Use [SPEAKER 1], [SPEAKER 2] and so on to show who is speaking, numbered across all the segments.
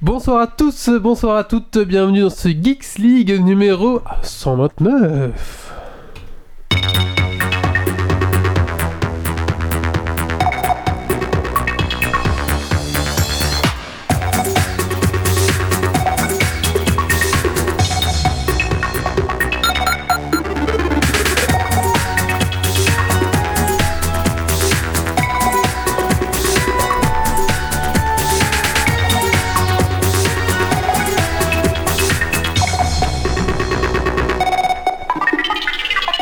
[SPEAKER 1] Bonsoir à tous, bonsoir à toutes, bienvenue dans ce Geeks League numéro 129.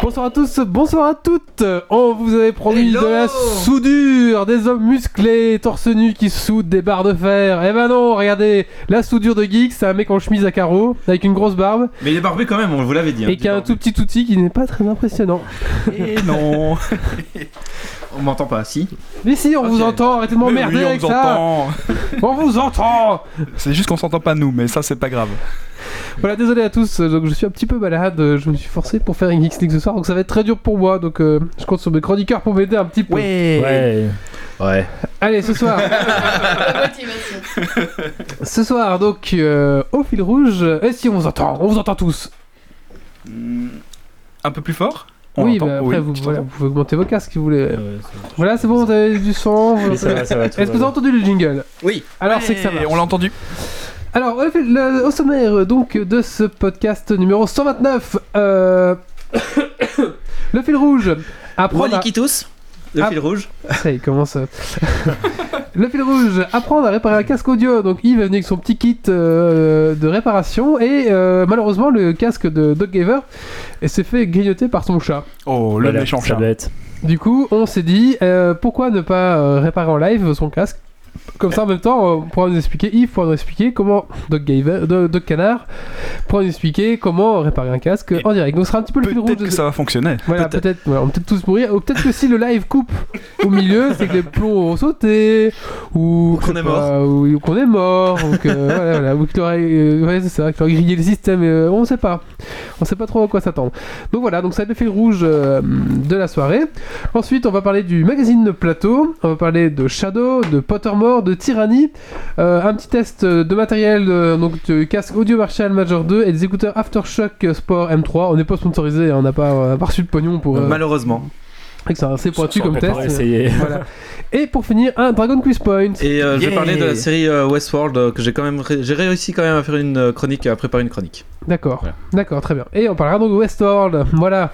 [SPEAKER 1] Bonsoir à tous, bonsoir à toutes. On vous avait promis
[SPEAKER 2] Hello
[SPEAKER 1] de la soudure, des hommes musclés, torse nu qui soudent des barres de fer. Eh ben non, regardez, la soudure de geek, c'est un mec en chemise à carreaux, avec une grosse barbe,
[SPEAKER 2] Mais il est barbé quand même, on vous l'avait dit. hein,
[SPEAKER 1] et qui a un
[SPEAKER 2] il est
[SPEAKER 1] tout petit outil qui n'est pas très impressionnant.
[SPEAKER 2] barbé. Eh non On m'entend pas, si
[SPEAKER 1] Mais si, on
[SPEAKER 2] Ok.
[SPEAKER 1] vous entend, arrêtez de m'emmerder
[SPEAKER 3] oui, on
[SPEAKER 1] avec
[SPEAKER 3] vous
[SPEAKER 1] ça.
[SPEAKER 3] entend.
[SPEAKER 1] On vous entend.
[SPEAKER 3] C'est juste qu'on s'entend pas nous, mais ça c'est pas grave.
[SPEAKER 1] Voilà, désolé à tous, euh, donc je suis un petit peu malade, euh, je me suis forcé pour faire une Geeks League ce soir, donc ça va être très dur pour moi, donc euh, je compte sur mes chroniqueurs pour m'aider un petit peu.
[SPEAKER 4] Ouais. Ouais.
[SPEAKER 1] Allez, ce soir,
[SPEAKER 5] Motivation.
[SPEAKER 1] ce soir donc euh, au fil rouge, euh, et si on vous entend, on vous entend tous.
[SPEAKER 3] Hmm, Un peu plus fort
[SPEAKER 1] oui,
[SPEAKER 3] l'entend
[SPEAKER 1] bah, après
[SPEAKER 3] Oui,
[SPEAKER 1] vous,
[SPEAKER 3] tu
[SPEAKER 1] voilà, vous pouvez augmenter vos casques si vous voulez.
[SPEAKER 4] ouais
[SPEAKER 1] Voilà, c'est bon, vous avez du son. vous-
[SPEAKER 4] Oui, ça va, ça va.
[SPEAKER 1] Est-ce que
[SPEAKER 4] tout va
[SPEAKER 1] vous avez
[SPEAKER 4] bien.
[SPEAKER 1] entendu le jingle
[SPEAKER 2] Oui.
[SPEAKER 1] Alors
[SPEAKER 3] t'entends
[SPEAKER 1] c'est que ça va.
[SPEAKER 3] Et On l'a entendu.
[SPEAKER 1] Alors, au fil- le- au sommaire euh, donc de ce podcast numéro 129, euh, le fil rouge. Apprendre
[SPEAKER 2] Roi
[SPEAKER 1] à-
[SPEAKER 2] Kitus le
[SPEAKER 1] Ah.
[SPEAKER 2] fil rouge.
[SPEAKER 1] Ça, il commence. euh. le fil rouge, apprendre à réparer un casque audio. Donc Yves est venu avec son petit kit euh, de réparation et euh, malheureusement le casque de Doc Gaver s'est fait grignoter par son chat.
[SPEAKER 3] Oh, le
[SPEAKER 4] Voilà,
[SPEAKER 3] méchant
[SPEAKER 4] ça
[SPEAKER 3] chat.
[SPEAKER 4] doit être.
[SPEAKER 1] Du coup, on s'est dit euh, pourquoi ne pas euh, réparer en live son casque comme ça, en même temps, on pourra nous expliquer, Yves pourra nous expliquer comment Doc, Gaver, Do- Doc Canard pourra nous expliquer comment réparer un casque
[SPEAKER 3] Et
[SPEAKER 1] en direct. Donc, ce sera un petit peu le fil rouge.
[SPEAKER 3] Peut-être
[SPEAKER 1] de
[SPEAKER 3] que
[SPEAKER 1] ce-
[SPEAKER 3] ça va fonctionner.
[SPEAKER 1] Voilà,
[SPEAKER 3] Peut-être.
[SPEAKER 1] peut-être, voilà, on peut peut-être tous mourir, ou peut-être que si le live coupe au milieu, c'est que les plombs ont sauté, ou
[SPEAKER 2] qu'on
[SPEAKER 1] je
[SPEAKER 2] est
[SPEAKER 1] sais pas, ou, ou qu'on est mort, ou que voilà, voilà, ou qu'il aurait, euh, ouais, c'est ça, qu'il aurait grillé le système, euh, on sait pas, on sait pas trop à quoi s'attendre. Donc voilà, donc ça a été le fil rouge euh, de la soirée. Ensuite, on va parler du magazine plateau, on va parler de Shadow, de Pottermore, de Tyranny, euh, un petit test euh, de matériel, euh, donc du casque Audio Marshall Major 2 et des écouteurs Aftershock Sport M3. On n'est pas sponsorisé, hein, on n'a pas, on n'a pas reçu de pognon pour. euh,
[SPEAKER 2] Malheureusement.
[SPEAKER 1] avec ça, hein. c'est pointu
[SPEAKER 3] Ça
[SPEAKER 1] comme
[SPEAKER 3] aurait
[SPEAKER 1] test.
[SPEAKER 4] On va essayer.
[SPEAKER 1] Voilà. Et pour finir, un Dragon Quiz Point.
[SPEAKER 2] Et euh, je vais
[SPEAKER 3] Yeah.
[SPEAKER 2] parler de la série euh, Westworld euh, que j'ai quand même ré- j'ai réussi quand même à faire une euh, chronique, à préparer une chronique.
[SPEAKER 1] D'accord,
[SPEAKER 2] Voilà.
[SPEAKER 1] d'accord, très bien. Et on parlera donc de Westworld. Voilà.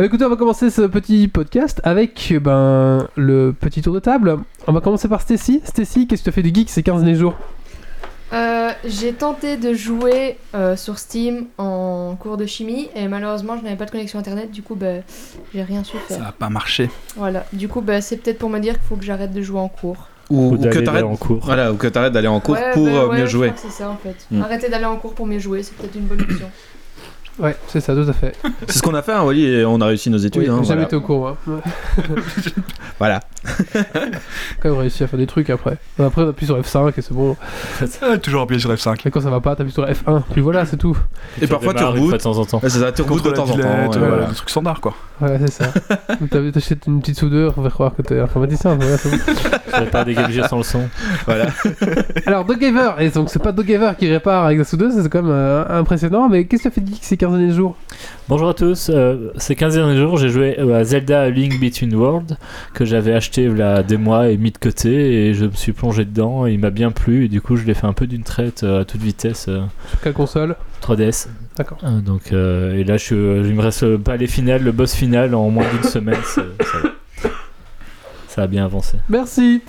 [SPEAKER 1] Euh, Écoutez, on va commencer ce petit podcast avec euh, ben, le petit tour de table. On va commencer par Stacy. Stacy, qu'est-ce que tu as fait du geek ces 15 derniers jours
[SPEAKER 5] Euh, J'ai tenté de jouer euh, sur Steam en cours de chimie et malheureusement je n'avais pas de connexion internet du coup bah, j'ai rien su
[SPEAKER 3] Ça
[SPEAKER 5] faire.
[SPEAKER 3] va pas marcher.
[SPEAKER 5] Voilà, du coup bah, c'est peut-être pour me dire qu'il faut que j'arrête de jouer en cours.
[SPEAKER 2] Ou,
[SPEAKER 4] Ou
[SPEAKER 2] ou que
[SPEAKER 4] d'aller
[SPEAKER 2] t'arrêtes
[SPEAKER 4] en cours.
[SPEAKER 2] voilà, ou que t'arrêtes d'aller en cours
[SPEAKER 5] Ouais,
[SPEAKER 2] pour
[SPEAKER 5] bah,
[SPEAKER 2] euh,
[SPEAKER 5] ouais,
[SPEAKER 2] mieux
[SPEAKER 5] je
[SPEAKER 2] jouer.
[SPEAKER 5] crois que C'est ça en fait.
[SPEAKER 2] Mm.
[SPEAKER 5] Arrêter d'aller en cours pour mieux jouer, c'est peut-être une bonne option.
[SPEAKER 1] Ouais, c'est ça, tout à fait.
[SPEAKER 2] C'est ce qu'on a fait, hein, Wally, et on a réussi nos études.
[SPEAKER 1] Oui,
[SPEAKER 2] hein,
[SPEAKER 1] jamais
[SPEAKER 2] voilà.
[SPEAKER 1] été au cours, moi. Ouais.
[SPEAKER 2] Voilà.
[SPEAKER 1] Quand même réussi à faire des trucs après. Après, on appuie sur F5 et c'est bon.
[SPEAKER 3] Ah, toujours appuyé sur F5.
[SPEAKER 1] Et quand ça va pas, t'appuies sur F1. Puis voilà, c'est tout.
[SPEAKER 2] Et parfois, tu
[SPEAKER 4] redémarres une
[SPEAKER 2] rebootes.
[SPEAKER 4] fois de temps en temps.
[SPEAKER 2] Ouais, c'est ça, tu rebootes de
[SPEAKER 3] Contrôle
[SPEAKER 2] temps en
[SPEAKER 3] à
[SPEAKER 2] temps.
[SPEAKER 3] dilette,
[SPEAKER 2] ouais,
[SPEAKER 3] euh,
[SPEAKER 2] voilà.
[SPEAKER 3] Des trucs standards quoi.
[SPEAKER 1] Voilà, c'est ça. T'as- T'achètes une petite soudeur, on va croire que t'es informaticien. Voilà, c'est bon.
[SPEAKER 4] Je répare des gadgets sans le son.
[SPEAKER 2] Voilà.
[SPEAKER 1] Alors, Doc Gaver, et donc c'est pas Doc Gaver qui répare avec la soudeuse, c'est quand même euh, impressionnant, mais qu'est-ce que tu as fait de geek ces 15 derniers jours
[SPEAKER 4] Bonjour à tous. euh, ces 15 derniers jours, j'ai joué euh, à Zelda A Link Between World que j'avais acheté là des mois et mis de côté et je me suis plongé dedans. et il m'a bien plu et du coup, je l'ai fait un peu d'une traite euh, à toute vitesse. euh,
[SPEAKER 1] Sur quelle console
[SPEAKER 4] 3DS.
[SPEAKER 1] D'accord.
[SPEAKER 4] Euh, donc, euh, et là, je, suis, euh, il me reste euh, pas les finales, le boss final en moins d'une semaine. c'est- Ça, va. Ça a bien avancé.
[SPEAKER 1] Merci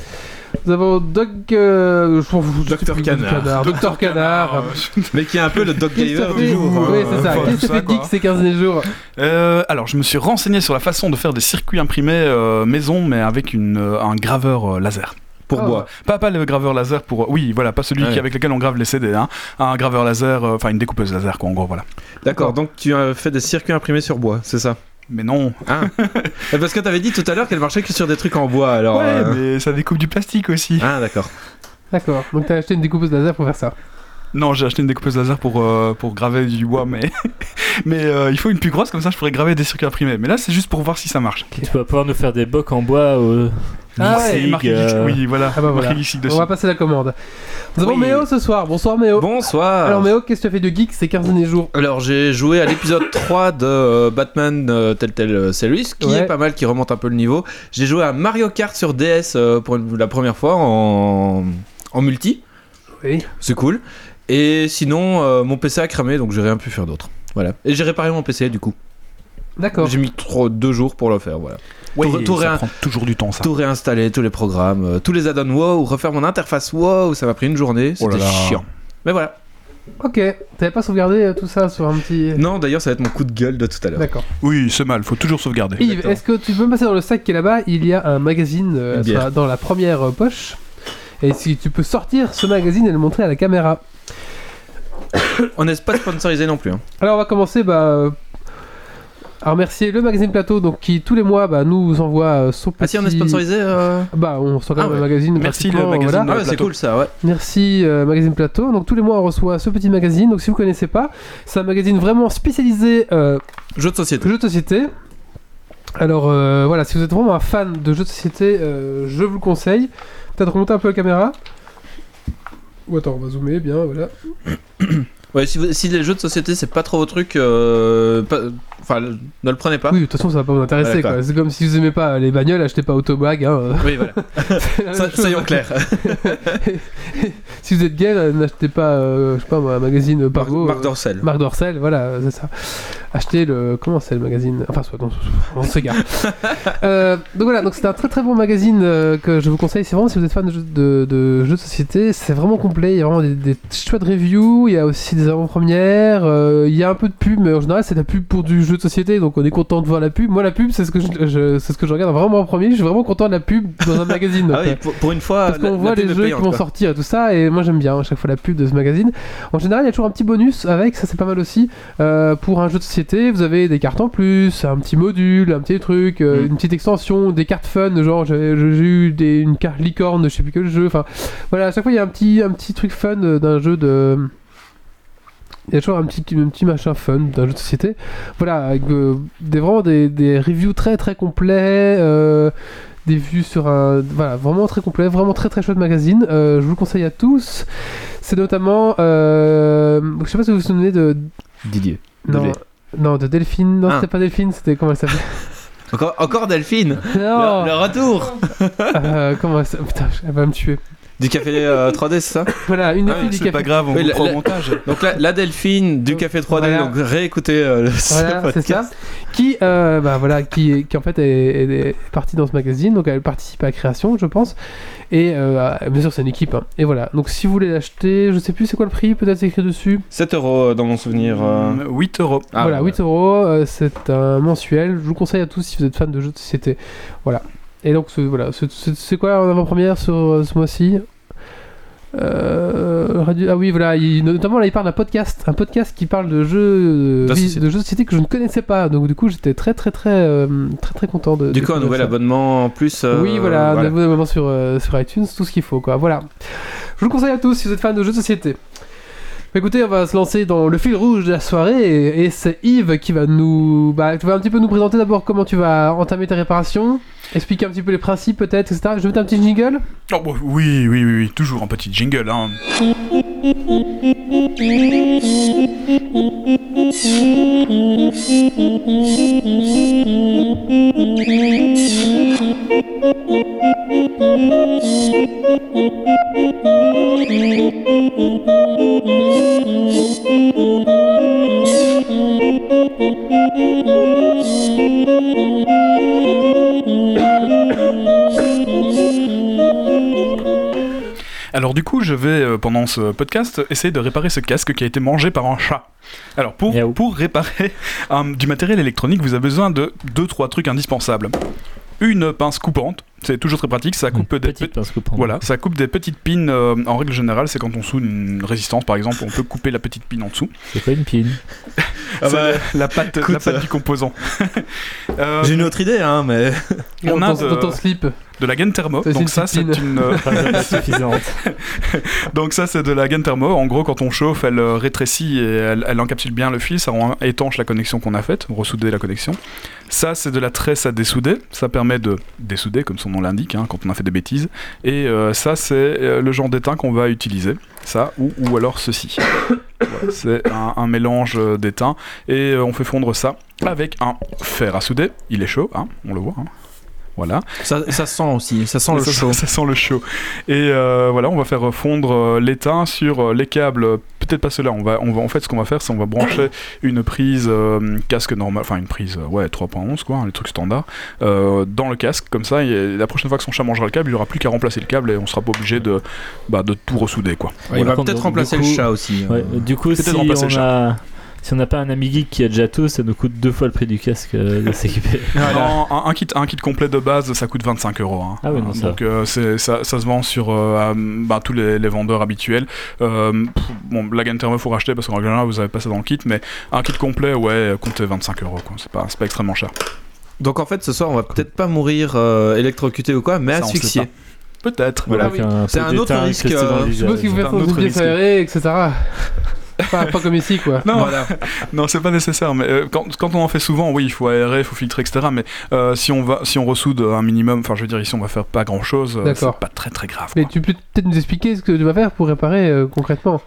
[SPEAKER 1] Nous avons Doc. euh, je- je- je sais
[SPEAKER 3] Docteur euh,
[SPEAKER 1] plus,
[SPEAKER 3] Canard.
[SPEAKER 1] Docteur Canard
[SPEAKER 2] Mais qui est un peu le dog
[SPEAKER 1] Qu'est-ce que t'as
[SPEAKER 2] gaver du
[SPEAKER 1] fait
[SPEAKER 2] jour.
[SPEAKER 1] Oui,
[SPEAKER 3] euh,
[SPEAKER 1] c'est ça.
[SPEAKER 3] voilà,
[SPEAKER 1] Qu'est-ce que tu
[SPEAKER 3] tout
[SPEAKER 1] as
[SPEAKER 3] ça,
[SPEAKER 1] fait de geek
[SPEAKER 3] quoi.
[SPEAKER 1] ces 15 derniers jours
[SPEAKER 3] Euh, alors, je me suis renseigné sur la façon de faire des circuits imprimés euh, maison, mais avec une, euh, un graveur euh, laser.
[SPEAKER 2] Pour
[SPEAKER 1] Ah.
[SPEAKER 2] moi.
[SPEAKER 3] Pas, pas le graveur laser pour. Oui, voilà, pas celui
[SPEAKER 2] Ouais.
[SPEAKER 3] qui- avec lequel on grave les CD. Hein. Un graveur laser, euh, enfin une découpeuse laser, quoi, en gros, voilà.
[SPEAKER 2] D'accord, donc tu as fait des circuits imprimés sur bois, c'est ça
[SPEAKER 3] Mais non.
[SPEAKER 2] Eh, Parce que t'avais dit tout à l'heure qu'elle marchait que sur des trucs en bois, alors.
[SPEAKER 3] ouais,
[SPEAKER 2] euh,
[SPEAKER 3] mais ça découpe du plastique aussi.
[SPEAKER 2] Ah, d'accord.
[SPEAKER 1] D'accord, donc t'as acheté une découpeuse laser pour faire ça.
[SPEAKER 3] Non, j'ai acheté une découpeuse laser pour, euh, pour graver du bois, mais Mais euh, il faut une plus grosse, comme ça je pourrais graver des circuits imprimés. Mais là, c'est juste pour voir si ça marche.
[SPEAKER 4] Tu vas pouvoir nous faire des bocs en bois. euh,
[SPEAKER 3] Ah,
[SPEAKER 4] Geeks
[SPEAKER 3] ouais,
[SPEAKER 4] League,
[SPEAKER 3] marqué
[SPEAKER 4] euh,
[SPEAKER 3] Geeks, oui, voilà.
[SPEAKER 1] Ah bah
[SPEAKER 3] marqué
[SPEAKER 1] voilà.
[SPEAKER 3] Geeks League
[SPEAKER 1] On
[SPEAKER 3] dessus.
[SPEAKER 1] va passer la commande. Nous avons
[SPEAKER 2] Oui.
[SPEAKER 1] Méo ce soir. Bonsoir Méo.
[SPEAKER 2] Bonsoir.
[SPEAKER 1] Oh. Alors Méo, qu'est-ce que tu as fait de geek ces 15 derniers jours
[SPEAKER 2] Alors j'ai joué à l'épisode 3 de euh, Batman euh, tel tel euh, Series, qui
[SPEAKER 1] Ouais.
[SPEAKER 2] est pas mal, qui remonte un peu le niveau. J'ai joué à Mario Kart sur DS euh, pour une- la première fois en, en multi,
[SPEAKER 1] Oui.
[SPEAKER 2] c'est cool. Et sinon, euh, mon PC a cramé, donc j'ai rien pu faire d'autre. Voilà. Et j'ai réparé mon PC du coup.
[SPEAKER 1] D'accord.
[SPEAKER 2] J'ai mis trois- deux jours pour le faire, voilà.
[SPEAKER 3] Ouais,
[SPEAKER 2] Tout- tout
[SPEAKER 3] ça
[SPEAKER 2] réin-
[SPEAKER 3] prend toujours du temps, ça.
[SPEAKER 2] Tout réinstaller, tous les programmes, euh, tous les add-ons, wow, refaire mon interface, wow, ça m'a pris une journée,
[SPEAKER 3] Oh là
[SPEAKER 2] c'était
[SPEAKER 3] là.
[SPEAKER 2] chiant. Mais voilà.
[SPEAKER 1] Ok. T'avais pas sauvegardé euh, tout ça sur un petit.
[SPEAKER 2] Non, d'ailleurs, ça va être mon coup de gueule de tout à l'heure.
[SPEAKER 1] D'accord.
[SPEAKER 3] Oui, c'est mal, faut toujours sauvegarder.
[SPEAKER 1] Yves, est-ce que tu peux me passer dans le sac qui est là-bas Il y a un magazine euh,
[SPEAKER 2] Une
[SPEAKER 1] sur
[SPEAKER 2] bière.
[SPEAKER 1] la- dans la première euh, poche. Et si tu peux sortir ce magazine et le montrer à la caméra.
[SPEAKER 2] On n'est pas sponsorisé non plus. hein.
[SPEAKER 1] Alors on va commencer bah, euh, à remercier le magazine Plateau donc, qui tous les mois bah, nous envoie euh, son petit...
[SPEAKER 2] Ah si, on est sponsorisé euh,
[SPEAKER 1] Bah on reçoit quand
[SPEAKER 2] Ah
[SPEAKER 1] même
[SPEAKER 2] ouais.
[SPEAKER 1] le magazine.
[SPEAKER 3] Merci, le
[SPEAKER 1] gratuitement,
[SPEAKER 3] magazine.
[SPEAKER 1] voilà.
[SPEAKER 2] Ah ouais,
[SPEAKER 3] le
[SPEAKER 2] c'est
[SPEAKER 3] plateau.
[SPEAKER 2] cool ça, ouais.
[SPEAKER 1] Merci euh, Magazine Plateau. Donc tous les mois on reçoit ce petit magazine. Donc si vous connaissez pas, c'est un magazine vraiment spécialisé euh,
[SPEAKER 2] Jeux de société.
[SPEAKER 1] jeux de société. Alors euh, voilà, si vous êtes vraiment un fan de jeux de société, euh, je vous le conseille. Peut-être remonter un peu la caméra. Ou attends, on va zoomer bien, voilà.
[SPEAKER 2] Ouais, si, vous- si les jeux de société c'est pas trop votre truc, euh, pas- enfin ne le prenez pas.
[SPEAKER 1] Oui, de toute façon ça va pas vous intéresser.
[SPEAKER 2] Ouais,
[SPEAKER 1] quoi.
[SPEAKER 2] d'accord.
[SPEAKER 1] C'est comme si vous aimez pas les bagnoles, achetez pas Autobag. Hein.
[SPEAKER 2] Oui, voilà. So- soyons clairs.
[SPEAKER 1] si vous êtes gay, euh, n'achetez pas, euh, je sais pas, moi, un magazine
[SPEAKER 2] Marc,
[SPEAKER 1] Pargo.
[SPEAKER 2] Marc
[SPEAKER 1] euh,
[SPEAKER 2] Dorcel.
[SPEAKER 1] Marc Dorcel, voilà, euh, c'est ça. Achetez le. Comment c'est le magazine Enfin, soit, non, on s'égare. Euh, donc voilà, donc c'est un très très bon magazine euh, que je vous conseille. C'est vraiment si vous êtes fan de, jeux- de- de jeux de société, c'est vraiment complet. Il y a vraiment des, des choix de reviews, il y a aussi des avant-premières, euh, il y a un peu de pub, mais en général, c'est de la pub pour du jeu de société, donc on est content de voir la pub. Moi, la pub, c'est ce que je, je- c'est ce que je regarde vraiment en premier. Je suis vraiment content de la pub dans un magazine. donc,
[SPEAKER 2] Ah oui,
[SPEAKER 1] euh,
[SPEAKER 2] pour, pour une fois,
[SPEAKER 1] parce
[SPEAKER 2] la-
[SPEAKER 1] qu'on
[SPEAKER 2] la
[SPEAKER 1] voit
[SPEAKER 2] pub
[SPEAKER 1] les jeux
[SPEAKER 2] est
[SPEAKER 1] qui
[SPEAKER 2] payante,
[SPEAKER 1] vont
[SPEAKER 2] quoi.
[SPEAKER 1] sortir et tout ça, et moi j'aime bien à chaque fois la pub de ce magazine. En général, il y a toujours un petit bonus avec, ça c'est pas mal aussi. Euh, pour un jeu de société, vous avez des cartes en plus, un petit module, un petit truc, euh,
[SPEAKER 2] Mm.
[SPEAKER 1] une petite extension, des cartes fun, genre j'ai j'ai eu des- une carte licorne, je sais plus quel jeu. Enfin voilà, à chaque fois il y a un petit, un petit truc fun euh, d'un jeu de. Il y a toujours un petit, un petit machin fun d'un jeu de société. Voilà, avec euh, des, vraiment des, des reviews très très complets, euh, des vues sur un. Voilà, vraiment très complet, vraiment très très chouette magazine. Euh, je vous le conseille à tous. C'est notamment. euh, je sais pas si vous vous souvenez de.
[SPEAKER 2] Didier.
[SPEAKER 1] Non,
[SPEAKER 2] Delay.
[SPEAKER 1] non, de Delphine. Non,
[SPEAKER 2] Ah.
[SPEAKER 1] c'était pas Delphine, c'était. Comment elle s'appelle
[SPEAKER 2] Encore, encore Delphine.
[SPEAKER 1] Non
[SPEAKER 2] Le, le retour
[SPEAKER 1] Euh, Comment elle s'appelle Putain, elle va me tuer.
[SPEAKER 2] du café euh, 3D, c'est ça
[SPEAKER 1] Voilà, une des
[SPEAKER 2] Ah,
[SPEAKER 1] filles du
[SPEAKER 3] C'est pas
[SPEAKER 1] café.
[SPEAKER 3] grave, on
[SPEAKER 2] Oui, la-
[SPEAKER 3] reprend au
[SPEAKER 2] la-
[SPEAKER 3] montage.
[SPEAKER 2] Donc la, la Delphine du café 3D,
[SPEAKER 1] Voilà.
[SPEAKER 2] donc réécoutez euh, le ce
[SPEAKER 1] Voilà, c'est
[SPEAKER 2] podcast.
[SPEAKER 1] ça. Qui, euh, bah, voilà, qui, qui en fait est, est- est partie dans ce magazine, donc elle participe à la création, je pense. Et euh, bien sûr, c'est une équipe. hein. Et voilà. Donc si vous voulez l'acheter, je sais plus c'est quoi le prix, peut-être c'est écrit dessus.
[SPEAKER 2] 7 euros euh, dans mon souvenir. euh.
[SPEAKER 3] 8 euros.
[SPEAKER 2] Ah,
[SPEAKER 1] voilà,
[SPEAKER 2] ouais.
[SPEAKER 1] 8 euros, euh, c'est un mensuel. Je vous conseille à tous si vous êtes fan de jeux de société. Voilà. Et donc, ce- voilà, c'est- c'est c'est quoi en avant-première sur euh, ce mois-ci Euh, radio- Ah oui, voilà, il- notamment là, il parle d'un podcast, un podcast qui parle de jeux
[SPEAKER 2] De
[SPEAKER 1] de,
[SPEAKER 2] société.
[SPEAKER 1] de jeux de société que je ne connaissais pas. Donc, du coup, j'étais très, très, très, euh, très, très content de.
[SPEAKER 2] Du
[SPEAKER 1] de
[SPEAKER 2] coup, un
[SPEAKER 1] découvrir
[SPEAKER 2] nouvel
[SPEAKER 1] ça.
[SPEAKER 2] abonnement en plus. euh,
[SPEAKER 1] Oui, voilà, un nouvel abonnement sur, euh, sur iTunes, tout ce qu'il faut, quoi. Voilà. Je vous le conseille à tous si vous êtes fan de jeux de société. Bah, Écoutez, on va se lancer dans le fil rouge de la soirée et, et c'est Yves qui va nous. Bah, tu vas un petit peu nous présenter d'abord comment tu vas entamer tes réparations, expliquer un petit peu les principes peut-être, etc. Je vais mettre un petit jingle.
[SPEAKER 3] Oh, bah, oui, oui, oui, oui, toujours un petit jingle. Hein. Alors du coup, je vais euh, pendant ce podcast essayer de réparer ce casque qui a été mangé par un chat. Alors pour,
[SPEAKER 4] Miaou.
[SPEAKER 3] pour réparer un- du matériel électronique, vous avez besoin de deux trois trucs indispensables. Une pince coupante, c'est toujours très pratique, ça coupe des
[SPEAKER 4] petites pinces coupantes.
[SPEAKER 3] voilà, ça coupe des petites pines euh, en règle générale, c'est quand on soude une résistance par exemple, on peut couper la petite pine en dessous.
[SPEAKER 4] C'est pas une pine.
[SPEAKER 2] Ah bah,
[SPEAKER 3] C'est la patte,
[SPEAKER 2] écoute,
[SPEAKER 3] la patte
[SPEAKER 2] euh,
[SPEAKER 3] du composant. Euh,
[SPEAKER 2] J'ai une autre idée, hein, mais.
[SPEAKER 3] On
[SPEAKER 1] dans,
[SPEAKER 3] a
[SPEAKER 1] ton,
[SPEAKER 3] de-
[SPEAKER 1] dans ton slip.
[SPEAKER 3] de la gaine thermo.
[SPEAKER 1] Ça, c'est
[SPEAKER 3] Donc
[SPEAKER 1] une
[SPEAKER 3] ça, c'est
[SPEAKER 1] petite
[SPEAKER 3] une. euh,
[SPEAKER 4] Pas suffisante.
[SPEAKER 3] Donc ça, c'est de la gaine thermo. En gros, quand on chauffe, elle euh, rétrécit et elle, elle encapsule bien le fil. Ça rend étanche la connexion qu'on a faite, ressouder la connexion. Ça, c'est de la tresse à dessouder. Ça permet de dessouder, comme son nom l'indique, hein, quand on a fait des bêtises. Et euh, ça, c'est euh, le genre d'étain qu'on va utiliser. Ça, ou, ou alors ceci. Voilà, c'est un, un mélange euh, d'étain. Et euh, on fait fondre ça avec un fer à souder. Il est chaud, hein, on le voit. hein. Voilà.
[SPEAKER 2] Ça, ça sent aussi, ça sent le
[SPEAKER 3] ça,
[SPEAKER 2] chaud.
[SPEAKER 3] ça sent le chaud. Et euh, voilà, on va faire fondre euh, l'étain sur euh, les câbles. Peut-être pas cela. On va, on va, en fait, ce qu'on va faire, c'est on va brancher une prise euh, casque normal, enfin une prise, euh, ouais, 3.11 quoi, hein, les trucs standards, euh, dans le casque. Comme ça, et la prochaine fois que son chat mangera le câble, il n'y aura plus qu'à remplacer le câble et on sera pas obligé de, bah, de tout ressouder quoi.
[SPEAKER 2] Il va
[SPEAKER 4] Voilà.
[SPEAKER 2] peut-être
[SPEAKER 4] Donc,
[SPEAKER 2] remplacer
[SPEAKER 4] du
[SPEAKER 2] le
[SPEAKER 4] coup-
[SPEAKER 2] chat aussi.
[SPEAKER 4] Ouais,
[SPEAKER 2] euh.
[SPEAKER 4] du coup,
[SPEAKER 3] peut-être
[SPEAKER 4] si
[SPEAKER 3] remplacer le
[SPEAKER 4] on a. Si on n'a pas un ami geek qui a déjà tout, ça nous coûte deux fois le prix du casque euh, de s'équiper.
[SPEAKER 3] Non, un, un kit, un kit complet de base, ça coûte 25 euros. hein.
[SPEAKER 4] Ah oui, non, ça
[SPEAKER 3] Donc euh, c'est- ça, ça se vend sur euh, à, bah, tous les, les vendeurs habituels. Euh, pff, bon, la gaine thermo, faut racheter parce qu'en général, vous avez pas ça dans le kit, mais un kit complet, ouais, compte 25 euros. quoi. C'est pas, c'est pas extrêmement cher.
[SPEAKER 2] Donc en fait, ce soir, on va peut-être pas mourir euh, électrocuté ou quoi, mais
[SPEAKER 3] Ça, on sait
[SPEAKER 2] asphyxié.
[SPEAKER 3] pas. Peut-être.
[SPEAKER 2] Voilà.
[SPEAKER 4] Avec un
[SPEAKER 2] C'est
[SPEAKER 4] peu
[SPEAKER 2] un autre
[SPEAKER 4] d'étain
[SPEAKER 2] risque,
[SPEAKER 4] incrusté dans
[SPEAKER 2] euh,
[SPEAKER 4] le
[SPEAKER 1] Je pense
[SPEAKER 4] visage.
[SPEAKER 1] qu'il faut
[SPEAKER 3] c'est
[SPEAKER 1] faire
[SPEAKER 3] un
[SPEAKER 1] son
[SPEAKER 3] autre
[SPEAKER 1] oublier
[SPEAKER 3] risque.
[SPEAKER 1] ferré, etc. pas, pas comme ici, quoi.
[SPEAKER 3] Non,
[SPEAKER 2] Voilà.
[SPEAKER 3] non c'est pas nécessaire. Mais euh, quand, quand on en fait souvent, oui, il faut aérer, il faut filtrer, etc. Mais euh, si on va, si on ressoude un minimum, enfin, je veux dire, ici, on va faire pas grand chose.
[SPEAKER 1] D'accord.
[SPEAKER 3] C'est pas très très grave.
[SPEAKER 1] Mais
[SPEAKER 3] quoi.
[SPEAKER 1] tu peux peut-être nous expliquer ce que tu vas faire pour réparer euh, concrètement.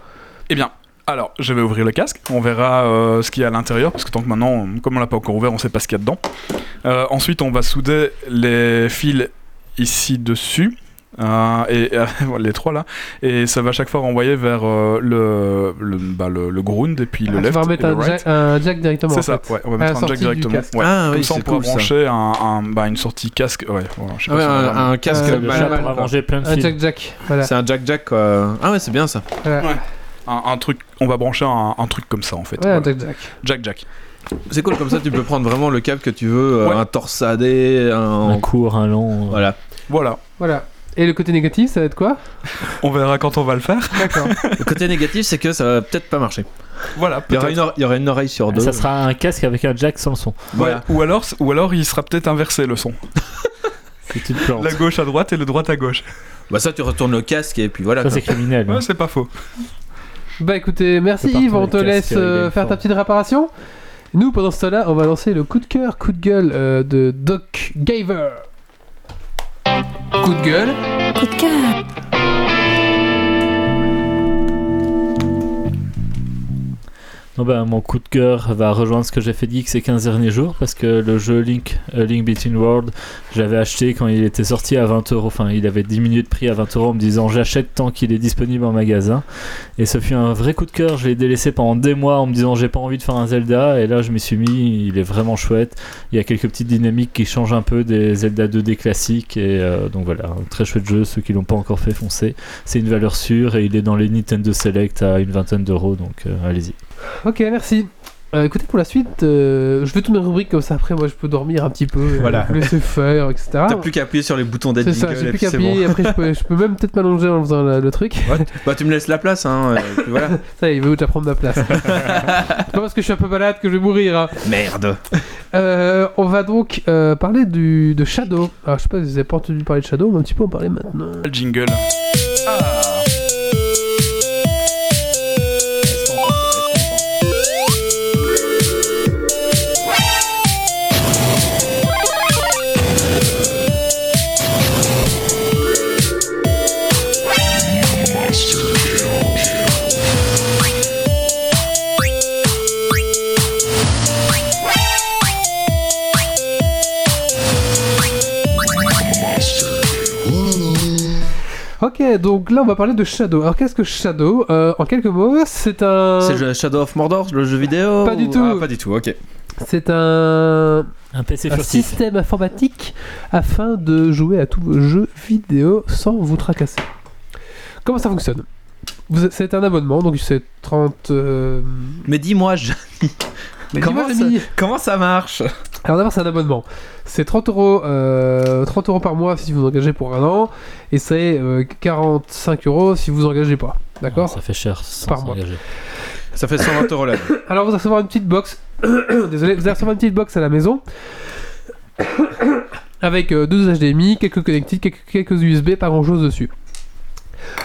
[SPEAKER 3] Eh bien, alors, je vais ouvrir le casque. On verra euh, ce qu'il y a à l'intérieur, parce que tant que maintenant, on- comme on l'a pas encore ouvert, on sait pas ce qu'il y a dedans. Euh, ensuite, on va souder les fils ici dessus. euh, et euh, les trois là et ça va chaque fois renvoyer vers euh, le le, bah, le le ground et puis
[SPEAKER 1] Ah,
[SPEAKER 3] le
[SPEAKER 1] tu
[SPEAKER 3] left
[SPEAKER 1] vas
[SPEAKER 3] et
[SPEAKER 1] remettre
[SPEAKER 3] le
[SPEAKER 1] un,
[SPEAKER 3] right.
[SPEAKER 1] jack, un jack directement.
[SPEAKER 3] c'est
[SPEAKER 1] en
[SPEAKER 3] ça
[SPEAKER 1] fait.
[SPEAKER 3] ouais on va
[SPEAKER 1] la
[SPEAKER 3] mettre un jack
[SPEAKER 1] sortie du
[SPEAKER 3] directement
[SPEAKER 1] casque.
[SPEAKER 3] ouais.
[SPEAKER 2] Ah
[SPEAKER 3] comme
[SPEAKER 2] oui,
[SPEAKER 3] ça on
[SPEAKER 2] c'est
[SPEAKER 3] pourra
[SPEAKER 2] cool ça. Ah
[SPEAKER 3] brancher un, un- bah, une sortie casque ouais voilà, je sais pas
[SPEAKER 2] Ouais,
[SPEAKER 3] si on va
[SPEAKER 2] un,
[SPEAKER 3] vraiment-
[SPEAKER 2] un casque
[SPEAKER 1] Euh,
[SPEAKER 4] Le
[SPEAKER 1] Mal-
[SPEAKER 4] chat
[SPEAKER 1] mal-
[SPEAKER 4] pourra
[SPEAKER 2] mal.
[SPEAKER 4] manger plein de
[SPEAKER 1] Un
[SPEAKER 4] fils.
[SPEAKER 1] jack jack. Voilà.
[SPEAKER 2] C'est un Jack Jack quoi. Ah ouais, c'est bien ça.
[SPEAKER 1] Voilà.
[SPEAKER 3] Ouais. un, un truc on va brancher un, un truc comme ça en fait
[SPEAKER 1] Ouais, un
[SPEAKER 3] Voilà.
[SPEAKER 1] jack jack.
[SPEAKER 3] jack jack
[SPEAKER 2] C'est cool comme ça, tu peux prendre vraiment le câble que tu veux, euh,
[SPEAKER 3] Ouais.
[SPEAKER 2] un torsadé, un.
[SPEAKER 4] Un court, un long. euh,
[SPEAKER 2] Voilà.
[SPEAKER 3] voilà
[SPEAKER 1] Voilà. Et le côté négatif, ça va être quoi
[SPEAKER 3] On verra quand on va le faire.
[SPEAKER 1] D'accord.
[SPEAKER 2] Le côté négatif, c'est que ça va peut-être pas marcher.
[SPEAKER 3] Voilà,
[SPEAKER 2] Il y, aura
[SPEAKER 3] peut-être.
[SPEAKER 2] une or- il y aura une oreille sur deux.
[SPEAKER 4] Ça sera un casque avec un jack sans le son.
[SPEAKER 2] Voilà.
[SPEAKER 3] Ouais, Ou, alors, ou alors il sera peut-être inversé le son.
[SPEAKER 4] C'est une plante.
[SPEAKER 3] La gauche à droite et le droite à gauche.
[SPEAKER 2] Bah ça, tu retournes le casque et puis voilà.
[SPEAKER 4] Ça,
[SPEAKER 2] quoi.
[SPEAKER 4] c'est criminel.
[SPEAKER 3] Ouais, c'est pas faux.
[SPEAKER 1] Bah écoutez, merci
[SPEAKER 4] C'est parti,
[SPEAKER 1] Yves, on
[SPEAKER 4] le
[SPEAKER 1] te
[SPEAKER 4] casque,
[SPEAKER 1] laisse
[SPEAKER 4] il gagne
[SPEAKER 1] euh,
[SPEAKER 4] fort.
[SPEAKER 1] faire ta petite réparation. Nous, pendant ce temps-là, on va lancer le coup de cœur, coup de gueule euh, de Doc Gaver. Coup de gueule.
[SPEAKER 6] Coup de cœur.
[SPEAKER 4] Non, bah, mon coup de cœur va rejoindre ce que j'ai fait geek ces 15 derniers jours parce que le jeu Link, euh, Link Between World, j'avais acheté quand il était sorti à 20 euros. Enfin, il avait diminué de prix à 20 euros en me disant j'achète tant qu'il est disponible en magasin. Et ce fut un vrai coup de cœur. Je l'ai délaissé pendant des mois en me disant j'ai pas envie de faire un Zelda. Et là, je m'y suis mis. Il est vraiment chouette. Il y a quelques petites dynamiques qui changent un peu des Zelda 2D classiques. Et euh, donc voilà, un très chouette jeu. Ceux qui l'ont pas encore fait, foncez. C'est une valeur sûre et il est dans les Nintendo Select à une vingtaine d'euros. Donc euh, allez-y.
[SPEAKER 1] Ok, merci. Euh, écoutez, pour la suite, euh, je vais toutes mes rubriques comme ça. Après, moi, je peux dormir un petit peu, euh,
[SPEAKER 2] Voilà.
[SPEAKER 1] me laisser faire, etc.
[SPEAKER 2] T'as plus qu'à appuyer sur les boutons des
[SPEAKER 1] C'est ça,
[SPEAKER 2] jingles
[SPEAKER 1] j'ai
[SPEAKER 2] et
[SPEAKER 1] plus
[SPEAKER 2] puis
[SPEAKER 1] qu'à
[SPEAKER 2] c'est bon.
[SPEAKER 1] appuyer. Après, je peux, je peux même peut-être m'allonger en faisant la- le truc.
[SPEAKER 2] Bah tu me laisses la place, hein. euh, et puis voilà.
[SPEAKER 1] Ça, y est, il veut déjà prendre ma place. C'est pas parce que je suis un peu malade que je vais mourir. hein.
[SPEAKER 2] Merde.
[SPEAKER 1] Euh, on va donc euh, parler du, de Shadow. Alors, je sais pas si vous avez pas entendu parler de Shadow, mais un petit peu en parler maintenant.
[SPEAKER 3] Le jingle. Ah.
[SPEAKER 1] Ok, donc là on va parler de Shadow. Alors qu'est-ce que Shadow Euh, En quelques mots, c'est un.
[SPEAKER 2] C'est le Shadow of Mordor, le jeu vidéo
[SPEAKER 1] Pas du
[SPEAKER 2] ou-
[SPEAKER 1] tout.
[SPEAKER 2] Ah, pas du tout, ok.
[SPEAKER 1] C'est un.
[SPEAKER 4] Un PC
[SPEAKER 1] un
[SPEAKER 4] furtif.
[SPEAKER 1] système informatique afin de jouer à tous vos jeux vidéo sans vous tracasser. Comment ça fonctionne Vous- C'est un abonnement, donc c'est 30. euh,
[SPEAKER 2] Mais dis-moi, je-
[SPEAKER 1] mais
[SPEAKER 2] Comment
[SPEAKER 1] dis-moi, Rémi.
[SPEAKER 2] comment ça marche
[SPEAKER 1] Alors d'abord c'est un abonnement. C'est 30 euros, euh, 30 euros par mois si vous vous engagez pour un an, et c'est euh, 45 euros si vous vous engagez pas. D'accord
[SPEAKER 4] Ça fait cher sans
[SPEAKER 1] Par mois.
[SPEAKER 4] s'engager.
[SPEAKER 2] Ça fait 120 euros là.
[SPEAKER 1] Alors vous allez recevoir une petite box. Désolé, vous allez recevoir une petite box à la maison. avec euh, deux HDMI, quelques connectiques, quelques, quelques USB, pas grand chose dessus.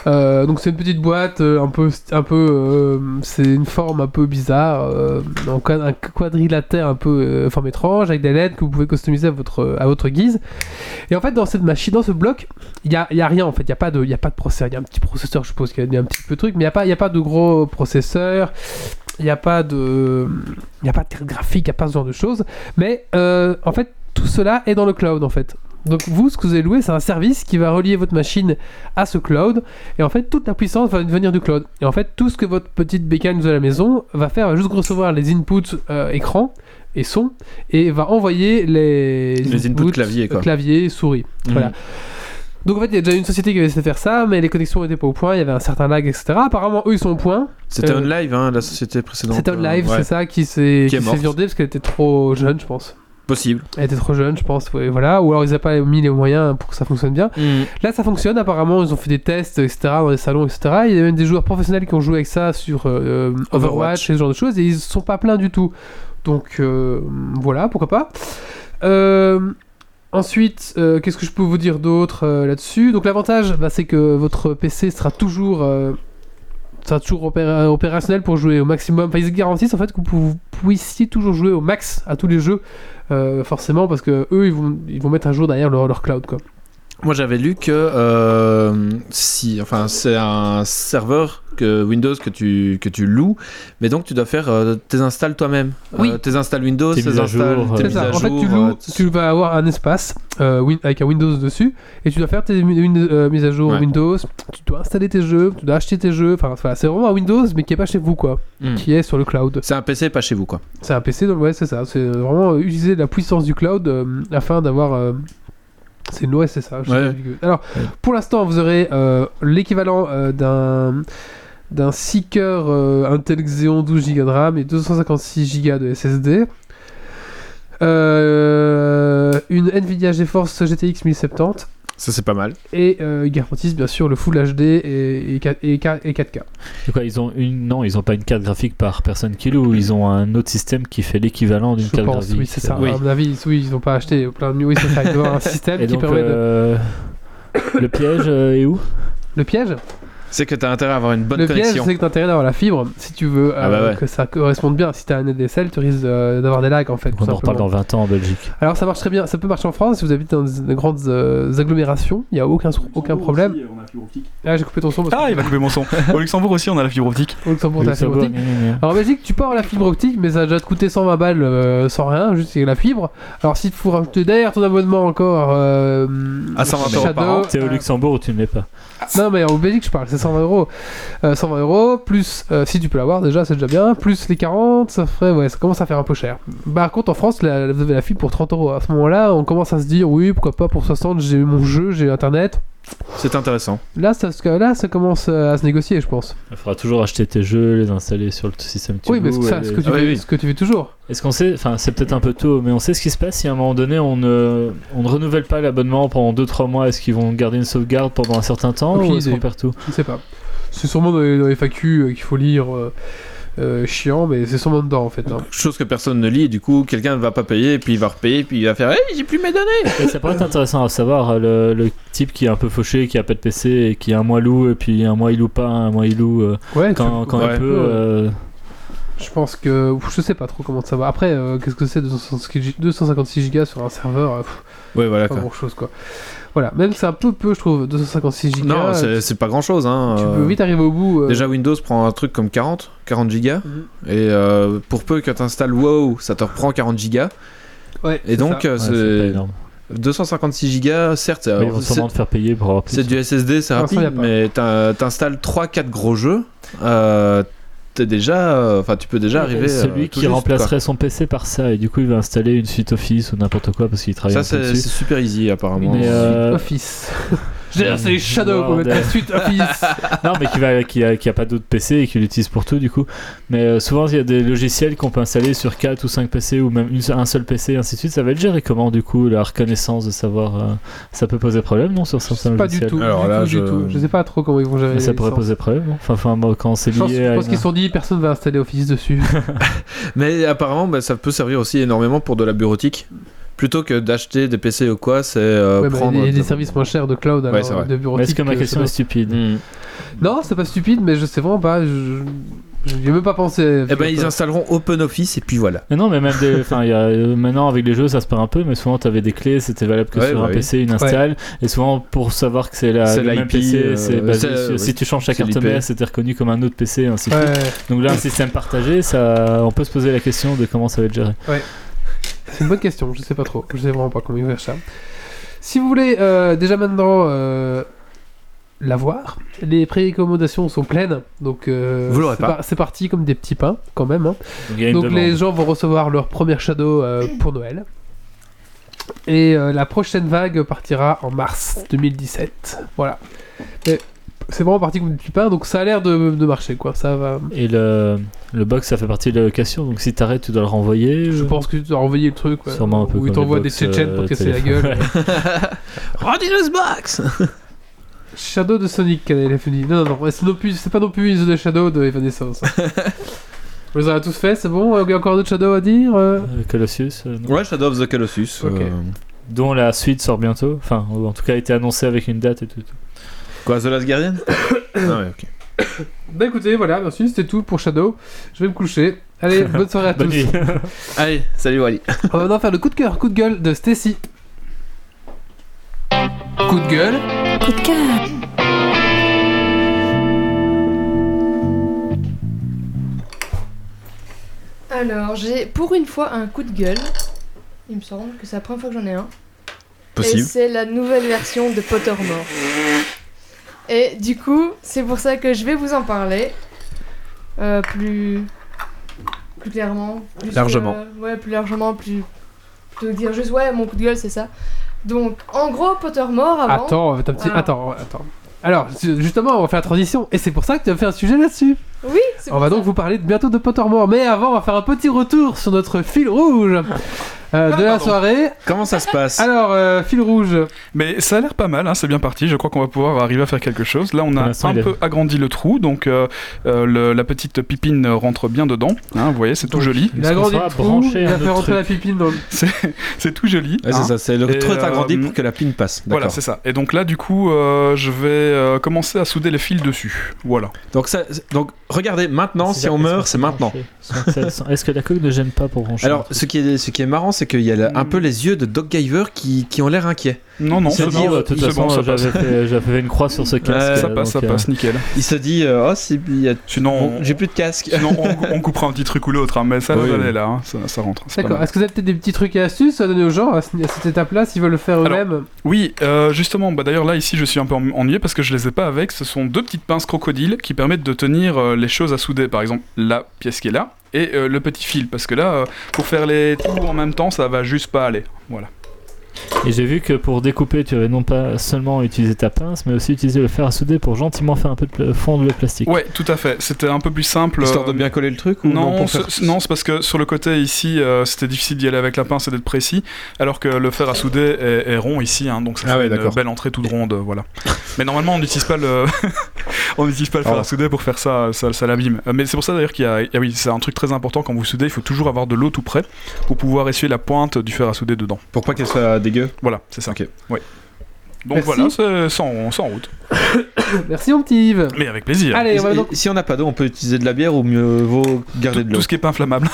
[SPEAKER 1] Euh, donc c'est une petite boîte, euh, un peu, un peu, euh, c'est une forme un peu bizarre, euh, en qua- un quadrilatère un peu euh, forme étrange avec des LED que vous pouvez customiser à votre, à votre guise. Et en fait dans cette machine, dans ce bloc, il y a, il y a rien en fait, il y a pas de, il y a pas de processeur, il y a un petit processeur je suppose qu'il y a- il y a un petit peu de truc, mais il y a pas, il y a pas de gros processeur, il n'y a pas de, il y a pas de carte graphique, il n'y a pas ce genre de choses, mais euh, en fait tout cela est dans le cloud en fait. Donc vous, ce que vous avez loué, c'est un service qui va relier votre machine à ce cloud et en fait, toute la puissance va venir du cloud. Et en fait, tout ce que votre petite bécane de la maison va faire, va juste recevoir les inputs euh, écran et son, et va envoyer les,
[SPEAKER 2] Les inputs clavier, quoi. Mhm.
[SPEAKER 1] euh, clavier, souris. Voilà. Donc en fait, il y a déjà une société qui avait essayé de faire ça, mais les connexions n'étaient pas au point, il y avait un certain lag, etc. Apparemment, eux, ils sont au point.
[SPEAKER 2] C'était
[SPEAKER 1] Euh,
[SPEAKER 2] on live, hein, la société précédente.
[SPEAKER 1] C'était un
[SPEAKER 2] euh,
[SPEAKER 1] live,
[SPEAKER 2] ouais.
[SPEAKER 1] c'est ça, qui s'est
[SPEAKER 2] Qui est
[SPEAKER 1] qui s'est
[SPEAKER 2] morte.
[SPEAKER 1] viandée parce qu'elle était trop jeune, je pense.
[SPEAKER 2] Possible.
[SPEAKER 1] Elle était trop jeune, je pense, ouais, voilà. Ou alors ils n'avaient pas mis les moyens pour que ça fonctionne bien. Là, ça fonctionne. Apparemment, ils ont fait des tests, etc., dans les salons, etc. Il y a même des joueurs professionnels qui ont joué avec ça sur euh, Overwatch,
[SPEAKER 2] Overwatch.
[SPEAKER 1] et ce genre de choses, et ils sont pas pleins du tout. Donc euh, voilà, pourquoi pas. Euh, ensuite, euh, qu'est-ce que je peux vous dire d'autre euh, là-dessus Donc l'avantage, bah, c'est que votre PC sera toujours euh, sera toujours opéra- opérationnel pour jouer au maximum. Enfin, ils garantissent en fait que vous pou- vous puissiez toujours jouer au max à tous les jeux, euh, forcément, parce que eux, ils vont, ils vont mettre un jour derrière leur, leur cloud, quoi.
[SPEAKER 2] Moi j'avais lu que euh, si, enfin c'est un serveur que Windows que tu que tu loues, mais donc tu dois faire euh, tes installs toi-même.
[SPEAKER 1] Oui.
[SPEAKER 2] Euh, tes installs Windows,
[SPEAKER 4] Tes
[SPEAKER 2] tes
[SPEAKER 4] mises à
[SPEAKER 2] installs, tes
[SPEAKER 4] jour, euh,
[SPEAKER 1] C'est
[SPEAKER 2] mises
[SPEAKER 1] ça.
[SPEAKER 2] à
[SPEAKER 1] En fait, tu
[SPEAKER 2] jour,
[SPEAKER 1] loues,
[SPEAKER 2] euh,
[SPEAKER 1] tu vas avoir un espace euh, Win- avec un Windows dessus et tu dois faire tes mi- win- euh, mises à jour
[SPEAKER 2] Ouais.
[SPEAKER 1] Windows. Tu dois installer tes jeux, tu dois acheter tes jeux. Enfin, voilà, c'est vraiment un Windows mais qui est pas chez vous quoi,
[SPEAKER 2] Hmm.
[SPEAKER 1] qui est sur le cloud.
[SPEAKER 2] C'est un PC pas chez vous quoi.
[SPEAKER 1] C'est un PC donc ouais, c'est ça. C'est vraiment euh, utiliser la puissance du cloud euh, afin d'avoir. euh, c'est une OS, c'est ça. je sais
[SPEAKER 2] Ouais.
[SPEAKER 1] pas du- Alors,
[SPEAKER 2] Ouais.
[SPEAKER 1] pour l'instant, vous aurez euh, l'équivalent euh, d'un d'un 6 cœurs euh, Intel Xeon 12 Go de RAM et 256 Go de SSD. Euh, une Nvidia GeForce GTX 1070
[SPEAKER 2] Ça c'est pas mal.
[SPEAKER 1] et euh, ils garantissent bien sûr le Full HD et, et, 4, et 4K.
[SPEAKER 4] C'est quoi, ils ont une... Non, ils ont pas une carte graphique par personne qui loue, ils ont un autre système qui fait l'équivalent d'une
[SPEAKER 1] Je
[SPEAKER 4] carte
[SPEAKER 1] pense,
[SPEAKER 4] graphique.
[SPEAKER 1] oui, c'est ça.
[SPEAKER 2] Oui.
[SPEAKER 1] À mon avis, oui, ils n'ont pas acheté plein de oui, c'est ça. Ils doivent avoir un système
[SPEAKER 4] Et
[SPEAKER 1] qui
[SPEAKER 4] donc,
[SPEAKER 1] permet de.
[SPEAKER 4] euh, le piège euh, est où
[SPEAKER 1] Le piège
[SPEAKER 2] C'est que t'as intérêt à avoir une bonne
[SPEAKER 1] Le piège,
[SPEAKER 2] connexion.
[SPEAKER 1] c'est que t'as intérêt d'avoir la fibre si tu veux euh,
[SPEAKER 2] Ah bah ouais.
[SPEAKER 1] que ça corresponde bien. Si t'as un ADSL, tu risques euh, d'avoir des lags en fait. tout
[SPEAKER 4] On en reparle
[SPEAKER 1] simplement.
[SPEAKER 4] dans 20 ans en Belgique.
[SPEAKER 1] Alors ça marche très bien, ça peut marcher en France si vous habitez dans des grandes euh, agglomérations, il n'y a aucun, aucun problème. Ah, j'ai coupé ton son parce
[SPEAKER 3] Ah, il va couper mon son. Au Luxembourg aussi, on a la fibre optique.
[SPEAKER 1] que au Luxembourg, t'as la fibre
[SPEAKER 4] Luxembourg,
[SPEAKER 1] optique.
[SPEAKER 4] gna, gna, gna.
[SPEAKER 1] Alors en Belgique, tu pars la fibre optique, mais ça va déjà te coûter 120 balles euh, sans rien, juste avec la fibre. Alors si tu faut rajouter derrière ton abonnement encore. Euh,
[SPEAKER 2] À 120 euros
[SPEAKER 1] Shadow,
[SPEAKER 2] par an.
[SPEAKER 4] C'est au
[SPEAKER 1] euh,
[SPEAKER 4] Luxembourg où tu ne l'es pas.
[SPEAKER 1] Non, mais en Belgique, je parle, c'est 120 euros. Euh, 120 euros, plus euh, si tu peux l'avoir déjà, c'est déjà bien. Plus les 40, ça ferait, ouais, ça commence à faire un peu cher. Bah, Par contre, en France, la- vous avez la fibre pour 30 euros. À ce moment-là, on commence à se dire, oui, pourquoi pas pour 60, j'ai mon jeu, j'ai internet.
[SPEAKER 2] C'est intéressant.
[SPEAKER 1] Là ça, se- là, ça commence euh, à se négocier, je pense.
[SPEAKER 4] Il faudra toujours acheter tes jeux, les installer sur le système que tu
[SPEAKER 1] oui, mais
[SPEAKER 4] loues,
[SPEAKER 1] c'est ça,
[SPEAKER 4] et-
[SPEAKER 1] ce, que tu
[SPEAKER 2] Ah oui,
[SPEAKER 1] fais,
[SPEAKER 2] oui.
[SPEAKER 1] ce que tu fais toujours.
[SPEAKER 4] Est-ce qu'on sait, enfin c'est peut-être un peu tôt, mais on sait ce qui se passe si à un moment donné on ne, on ne renouvelle pas l'abonnement pendant 2-3 mois, est-ce qu'ils vont garder une sauvegarde pendant un certain temps
[SPEAKER 1] Aucune
[SPEAKER 4] ou est-ce
[SPEAKER 1] idée.
[SPEAKER 4] qu'on perd tout
[SPEAKER 1] Je sais pas. C'est sûrement dans les, dans les FAQ euh, qu'il faut lire. euh, euh, chiant, mais c'est sûrement dedans en fait. hein.
[SPEAKER 2] Chose que personne ne lit, et du coup quelqu'un ne va pas payer, puis il va repayer, puis il va faire Hey, j'ai plus mes données
[SPEAKER 4] Et Ça pourrait être intéressant à savoir, euh, le, le type qui est un peu fauché, qui a pas de PC, et qui un mois loue, et puis un mois il loue pas, un mois il loue, euh,
[SPEAKER 1] Ouais,
[SPEAKER 4] quand,
[SPEAKER 1] tu-
[SPEAKER 4] quand
[SPEAKER 2] ouais.
[SPEAKER 4] il peut... euh,
[SPEAKER 1] Je pense que. ouf, Je sais pas trop comment ça va. Après, euh, qu'est-ce que c'est 256 256 Go sur un serveur euh, pff,
[SPEAKER 2] Ouais, voilà
[SPEAKER 1] Pas
[SPEAKER 2] quoi.
[SPEAKER 1] grand chose quoi. Voilà, même c'est un peu peu, je trouve, 256 Go.
[SPEAKER 2] Non, c'est c'est pas grand chose.
[SPEAKER 1] euh,
[SPEAKER 2] Hein.
[SPEAKER 1] Tu
[SPEAKER 2] euh,
[SPEAKER 1] peux vite arriver au bout. euh,
[SPEAKER 2] Déjà Windows prend un truc comme 40, 40 gigas.
[SPEAKER 1] Mhm.
[SPEAKER 2] Et euh, pour peu que tu installes WoW, ça te reprend 40 gigas.
[SPEAKER 1] ouais,
[SPEAKER 2] Et
[SPEAKER 1] c'est
[SPEAKER 2] donc
[SPEAKER 1] ça.
[SPEAKER 2] euh,
[SPEAKER 4] ouais, c'est pas énorme.
[SPEAKER 2] c'est 256 gigas, certes, euh,
[SPEAKER 4] Mais ils vont
[SPEAKER 2] c'est-
[SPEAKER 4] sûrement te faire payer pour avoir plus.
[SPEAKER 2] c'est du SSD, c'est
[SPEAKER 1] Pour l'instant, y a
[SPEAKER 2] rapide,
[SPEAKER 1] pas.
[SPEAKER 2] mais t'in- t'installes 3-4 gros jeux. Euh, T'es déjà, euh, enfin tu peux déjà arriver. euh,
[SPEAKER 4] Celui
[SPEAKER 2] tout
[SPEAKER 4] qui
[SPEAKER 2] juste, quoi.
[SPEAKER 4] remplacerait son PC par ça, et du coup il va installer une suite Office ou n'importe quoi parce qu'il travaille
[SPEAKER 2] Ça
[SPEAKER 4] un peu
[SPEAKER 2] c'est c'est
[SPEAKER 4] dessus.
[SPEAKER 2] super easy apparemment.
[SPEAKER 4] Mais, euh,
[SPEAKER 1] Office. J'ai installé Shadow pour mettre
[SPEAKER 4] Bordel.
[SPEAKER 1] la suite Office.
[SPEAKER 4] Non, mais qui, va, qui, a, qui a pas d'autres PC et qui l'utilise pour tout, du coup. Mais euh, souvent, il y a des logiciels qu'on peut installer sur 4 ou 5 PC ou même une se- un seul PC, et ainsi de suite. Ça va être géré comment, du coup, la reconnaissance de savoir. euh, ça peut poser problème, non, sur certains
[SPEAKER 1] pas du
[SPEAKER 4] logiciels
[SPEAKER 1] tout.
[SPEAKER 2] Alors
[SPEAKER 1] du,
[SPEAKER 2] là,
[SPEAKER 1] tout
[SPEAKER 2] je-
[SPEAKER 1] du tout. Je sais pas trop comment ils vont gérer.
[SPEAKER 4] Mais ça
[SPEAKER 1] les
[SPEAKER 4] pourrait
[SPEAKER 1] licences.
[SPEAKER 4] poser problème, non enfin, enfin, moi, quand c'est
[SPEAKER 1] Je pense,
[SPEAKER 4] lié
[SPEAKER 1] je
[SPEAKER 4] à.
[SPEAKER 1] pense
[SPEAKER 4] une-
[SPEAKER 1] qu'ils se sont dit personne va installer Office dessus.
[SPEAKER 2] Mais apparemment bah, ça peut servir aussi énormément pour de la bureautique. plutôt que d'acheter des PC ou quoi, c'est euh,
[SPEAKER 1] Ouais, bah,
[SPEAKER 2] prendre.
[SPEAKER 1] il y a des services moins chers de cloud, alors,
[SPEAKER 2] c'est vrai.
[SPEAKER 1] de
[SPEAKER 4] Mais
[SPEAKER 1] bureautique.
[SPEAKER 4] Est-ce que ma
[SPEAKER 1] euh,
[SPEAKER 4] question
[SPEAKER 1] ça
[SPEAKER 4] est stupide
[SPEAKER 2] Hmm.
[SPEAKER 1] Non, c'est pas stupide, mais je sais vraiment pas. Je je- j'y ai même pas pensé.
[SPEAKER 2] Eh ben, ils installeront OpenOffice et puis voilà.
[SPEAKER 4] Mais non, mais même des, enfin, il y a- euh, maintenant avec les jeux, ça se perd un peu, mais souvent t'avais des clés, c'était valable que
[SPEAKER 2] Ouais,
[SPEAKER 4] sur
[SPEAKER 2] bah
[SPEAKER 4] un
[SPEAKER 2] oui.
[SPEAKER 4] PC, une install, et souvent pour savoir que c'est la
[SPEAKER 2] C'est
[SPEAKER 4] le même
[SPEAKER 2] l'IP,
[SPEAKER 4] PC,
[SPEAKER 2] euh,
[SPEAKER 4] c'est basé
[SPEAKER 2] c'est-
[SPEAKER 4] sur-
[SPEAKER 2] ouais,
[SPEAKER 4] si tu changes ta
[SPEAKER 2] c'est
[SPEAKER 4] carte
[SPEAKER 2] l'IP.
[SPEAKER 4] mère, c'était reconnu comme un autre PC, ainsi de
[SPEAKER 1] Ouais,
[SPEAKER 4] suite. Donc là, un système partagé, ça, on peut se poser la question de comment ça va être géré.
[SPEAKER 1] c'est une bonne question, je sais pas trop. Je sais vraiment pas comment ils vont faire ça. Si vous voulez euh, déjà maintenant euh, l'avoir, les précommandations sont pleines, donc euh,
[SPEAKER 2] Vous l'aurez
[SPEAKER 1] c'est
[SPEAKER 2] pas.
[SPEAKER 1] c'est parti comme des petits pains quand même. hein.
[SPEAKER 4] Donc il y a une
[SPEAKER 1] Donc les
[SPEAKER 4] demande.
[SPEAKER 1] gens vont recevoir leur première Shadow euh, pour Noël. Et euh, la prochaine vague partira en mars 2017. Voilà. Mais c'est vraiment parti comme des petits pains, donc ça a l'air de, de marcher quoi. Ça va.
[SPEAKER 4] Et le, le box, ça fait partie de la location, donc si t'arrêtes, tu dois le renvoyer.
[SPEAKER 1] Je
[SPEAKER 4] euh,
[SPEAKER 1] pense que tu dois envoyer le truc. Ouais.
[SPEAKER 4] Sûrement un peu
[SPEAKER 1] Ou ils
[SPEAKER 4] comme
[SPEAKER 1] t'envoient
[SPEAKER 4] les
[SPEAKER 1] des
[SPEAKER 4] box, euh,
[SPEAKER 1] Tchétchènes pour casser la
[SPEAKER 4] téléphone.
[SPEAKER 1] gueule.
[SPEAKER 4] Ouais.
[SPEAKER 2] Rendez-nous ce box
[SPEAKER 1] Shadow de Sonic, Canal FNI. Non, non, non, c'est non plus- c'est pas non plus The Shadow de Evanescence. On les a tous fait, c'est bon Il y a encore d'autres Shadow à dire euh
[SPEAKER 4] Euh, Colossus, euh, non.
[SPEAKER 2] Ouais, Shadow of the Colossus.
[SPEAKER 1] Ok.
[SPEAKER 2] euh,
[SPEAKER 4] dont la suite sort bientôt, enfin, ou en tout cas, a été annoncée avec une date et tout. tout.
[SPEAKER 2] Quoi, The Last Guardian Ah ouais, ok.
[SPEAKER 1] Bah écoutez, voilà, merci, c'était tout pour Shadow. Je vais me coucher. Allez, bonne soirée à
[SPEAKER 4] Bonne
[SPEAKER 1] Ah, tous.
[SPEAKER 4] nuit.
[SPEAKER 2] Allez, salut Wally.
[SPEAKER 1] On va maintenant faire le coup de cœur, coup de gueule de Stacy. Coup de gueule.
[SPEAKER 6] Coup de cœur.
[SPEAKER 5] Alors, j'ai pour une fois un coup de gueule. Il me semble que c'est la première fois que j'en ai un. Et
[SPEAKER 2] Possible.
[SPEAKER 5] c'est la nouvelle version de Pottermore. Et du coup, c'est pour ça que je vais vous en parler euh, plus plus clairement, plus que-
[SPEAKER 2] Largement.
[SPEAKER 5] ouais, plus largement, plus de dire juste ouais, mon coup de gueule, c'est ça. Donc, en gros, Pottermore avant.
[SPEAKER 1] Attends, attends, petit...
[SPEAKER 5] Ah.
[SPEAKER 1] attends, attends. Alors, ju- justement, on va faire la transition, et c'est pour ça que tu as fait un sujet là-dessus.
[SPEAKER 5] Oui. c'est
[SPEAKER 1] On
[SPEAKER 5] pour
[SPEAKER 1] va
[SPEAKER 5] ça.
[SPEAKER 1] donc vous parler bientôt de Pottermore, mais avant, on va faire un petit retour sur notre fil rouge euh,
[SPEAKER 5] Ah,
[SPEAKER 1] de la
[SPEAKER 3] pardon.
[SPEAKER 1] soirée.
[SPEAKER 2] Comment ça se passe
[SPEAKER 1] Alors, euh, fil rouge,
[SPEAKER 3] Mais ça a l'air pas mal, hein, c'est bien parti. Je crois qu'on va pouvoir arriver à faire quelque chose. Là, on
[SPEAKER 4] Pour
[SPEAKER 3] a
[SPEAKER 4] l'instant,
[SPEAKER 3] un
[SPEAKER 4] il est-
[SPEAKER 3] peu agrandi le trou, donc euh, euh, le- la petite pipine rentre bien dedans. hein, vous voyez, c'est tout joli.
[SPEAKER 1] il
[SPEAKER 4] Est-ce
[SPEAKER 1] a
[SPEAKER 4] qu'on
[SPEAKER 1] grandi
[SPEAKER 4] sera
[SPEAKER 1] le trou,
[SPEAKER 4] branché
[SPEAKER 1] il
[SPEAKER 4] à
[SPEAKER 1] a
[SPEAKER 4] un
[SPEAKER 1] fait
[SPEAKER 4] autre
[SPEAKER 1] rentrer
[SPEAKER 4] truc
[SPEAKER 1] la pipine dans le...
[SPEAKER 3] C'est c'est tout joli.
[SPEAKER 2] Ouais,
[SPEAKER 3] hein.
[SPEAKER 2] c'est ça, c'est le
[SPEAKER 3] Et,
[SPEAKER 2] truc
[SPEAKER 3] euh,
[SPEAKER 2] agrandi
[SPEAKER 3] hum.
[SPEAKER 2] pour que la ping passe.
[SPEAKER 3] Voilà,
[SPEAKER 2] D'accord.
[SPEAKER 3] c'est ça. Et donc là, du coup, euh, je vais euh, commencer à souder les fils dessus. Voilà.
[SPEAKER 2] donc, ça, donc, regardez, maintenant, si
[SPEAKER 4] la
[SPEAKER 2] on
[SPEAKER 4] question
[SPEAKER 2] meurt,
[SPEAKER 4] qui
[SPEAKER 2] c'est
[SPEAKER 4] est
[SPEAKER 2] maintenant.
[SPEAKER 4] branchée. Sans- sans- Est-ce que la coque ne gêne pas pour brancher
[SPEAKER 2] Alors, ce qui est, ce qui est marrant, c'est qu'il y a la- un peu les yeux de Doc Giver qui, qui ont l'air inquiets.
[SPEAKER 3] Non, non,
[SPEAKER 2] Il s'est
[SPEAKER 3] c'est
[SPEAKER 4] Non,
[SPEAKER 2] dit,
[SPEAKER 3] bon,
[SPEAKER 4] bah, de toute
[SPEAKER 3] c'est
[SPEAKER 4] façon,
[SPEAKER 3] bon, ça passe.
[SPEAKER 4] j'avais fait, j'avais fait une croix sur ce casque.
[SPEAKER 3] Ça
[SPEAKER 4] euh,
[SPEAKER 3] passe, ça
[SPEAKER 4] donc, euh,
[SPEAKER 3] passe, nickel.
[SPEAKER 2] Il se dit, euh, oh, c'est- il y a-
[SPEAKER 3] Sinon, on-
[SPEAKER 2] j'ai plus de casque.
[SPEAKER 3] sinon, on, on coupera un petit truc ou l'autre, hein, mais ça,
[SPEAKER 2] Oui.
[SPEAKER 3] là, là, là, hein, ça, ça rentre. c'est pas
[SPEAKER 1] D'accord,
[SPEAKER 3] mal.
[SPEAKER 1] est-ce que vous avez peut-être des petits trucs et astuces à donner aux gens à, ce- à cette étape-là, s'ils veulent le faire
[SPEAKER 3] Alors,
[SPEAKER 1] eux-mêmes
[SPEAKER 3] Oui, euh, justement, bah d'ailleurs là ici je suis un peu en- ennuyé parce que je les ai pas avec. Ce sont deux petites pinces crocodiles qui permettent de tenir euh, les choses à souder. Par exemple, la pièce qui est là et euh, le petit fil parce que là, euh, pour faire les trous en même temps, ça va juste pas aller. Voilà.
[SPEAKER 4] Et j'ai vu que pour découper, tu avais non pas seulement utilisé ta pince, mais aussi utilisé le fer à souder pour gentiment faire un peu de pla- fondre le plastique.
[SPEAKER 3] Ouais, tout à fait. C'était un peu plus simple.
[SPEAKER 2] Histoire
[SPEAKER 3] euh,
[SPEAKER 2] de bien coller le truc ou
[SPEAKER 3] Non,
[SPEAKER 2] pour
[SPEAKER 3] ce-
[SPEAKER 2] faire-
[SPEAKER 3] ce- non, c'est parce que sur le côté ici, euh, c'était difficile d'y aller avec la pince et d'être précis, alors que le fer à souder est, est rond ici, hein, donc ça
[SPEAKER 2] Ah
[SPEAKER 3] fait
[SPEAKER 2] ouais,
[SPEAKER 3] une
[SPEAKER 2] d'accord.
[SPEAKER 3] belle entrée toute ronde, euh, voilà. Mais normalement, on n'utilise pas le, on n'utilise pas le fer
[SPEAKER 2] Oh.
[SPEAKER 3] à souder pour faire ça, ça, ça l'abîme. Euh, Mais c'est pour ça d'ailleurs qu'il y a, ah oui, c'est un truc très important quand vous soudez, il faut toujours avoir de l'eau tout près pour pouvoir essuyer la pointe du fer à souder dedans.
[SPEAKER 2] Pour pas qu'elle soit dégueu.
[SPEAKER 3] Voilà, c'est ça.
[SPEAKER 2] Ok.
[SPEAKER 3] Ouais. Donc
[SPEAKER 1] Merci.
[SPEAKER 3] voilà, c'est sans, sans route,
[SPEAKER 1] Merci mon petit Yves
[SPEAKER 3] mais avec plaisir.
[SPEAKER 1] Allez,
[SPEAKER 2] Et-
[SPEAKER 1] on va
[SPEAKER 2] et-
[SPEAKER 1] donc...
[SPEAKER 2] Si on n'a pas d'eau, on peut utiliser de la bière ou mieux vaut garder
[SPEAKER 3] Tout,
[SPEAKER 2] de l'eau.
[SPEAKER 3] tout ce qui est pas inflammable.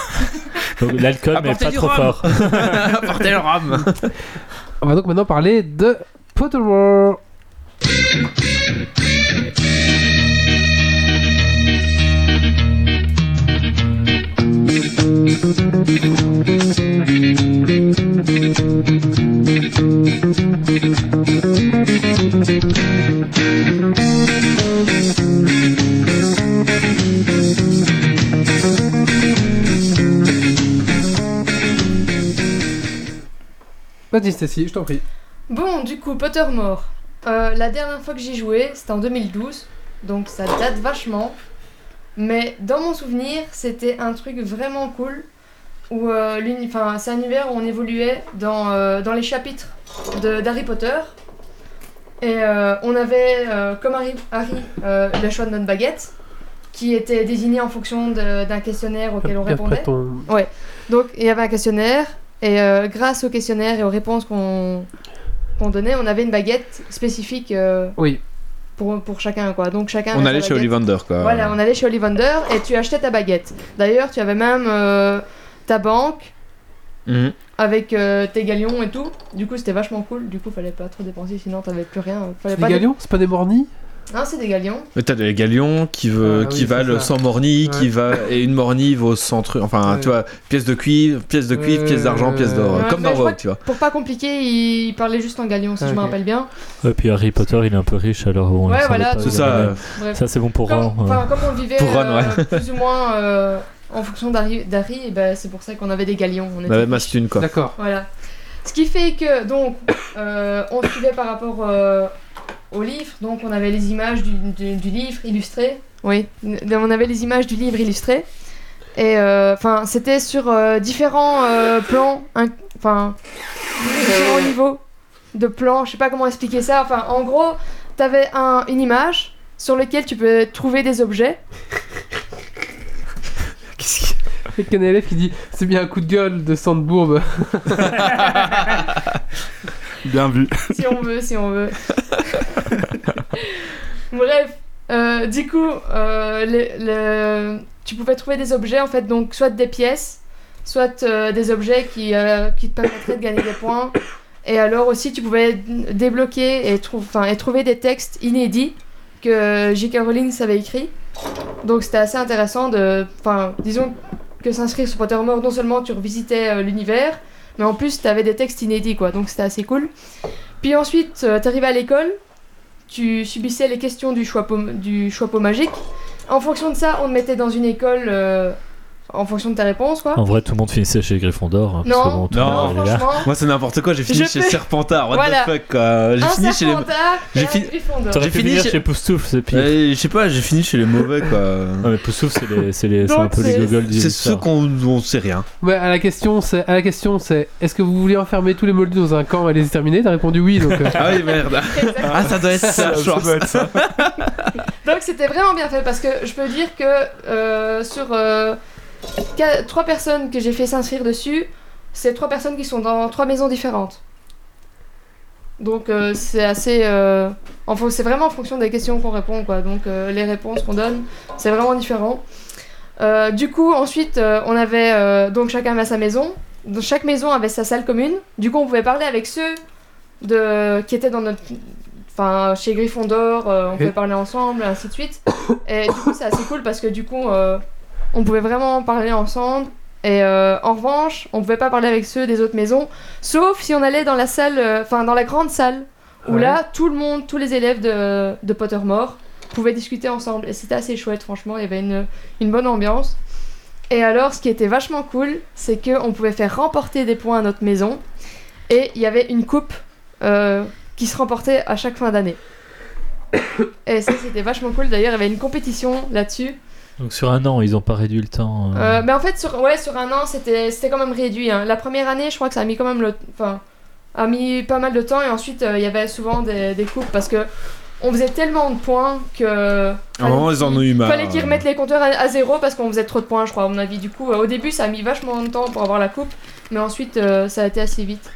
[SPEAKER 4] Donc, L'alcool, mais
[SPEAKER 2] Apportez
[SPEAKER 4] pas
[SPEAKER 2] du
[SPEAKER 4] trop
[SPEAKER 2] rhum.
[SPEAKER 4] fort.
[SPEAKER 2] Apportez le rhum
[SPEAKER 1] On va donc maintenant parler de Pottermore Vas-y Stacy, je t'en prie.
[SPEAKER 5] Bon, du coup, Pottermore. Euh, la dernière fois que j'y jouais, c'était en 2012, donc ça date vachement. Mais dans mon souvenir, c'était un truc vraiment cool. Où euh, l'uni- enfin, c'est un univers où on évoluait dans, euh, dans les chapitres de- d'Harry Potter. Et euh, on avait, euh, comme Harry, Harry, euh, le choix de notre baguette, qui était désigné en fonction de- d'un questionnaire auquel on
[SPEAKER 1] Bien
[SPEAKER 5] répondait.
[SPEAKER 1] près ton-
[SPEAKER 5] Donc il y avait un questionnaire Et euh, grâce au questionnaire et aux réponses qu'on qu'on donnait, on avait une baguette spécifique euh,
[SPEAKER 1] Oui.
[SPEAKER 5] pour, pour chacun. Quoi. Donc chacun
[SPEAKER 2] On
[SPEAKER 5] avait
[SPEAKER 2] allait
[SPEAKER 5] sa
[SPEAKER 2] chez
[SPEAKER 5] baguette.
[SPEAKER 2] Ollivander, quoi.
[SPEAKER 5] Voilà, on allait chez Ollivander et tu achetais ta baguette. D'ailleurs, tu avais même euh, ta banque
[SPEAKER 2] Mhm.
[SPEAKER 5] avec euh, tes galions et tout. Du coup, c'était vachement cool. Du coup, fallait pas trop dépenser, sinon t'avais plus rien. Fallait
[SPEAKER 1] C'est
[SPEAKER 5] pas
[SPEAKER 1] des
[SPEAKER 5] dé-
[SPEAKER 1] galions C'est pas des mornis
[SPEAKER 5] Non, c'est des galions.
[SPEAKER 2] Mais t'as des galions qui, veut,
[SPEAKER 1] Ah
[SPEAKER 2] qui
[SPEAKER 1] oui,
[SPEAKER 2] valent
[SPEAKER 1] c'est ça.
[SPEAKER 2] 100 mornis,
[SPEAKER 1] Ouais.
[SPEAKER 2] qui va, et une mornie vaut 100 trucs. Enfin,
[SPEAKER 1] Ouais.
[SPEAKER 2] tu vois, pièce de cuivre, pièce de cuivre, pièce d'argent, pièce d'or.
[SPEAKER 5] Ouais,
[SPEAKER 2] Comme
[SPEAKER 5] mais
[SPEAKER 2] dans
[SPEAKER 5] je crois
[SPEAKER 2] Rogue, tu vois.
[SPEAKER 5] Pour pas compliquer, il parlait juste en galion, si
[SPEAKER 1] Ah,
[SPEAKER 5] je me
[SPEAKER 1] ok.
[SPEAKER 5] rappelle bien.
[SPEAKER 4] Et puis Harry Potter, il est un peu riche, alors on
[SPEAKER 5] Ouais,
[SPEAKER 4] le savait
[SPEAKER 5] voilà,
[SPEAKER 4] pas,
[SPEAKER 5] tout
[SPEAKER 2] C'est
[SPEAKER 5] Ouais.
[SPEAKER 2] ça.
[SPEAKER 4] mais-
[SPEAKER 2] euh,
[SPEAKER 4] Ça, c'est bon pour
[SPEAKER 5] Comme,
[SPEAKER 4] Ron.
[SPEAKER 5] enfin, comme on le vivait
[SPEAKER 2] Pour Ron,
[SPEAKER 5] euh, plus ou moins euh, en fonction d'Harry, d'Harry, et ben, c'est pour ça qu'on avait des galions. On
[SPEAKER 2] On avait
[SPEAKER 5] était-
[SPEAKER 2] masse thune, quoi.
[SPEAKER 1] D'accord.
[SPEAKER 5] Voilà. Ce qui fait que, donc, euh, on suivait par rapport euh, au livre. Donc, on avait les images du, du- du livre illustré. Oui, Donc, on avait les images du livre illustré. Et, euh, enfin, c'était sur euh, différents euh, plans, inc- enfin, différents niveaux de plans. Je sais pas comment expliquer ça. Enfin, en gros, t'avais un, une image sur laquelle tu peux trouver des objets.
[SPEAKER 1] Fait qu'un élève qui dit c'est bien un coup de gueule de Sandbourg.
[SPEAKER 3] Bien vu.
[SPEAKER 5] si on veut, si on veut. Bref, euh, du coup, euh, le- le- tu pouvais trouver des objets en fait, donc soit des pièces, soit euh, des objets qui, euh, qui te permettraient de gagner des points. Et alors aussi, tu pouvais d- débloquer et, trou- enfin, et trouver des textes inédits que J.K. Rowling avait écrits. Donc c'était assez intéressant de, enfin, disons que s'inscrire sur Pottermore, non seulement tu revisitais euh, l'univers, mais en plus tu avais des textes inédits quoi, donc c'était assez cool. Puis ensuite, euh, t'arrivais à l'école, tu subissais les questions du choix, pom- du choix pot magique. En fonction de ça, on te mettait dans une école euh, en fonction de ta réponse, quoi.
[SPEAKER 4] En vrai, tout le monde finissait chez Gryffondor. hein, parce que bon,
[SPEAKER 5] Non,
[SPEAKER 4] tout le
[SPEAKER 2] Non,
[SPEAKER 4] monde est là.
[SPEAKER 5] franchement,
[SPEAKER 2] Moi, c'est n'importe quoi, j'ai fini
[SPEAKER 5] Je
[SPEAKER 2] chez
[SPEAKER 5] fais-
[SPEAKER 2] Serpentard. What
[SPEAKER 5] Voilà.
[SPEAKER 2] the fuck, quoi. J'ai
[SPEAKER 5] un
[SPEAKER 2] fini chez les.
[SPEAKER 5] Serpentard et
[SPEAKER 2] j'ai
[SPEAKER 5] un
[SPEAKER 2] fini-
[SPEAKER 5] Gryffondor.
[SPEAKER 4] T'aurais
[SPEAKER 2] J'ai
[SPEAKER 4] pu
[SPEAKER 2] fini
[SPEAKER 4] finir
[SPEAKER 2] chez-
[SPEAKER 4] chez Poustouf, c'est pire.
[SPEAKER 2] Euh, Je sais pas, j'ai fini chez les mauvais, quoi.
[SPEAKER 4] Non, mais Poustouf, c'est les- c'est les- c'est
[SPEAKER 5] Donc,
[SPEAKER 4] un peu les
[SPEAKER 5] c'est-
[SPEAKER 4] Google
[SPEAKER 2] C'est ceux qu'on on sait rien.
[SPEAKER 1] Ouais, à la question, c'est à la question, c'est est-ce que vous voulez enfermer tous les moldus dans un camp et les exterminer T'as répondu oui, donc. euh,
[SPEAKER 2] Ah oui, merde.
[SPEAKER 5] Exact.
[SPEAKER 2] Ah, ça doit être ça, je pense.
[SPEAKER 3] doit être ça.
[SPEAKER 5] Donc c'était vraiment bien fait parce que je peux dire que euh, sur euh, qua- trois personnes que j'ai fait s'inscrire dessus, c'est trois personnes qui sont dans trois maisons différentes. Donc euh, c'est assez, euh, en fon- c'est vraiment en fonction des questions qu'on répond quoi. Donc euh, les réponses qu'on donne, c'est vraiment différent. Euh, du coup ensuite euh, on avait euh, donc chacun avait sa maison. Donc, chaque maison avait sa salle commune. Du coup on pouvait parler avec ceux de qui étaient dans notre, enfin chez Gryffondor, euh, on
[SPEAKER 1] Et-
[SPEAKER 5] pouvait parler ensemble, ainsi de suite. Et du coup c'est assez cool parce que du coup euh, on pouvait vraiment parler ensemble. Et euh, en revanche, on pouvait pas parler avec ceux des autres maisons, sauf si on allait dans la salle, euh, enfin dans la grande salle, où
[SPEAKER 1] Ouais.
[SPEAKER 5] là, tout le monde, tous les élèves de, de Pottermore pouvaient discuter ensemble. Et c'était assez chouette, franchement, il y avait une, une bonne ambiance. Et alors, ce qui était vachement cool, c'est qu'on pouvait faire remporter des points à notre maison, et il y avait une coupe euh, qui se remportait à chaque fin d'année. Et ça, c'était vachement cool. D'ailleurs, il y avait une compétition là-dessus.
[SPEAKER 4] Donc sur un an, ils ont pas réduit le temps.
[SPEAKER 5] Euh,
[SPEAKER 4] euh.
[SPEAKER 5] mais en fait, sur, ouais, sur un an, c'était c'était quand même réduit. hein. La première année, je crois que ça a mis quand même le, enfin, a mis pas mal de temps. Et ensuite, euh, il y avait souvent des, des coupes parce que on faisait tellement de points que.
[SPEAKER 2] À un moment, ils en ont eu marre.
[SPEAKER 5] Fallait qu'ils remettent les compteurs à, à zéro parce qu'on faisait trop de points, je crois, à mon avis. Du coup, euh, au début, ça a mis vachement de temps pour avoir la coupe, mais ensuite, euh, ça a été assez vite.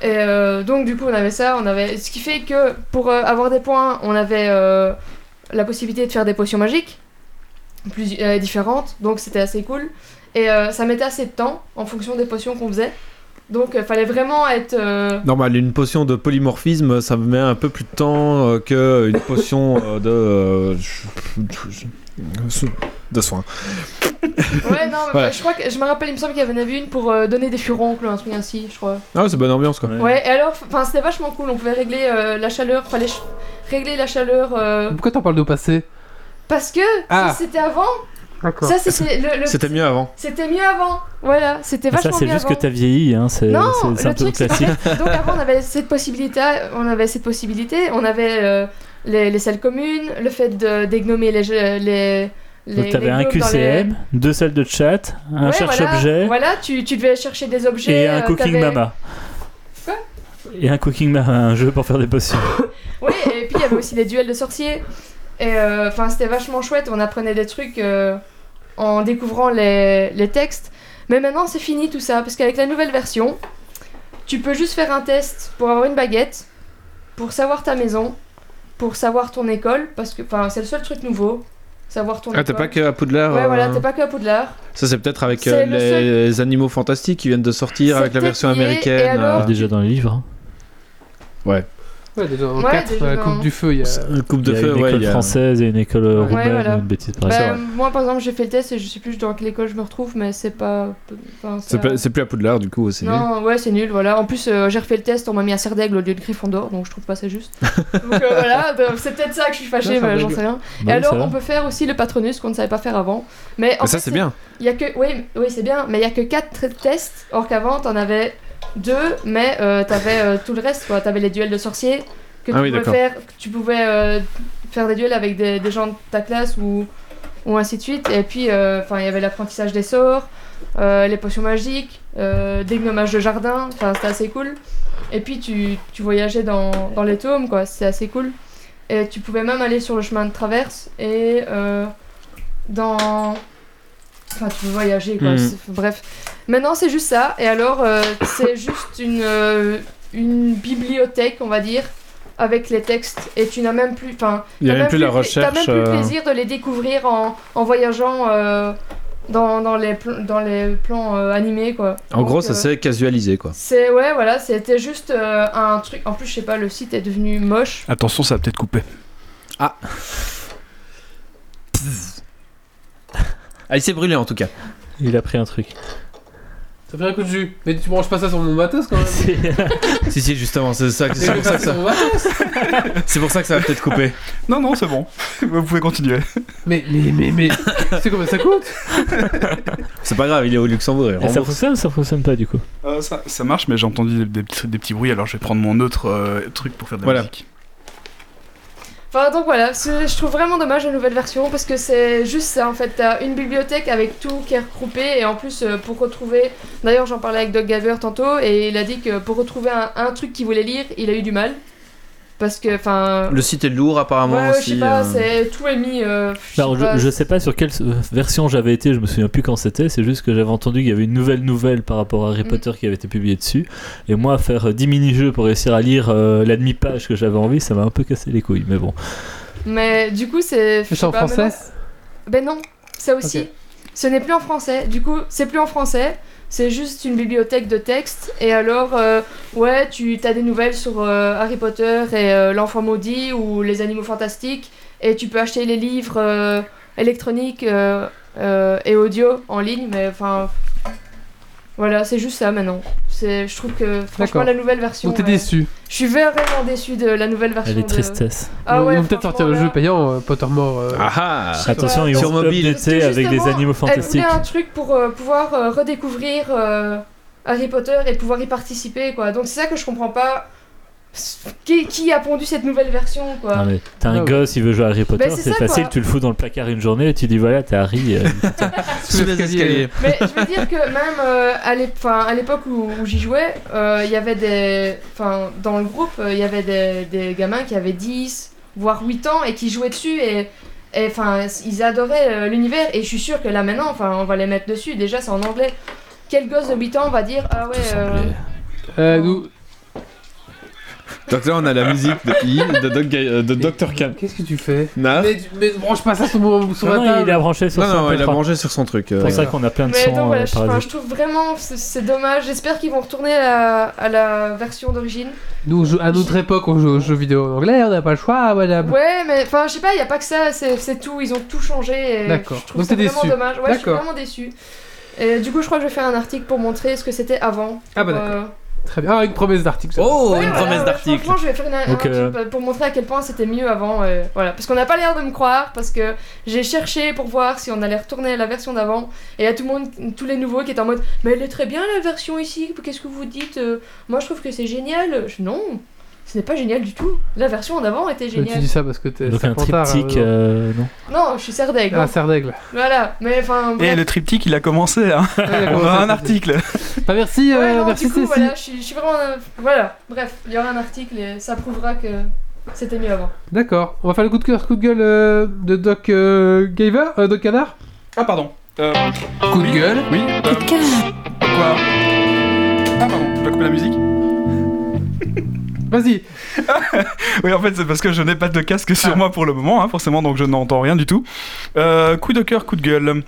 [SPEAKER 5] Et euh, donc, du coup, on avait ça, on avait. Ce qui fait que pour euh, avoir des points, on avait euh, la possibilité de faire des potions magiques, plus euh, différentes, donc c'était assez cool. Et euh, ça mettait assez de temps en fonction des potions qu'on faisait. Donc, euh, fallait vraiment être. euh,
[SPEAKER 2] Normal, une potion de polymorphisme, ça met un peu plus de temps euh, que une potion euh, de, euh, de soins.
[SPEAKER 5] Ouais, non, mais
[SPEAKER 2] Voilà.
[SPEAKER 5] je crois que. Je me rappelle, il me semble qu'il y en avait une pour euh, donner des furoncles, un truc ainsi, je crois.
[SPEAKER 2] Ah, ouais, c'est bonne ambiance quoi.
[SPEAKER 5] Ouais, et alors, enfin, c'était vachement cool. On pouvait régler euh, la chaleur, fallait ch- régler la chaleur euh,
[SPEAKER 1] Pourquoi t'en parles de passé
[SPEAKER 5] parce que
[SPEAKER 1] Ah.
[SPEAKER 5] ça, c'était avant.
[SPEAKER 1] D'accord.
[SPEAKER 5] Ça, c'était le, le-
[SPEAKER 2] C'était mieux avant.
[SPEAKER 5] c'était mieux avant. Voilà, c'était
[SPEAKER 4] Mais Ah, ça,
[SPEAKER 5] vachement
[SPEAKER 4] c'est
[SPEAKER 5] mieux
[SPEAKER 4] juste que
[SPEAKER 5] avant.
[SPEAKER 4] t'as vieilli, hein. c'est
[SPEAKER 5] Non,
[SPEAKER 4] c'est- c'est un
[SPEAKER 5] le
[SPEAKER 4] peu
[SPEAKER 5] truc, c'est
[SPEAKER 4] classique.
[SPEAKER 5] Donc avant, on avait cette possibilité, on avait cette possibilité, on avait euh, les, les salles communes, le fait de dégnommer les jeux- les les,
[SPEAKER 4] Donc t'avais
[SPEAKER 5] les
[SPEAKER 4] un
[SPEAKER 5] globes dans les-
[SPEAKER 4] QCM, deux salles de chat, un
[SPEAKER 5] Ouais, Voilà,
[SPEAKER 4] cherche-objet
[SPEAKER 5] voilà tu, tu devais chercher des objets.
[SPEAKER 4] et un
[SPEAKER 5] euh,
[SPEAKER 4] cooking
[SPEAKER 5] t'avais-
[SPEAKER 4] mama.
[SPEAKER 5] Quoi
[SPEAKER 4] Et un cooking mama, un jeu pour faire des potions.
[SPEAKER 5] Oui, et puis il y avait aussi des duels de sorciers. Et euh, enfin, c'était vachement chouette. On apprenait des trucs euh, en découvrant les, les textes. Mais maintenant, c'est fini tout ça, parce qu'avec la nouvelle version, tu peux juste faire un test pour avoir une baguette, pour savoir ta maison, pour savoir ton école, parce que enfin, c'est le seul truc nouveau. Savoir ton
[SPEAKER 2] Ah, t'es
[SPEAKER 5] école.
[SPEAKER 2] pas que à Poudlard.
[SPEAKER 5] Ouais,
[SPEAKER 2] euh,
[SPEAKER 5] voilà, t'es pas que à Poudlard.
[SPEAKER 2] Ça, c'est peut-être avec
[SPEAKER 5] C'est
[SPEAKER 2] euh,
[SPEAKER 5] le
[SPEAKER 2] les,
[SPEAKER 5] seul-
[SPEAKER 2] les animaux fantastiques qui viennent de sortir
[SPEAKER 5] C'est
[SPEAKER 2] avec la version
[SPEAKER 5] peut-être lié,
[SPEAKER 2] américaine.
[SPEAKER 5] et
[SPEAKER 2] euh,
[SPEAKER 5] alors-
[SPEAKER 4] Ah, Déjà dans les livres. hein.
[SPEAKER 1] Ouais, déjà en
[SPEAKER 5] Ouais,
[SPEAKER 1] 4,
[SPEAKER 5] déjà
[SPEAKER 1] la
[SPEAKER 5] dans-
[SPEAKER 1] Coupe du Feu, il y a.
[SPEAKER 2] c'est- Coupe
[SPEAKER 4] Il
[SPEAKER 2] de
[SPEAKER 4] y a
[SPEAKER 2] feu,
[SPEAKER 4] une
[SPEAKER 2] ouais.
[SPEAKER 4] école
[SPEAKER 2] il y a-
[SPEAKER 4] française et une école euh,
[SPEAKER 5] Ouais,
[SPEAKER 4] roumaine,
[SPEAKER 5] voilà.
[SPEAKER 4] une bêtise pareille.
[SPEAKER 5] Ben, moi, par exemple, j'ai fait le test et je sais plus dans quelle école je me retrouve, mais c'est pas. enfin,
[SPEAKER 2] C'est
[SPEAKER 5] à-
[SPEAKER 2] pas- c'est plus à Poudlard, du coup, c'est nul.
[SPEAKER 5] Non, ouais, c'est nul, voilà. En plus, euh, j'ai refait le test, on m'a mis à Serdaigle au lieu de Gryffondor, donc je trouve pas ça juste. donc euh, voilà, donc c'est peut-être ça que je suis fâchée,
[SPEAKER 1] Non,
[SPEAKER 5] mais j'en
[SPEAKER 1] Serdaigle.
[SPEAKER 5] sais rien.
[SPEAKER 4] Bah
[SPEAKER 5] et
[SPEAKER 4] oui, ça
[SPEAKER 5] alors,
[SPEAKER 4] va.
[SPEAKER 5] on peut faire aussi le Patronus qu'on ne savait pas faire avant. Mais en
[SPEAKER 2] Mais ça,
[SPEAKER 5] fait,
[SPEAKER 2] c'est bien.
[SPEAKER 5] Il y a que, oui, mais- oui c'est bien, mais il y a que 4 tests, or qu'avant, t'en avais 2, mais euh, t'avais euh, tout le reste, quoi. T'avais les duels de sorciers, que tu
[SPEAKER 2] Ah oui,
[SPEAKER 5] pouvais
[SPEAKER 2] d'accord.
[SPEAKER 5] faire, que tu pouvais euh, faire des duels avec des, des gens de ta classe ou, ou ainsi de suite. Et puis, euh, 'fin, il y avait l'apprentissage des sorts, euh, les potions magiques, euh, des gnommages de jardin, enfin, c'était assez cool. Et puis, tu, tu voyageais dans, dans les tomes, quoi, c'était assez cool. Et tu pouvais même aller sur le chemin de traverse et euh, dans. Enfin, tu peux voyager, quoi.
[SPEAKER 2] Mhm.
[SPEAKER 5] c'est- Bref. Maintenant, c'est juste ça. Et alors, euh, c'est juste une, euh, une bibliothèque, on va dire, avec les textes. Et tu n'as même plus. Enfin,
[SPEAKER 2] Il n'y a
[SPEAKER 5] t'as
[SPEAKER 2] même plus la
[SPEAKER 5] pla- T'as même
[SPEAKER 2] recherche.
[SPEAKER 5] plus le
[SPEAKER 2] euh,
[SPEAKER 5] plaisir de les découvrir en, en voyageant euh, dans, dans, les pl- dans les plans euh, animés, quoi.
[SPEAKER 2] En gros,
[SPEAKER 5] Donc,
[SPEAKER 2] ça
[SPEAKER 5] euh,
[SPEAKER 2] s'est casualisé, quoi.
[SPEAKER 5] c'est ouais voilà c'était juste euh, un truc en plus je sais pas le site est devenu moche
[SPEAKER 3] Attention, ça va peut-être couper.
[SPEAKER 2] Ah, il s'est brûlé, en tout cas.
[SPEAKER 4] Il a pris un truc.
[SPEAKER 1] Ça fait un coup de jus. Mais tu branches pas ça sur mon matos quand même.
[SPEAKER 2] Bah, si, si, justement, c'est ça.
[SPEAKER 1] Mais je
[SPEAKER 2] C'est
[SPEAKER 1] vais
[SPEAKER 2] pour ça
[SPEAKER 1] faire ça
[SPEAKER 2] que ça,
[SPEAKER 1] sur mon matos.
[SPEAKER 2] c'est pour ça que ça va peut-être couper.
[SPEAKER 3] Non, non, c'est bon. Vous pouvez continuer.
[SPEAKER 1] Mais, mais, mais, mais. tu sais combien ça coûte
[SPEAKER 2] C'est pas grave, il est au Luxembourg. il
[SPEAKER 4] Et ça
[SPEAKER 2] rembourse.
[SPEAKER 4] fonctionne ou ça fonctionne pas du coup
[SPEAKER 3] Euh, ça, ça marche, mais j'ai entendu des, des petits, des petits bruits, alors je vais prendre mon autre euh, truc pour faire de la
[SPEAKER 2] Voilà.
[SPEAKER 3] musique.
[SPEAKER 5] Enfin, donc voilà, c'est- je trouve vraiment dommage la nouvelle version parce que c'est juste ça en fait. T'as une bibliothèque avec tout qui est regroupé et en plus euh, pour retrouver. D'ailleurs, j'en parlais avec Doug Gaver tantôt et il a dit que pour retrouver un, un truc qu'il voulait lire, il a eu du mal. Parce que, enfin.
[SPEAKER 2] Le site est lourd, apparemment.
[SPEAKER 5] ouais, ouais, je
[SPEAKER 2] aussi,
[SPEAKER 5] sais pas,
[SPEAKER 2] euh,
[SPEAKER 5] c'est tout est mis. euh, je
[SPEAKER 4] Alors,
[SPEAKER 5] sais
[SPEAKER 4] Bah,
[SPEAKER 5] pas,
[SPEAKER 4] je, je sais pas sur quelle euh, version j'avais été, je me souviens plus quand c'était, c'est juste que j'avais entendu qu'il y avait une nouvelle nouvelle par rapport à Harry
[SPEAKER 5] Mm.
[SPEAKER 4] Potter qui avait été publiée dessus. Et moi, faire euh, 10 mini-jeux pour réussir à lire euh, la demi-page que j'avais envie, ça m'a un peu cassé les couilles, mais bon.
[SPEAKER 5] Mais du coup, c'est. je
[SPEAKER 1] C'est
[SPEAKER 5] sais
[SPEAKER 1] en
[SPEAKER 5] pas,
[SPEAKER 1] français
[SPEAKER 5] maintenant- Ben non, ça aussi.
[SPEAKER 1] Ok.
[SPEAKER 5] Ce n'est plus en français. Du coup, c'est plus en français. C'est juste une bibliothèque de textes. Et alors, euh, ouais, tu as des nouvelles sur euh, Harry Potter et euh, l'enfant maudit ou les animaux fantastiques. Et tu peux acheter les livres euh, électroniques euh, euh, et audio en ligne. Mais enfin, voilà, c'est juste ça maintenant. C'est, je trouve que franchement,
[SPEAKER 1] D'accord.
[SPEAKER 5] la nouvelle version.
[SPEAKER 1] Donc t'es
[SPEAKER 5] euh,
[SPEAKER 1] déçu.
[SPEAKER 5] Je suis vraiment déçue de la nouvelle version.
[SPEAKER 4] Elle est
[SPEAKER 5] de-
[SPEAKER 4] tristesse.
[SPEAKER 5] Ah ouais,
[SPEAKER 1] Ils vont peut-être sortir
[SPEAKER 5] franchement,
[SPEAKER 1] le
[SPEAKER 5] là-
[SPEAKER 1] jeu payant, euh, Pottermore. euh,
[SPEAKER 2] Ah ah
[SPEAKER 5] sais
[SPEAKER 4] Attention,
[SPEAKER 5] pas.
[SPEAKER 4] ils
[SPEAKER 2] Sur
[SPEAKER 4] vont
[SPEAKER 2] mobile.
[SPEAKER 4] updater avec des
[SPEAKER 5] Justement,
[SPEAKER 4] animaux
[SPEAKER 5] Elle voulait
[SPEAKER 4] fantastiques.
[SPEAKER 5] un truc pour euh, pouvoir euh, redécouvrir euh, Harry Potter et pouvoir y participer, quoi. Donc c'est ça que je comprends pas. Qui, qui a pondu cette nouvelle version, quoi
[SPEAKER 4] Non, mais t'as
[SPEAKER 1] Ah
[SPEAKER 4] un
[SPEAKER 1] ouais.
[SPEAKER 4] gosse, il veut jouer à Harry Potter,
[SPEAKER 5] Bah, c'est
[SPEAKER 4] c'est
[SPEAKER 5] ça,
[SPEAKER 4] facile,
[SPEAKER 5] quoi.
[SPEAKER 4] tu le fous dans le placard une journée et tu dis voilà, t'es Harry. euh,
[SPEAKER 1] Sous l'escalier.
[SPEAKER 5] Mais je veux dire que même euh, à l'ép- 'fin, à l'époque où, où j'y jouais, euh, il y avait des. Enfin, dans le groupe, euh, il y avait des, des gamins qui avaient 10, voire 8 ans et qui jouaient dessus et. et, 'fin, ils adoraient euh, l'univers et je suis sûre que là maintenant, enfin, on va les mettre dessus. Déjà, c'est en anglais. Quel gosse de 8 ans va dire Ah ouais,
[SPEAKER 4] tout
[SPEAKER 5] euh,
[SPEAKER 4] semblait-
[SPEAKER 1] euh, nous-
[SPEAKER 2] Donc là, on a la musique de I, de, Doc, Ga- euh, de Dr. Can.
[SPEAKER 1] Qu'est-ce que tu fais
[SPEAKER 5] Hein
[SPEAKER 2] Non,
[SPEAKER 1] mais, tu- mais ne branche pas ça sur mon sur
[SPEAKER 4] Non,
[SPEAKER 1] ma
[SPEAKER 4] non,
[SPEAKER 1] table.
[SPEAKER 4] il a branché sur
[SPEAKER 2] non,
[SPEAKER 4] son
[SPEAKER 2] non, il a
[SPEAKER 4] contrat.
[SPEAKER 2] mangé sur son truc. euh,
[SPEAKER 4] C'est pour ça qu'on a plein de
[SPEAKER 5] Mais
[SPEAKER 4] sons
[SPEAKER 5] donc voilà,
[SPEAKER 4] euh,
[SPEAKER 5] je,
[SPEAKER 4] parasites.
[SPEAKER 5] enfin, je trouve vraiment que c'est- c'est dommage. J'espère qu'ils vont retourner à, à la version d'origine.
[SPEAKER 1] Nous, on joue- à notre époque, on joue aux jeux vidéo en anglais, on n'a pas le choix, madame.
[SPEAKER 5] Ouais, mais enfin, je sais pas, il y a pas que ça, c'est c'est tout. Ils ont tout changé. et
[SPEAKER 1] D'accord.
[SPEAKER 5] Je trouve
[SPEAKER 1] Donc
[SPEAKER 5] ça
[SPEAKER 1] t'es
[SPEAKER 5] vraiment
[SPEAKER 1] déçu.
[SPEAKER 5] dommage. Ouais, je suis
[SPEAKER 1] D'accord.
[SPEAKER 5] vraiment déçu. Et du coup, je crois que je vais faire un article pour montrer ce que c'était avant.
[SPEAKER 1] Ah bah
[SPEAKER 5] Pour,
[SPEAKER 1] d'accord.
[SPEAKER 5] euh,
[SPEAKER 1] Très bien. Ah, une promesse d'article. ça.
[SPEAKER 2] Oh,
[SPEAKER 5] ouais,
[SPEAKER 2] une
[SPEAKER 5] voilà,
[SPEAKER 2] promesse
[SPEAKER 5] ouais,
[SPEAKER 2] d'article.
[SPEAKER 5] Franchement, je vais faire une-
[SPEAKER 4] Donc,
[SPEAKER 5] un
[SPEAKER 4] euh,
[SPEAKER 5] article pour montrer à quel point c'était mieux avant. euh, voilà, parce qu'on n'a pas l'air de me croire, parce que j'ai cherché pour voir si on allait retourner à la version d'avant, et il y a tout le monde, tous les nouveaux qui étaient en mode, mais elle est très bien la version ici. Qu'est-ce que vous dites Euh, Moi, je trouve que c'est génial. Je, non, ce n'est pas génial du tout. La version en avant était
[SPEAKER 1] Mais Tu
[SPEAKER 5] géniale.
[SPEAKER 1] dis ça parce que t'es
[SPEAKER 4] Donc un
[SPEAKER 1] Serpentard,
[SPEAKER 4] triptyque,
[SPEAKER 1] euh,
[SPEAKER 4] euh, non
[SPEAKER 5] Non, je suis serdègue.
[SPEAKER 1] Ah, Serdaigle.
[SPEAKER 5] Voilà, mais enfin. bref.
[SPEAKER 3] Et le triptyque, il a commencé, hein.
[SPEAKER 1] Ouais, il a
[SPEAKER 3] On
[SPEAKER 1] commencé à
[SPEAKER 3] a un
[SPEAKER 1] se-
[SPEAKER 3] article.
[SPEAKER 1] Bah, merci, euh,
[SPEAKER 5] Ouais, non,
[SPEAKER 1] merci
[SPEAKER 5] du coup,
[SPEAKER 1] Cécile.
[SPEAKER 5] voilà, je suis, je suis vraiment. euh, voilà, bref, il y aura un article et ça prouvera que c'était mieux avant.
[SPEAKER 1] D'accord. On va faire le coup de cœur, coup de gueule euh, de Doc euh, Gaver, euh, Doc Canard.
[SPEAKER 3] Ah, pardon. Euh,
[SPEAKER 1] Coup de gueule.
[SPEAKER 3] oui, euh, quoi Ah, pardon, tu peux couper la musique
[SPEAKER 1] Vas-y.
[SPEAKER 3] Oui, en fait, c'est parce que je n'ai pas de casque
[SPEAKER 1] Ah.
[SPEAKER 3] sur moi pour le moment, hein, forcément, donc je n'entends rien du tout. Euh, coup de cœur, coup de gueule.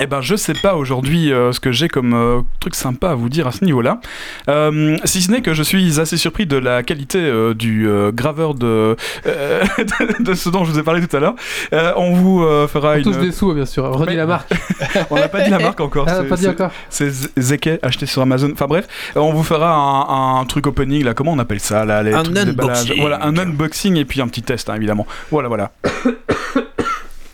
[SPEAKER 3] Eh ben, je sais pas aujourd'hui euh, ce que j'ai comme euh, truc sympa à vous dire à ce niveau-là. Euh, si ce n'est que je suis assez surpris de la qualité euh, du euh, graveur de, euh, de, de ce dont je vous ai parlé tout à l'heure. Euh, on vous euh, fera
[SPEAKER 1] Tous
[SPEAKER 3] une.
[SPEAKER 1] des sous, bien sûr. Redis
[SPEAKER 3] Mais-
[SPEAKER 1] la marque.
[SPEAKER 3] On n'a pas dit la marque encore.
[SPEAKER 1] Ah,
[SPEAKER 3] c'est-
[SPEAKER 1] pas dit
[SPEAKER 3] c'est-
[SPEAKER 1] encore.
[SPEAKER 3] c'est Z- Zeke acheté sur Amazon. Enfin bref, euh, on vous fera un, un truc opening là. Comment on appelle ça là les
[SPEAKER 2] Un
[SPEAKER 3] trucs de déballage.
[SPEAKER 2] unboxing.
[SPEAKER 3] Voilà, un unboxing et puis un petit test hein, évidemment. Voilà, voilà.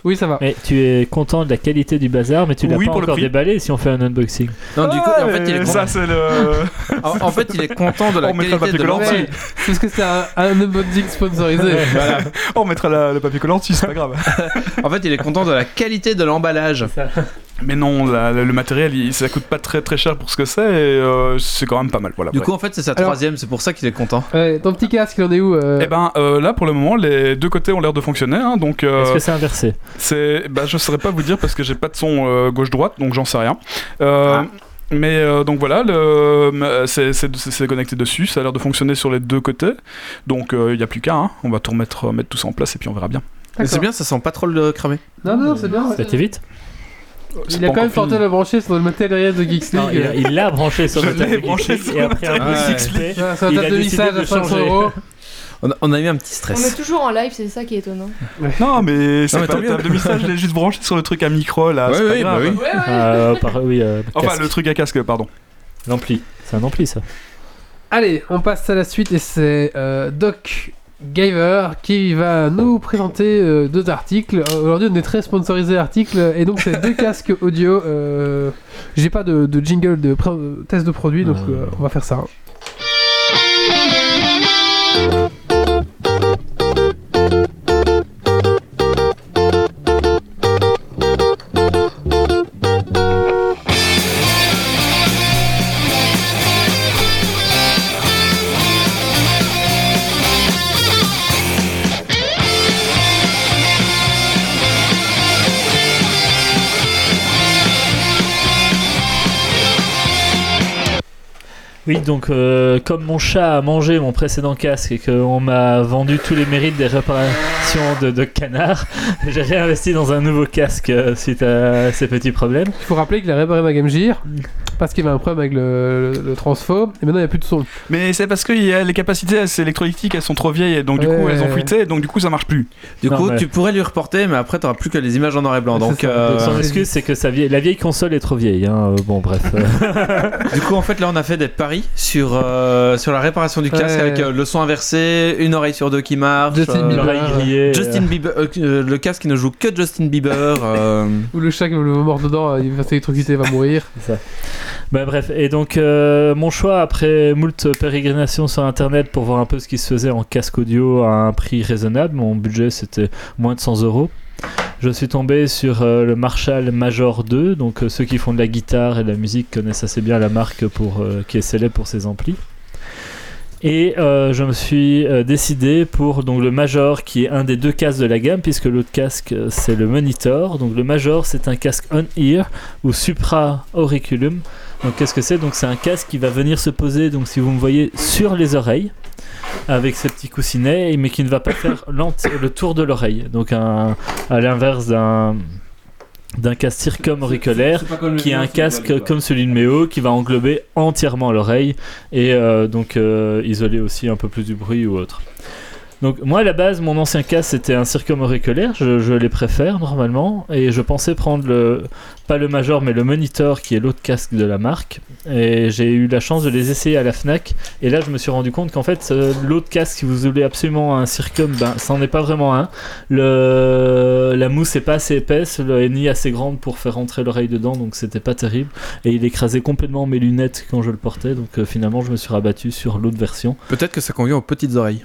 [SPEAKER 1] Oui, ça va.
[SPEAKER 4] Mais tu es content de la qualité du bazar, mais tu l'as
[SPEAKER 3] Oui,
[SPEAKER 4] pas
[SPEAKER 3] pour le
[SPEAKER 4] encore
[SPEAKER 3] prix.
[SPEAKER 4] déballé si on fait un unboxing.
[SPEAKER 2] Non, du coup,
[SPEAKER 3] Ah,
[SPEAKER 2] en fait, il est
[SPEAKER 3] mais
[SPEAKER 2] content,
[SPEAKER 3] ça c'est le.
[SPEAKER 2] en, en fait, il est content de la
[SPEAKER 3] On mettra
[SPEAKER 2] qualité
[SPEAKER 3] le papier
[SPEAKER 2] de
[SPEAKER 3] collant.
[SPEAKER 2] l'envoi.
[SPEAKER 1] Ouais, parce que c'est un, un unboxing sponsorisé.
[SPEAKER 2] Voilà.
[SPEAKER 3] on mettra la- le papier collant dessus, c'est pas grave.
[SPEAKER 2] En fait, il est content de la qualité de l'emballage.
[SPEAKER 3] Mais non, la- la- le matériel, il- ça coûte pas très très cher pour ce que c'est. et, euh, c'est quand même pas mal. Voilà.
[SPEAKER 2] Du
[SPEAKER 3] bref.
[SPEAKER 2] coup, en fait, c'est sa
[SPEAKER 1] Alors-
[SPEAKER 2] troisième, c'est pour ça qu'il est content.
[SPEAKER 1] Ouais, ton petit casque, il en est où euh
[SPEAKER 3] Eh ben euh, là pour le moment les deux côtés ont l'air de fonctionner hein, donc euh,
[SPEAKER 4] Est-ce que c'est inversé
[SPEAKER 3] C'est, bah, je saurais pas vous dire parce que j'ai pas de son euh, gauche-droite, donc j'en sais rien. Euh, Mais euh, donc voilà, le, euh, c'est, c'est- c'est- c'est connecté dessus, ça a l'air de fonctionner sur les deux côtés, donc il n'y a plus qu'à, hein. on va tout remettre, euh, mettre tout ça en place et puis on verra bien.
[SPEAKER 2] Mais
[SPEAKER 1] D'accord.
[SPEAKER 2] c'est bien, ça sent pas trop le cramer.
[SPEAKER 1] Non, non, c'est bien. ouais.
[SPEAKER 4] Ça t'évite
[SPEAKER 3] C'est
[SPEAKER 1] Il a
[SPEAKER 3] pas
[SPEAKER 1] quand même
[SPEAKER 3] encore
[SPEAKER 1] tenté de
[SPEAKER 3] fini.
[SPEAKER 1] le brancher sur le matériel de Geeks
[SPEAKER 4] Non, il
[SPEAKER 1] League.
[SPEAKER 4] a- il l'a branché sur
[SPEAKER 3] euh, Je
[SPEAKER 4] le
[SPEAKER 3] l'ai
[SPEAKER 4] tableau
[SPEAKER 3] branché
[SPEAKER 4] Geeks,
[SPEAKER 3] sur
[SPEAKER 4] et après un
[SPEAKER 2] tableau
[SPEAKER 4] peu
[SPEAKER 2] Geeks.
[SPEAKER 4] XP.
[SPEAKER 1] Voilà, sur
[SPEAKER 4] Il
[SPEAKER 1] la
[SPEAKER 4] a
[SPEAKER 1] table de
[SPEAKER 4] décidé
[SPEAKER 1] mixage
[SPEAKER 4] de
[SPEAKER 1] à 500
[SPEAKER 4] changer.
[SPEAKER 1] euros.
[SPEAKER 2] On a, on a eu un petit
[SPEAKER 5] On est
[SPEAKER 2] stress.
[SPEAKER 5] toujours en live, c'est ça qui est étonnant.
[SPEAKER 3] Non, mais c'est
[SPEAKER 2] Non, mais
[SPEAKER 3] pas
[SPEAKER 2] tant
[SPEAKER 3] le
[SPEAKER 2] mieux.
[SPEAKER 3] table de mixage, je l'ai juste branché sur le truc à micro là,
[SPEAKER 2] Ouais,
[SPEAKER 3] c'est pas
[SPEAKER 2] ouais, bah
[SPEAKER 3] grave.
[SPEAKER 2] oui.
[SPEAKER 5] Ouais,
[SPEAKER 4] Euh, par- oui, euh,
[SPEAKER 3] Enfin,
[SPEAKER 4] casque.
[SPEAKER 3] le truc à casque, pardon.
[SPEAKER 4] l'ampli. C'est un ampli ça.
[SPEAKER 1] Allez, on passe à la suite et c'est euh, Doc Giver qui va nous présenter euh, deux articles. Euh, Aujourd'hui, on est très sponsorisé article et donc c'est deux casques audio. euh, J'ai pas de, de jingle de pré- euh, test de produit donc
[SPEAKER 4] Euh.
[SPEAKER 1] euh, on va faire ça.
[SPEAKER 4] Oui, donc euh, comme mon chat a mangé mon précédent casque et qu'on m'a vendu tous les mérites des réparations de, de canard, j'ai réinvesti dans un nouveau casque euh, suite à ces petits problèmes.
[SPEAKER 1] Il faut rappeler qu'il a réparé ma Game Gear parce qu'il avait un problème avec le, le, le transfo et maintenant il n'y a plus de son.
[SPEAKER 3] Mais c'est parce que il y a les capacités assez électrolytiques, elles sont trop vieilles et donc du coup
[SPEAKER 1] Ouais.
[SPEAKER 3] elles ont fuité et donc du coup ça marche plus.
[SPEAKER 2] Du
[SPEAKER 4] Non,
[SPEAKER 2] coup,
[SPEAKER 4] mais-
[SPEAKER 2] tu pourrais lui reporter, mais après, t'auras plus que les images en noir et blanc.
[SPEAKER 1] C'est
[SPEAKER 2] Donc,
[SPEAKER 1] ça.
[SPEAKER 2] euh,
[SPEAKER 4] Donc, son
[SPEAKER 1] Euh,
[SPEAKER 4] excuse, c'est que sa vieille, la vieille console est trop vieille. hein, euh, bon, bref. euh.
[SPEAKER 2] du coup, en fait, là, on a fait des paris sur, euh, sur la réparation du casque
[SPEAKER 1] Ouais.
[SPEAKER 2] avec euh, le son inversé, une oreille sur deux qui marche.
[SPEAKER 1] Justin
[SPEAKER 2] euh,
[SPEAKER 1] Bieber.
[SPEAKER 4] L'oreille
[SPEAKER 1] euh,
[SPEAKER 4] grillée,
[SPEAKER 2] Justin Bieber, euh, euh, le casque qui ne joue que Justin Bieber. euh,
[SPEAKER 1] Ou le chat qui va le mordre dedans, euh, il va s'électrocuter, il va mourir.
[SPEAKER 4] Bah, bref, et donc euh, mon choix après moult pérégrinations sur internet pour voir un peu ce qui se faisait en casque audio à un prix raisonnable, mon budget c'était moins de 100 euros. Je suis tombé sur euh, le Marshall Major 2, donc euh, ceux qui font de la guitare et de la musique connaissent assez bien la marque pour, euh, qui est célèbre pour ses amplis. Et euh, je me suis euh, décidé pour donc le Major qui est un des deux casques de la gamme puisque l'autre casque euh, c'est le Monitor. Donc le Major c'est un casque on-ear ou supra-auriculum. Donc qu'est-ce que c'est Donc c'est un casque qui va venir se poser donc si vous me voyez sur les oreilles avec ses petits coussinets mais qui ne va pas faire lente- le tour de l'oreille. Donc un- à l'inverse d'un d'un casque circum-auriculaire qui a un casque comme celui de Méo qui va englober entièrement l'oreille et euh, donc euh, isoler aussi un peu plus du bruit ou autre. Donc moi à la base mon ancien casque c'était un circum-auriculaire, je, je les préfère normalement et je pensais prendre le pas le Major mais le Monitor qui est l'autre casque de la marque et j'ai eu la chance de les essayer à la Fnac et là je me suis rendu compte qu'en fait euh, l'autre casque si vous voulez absolument un circum ben ça n'en est pas vraiment un le... La mousse est pas assez épaisse, le ni assez grande pour faire rentrer l'oreille dedans, donc c'était pas terrible. Et il écrasait complètement mes lunettes quand je le portais, donc euh, finalement je me suis rabattu sur l'autre version.
[SPEAKER 2] Peut-être que ça convient aux petites oreilles.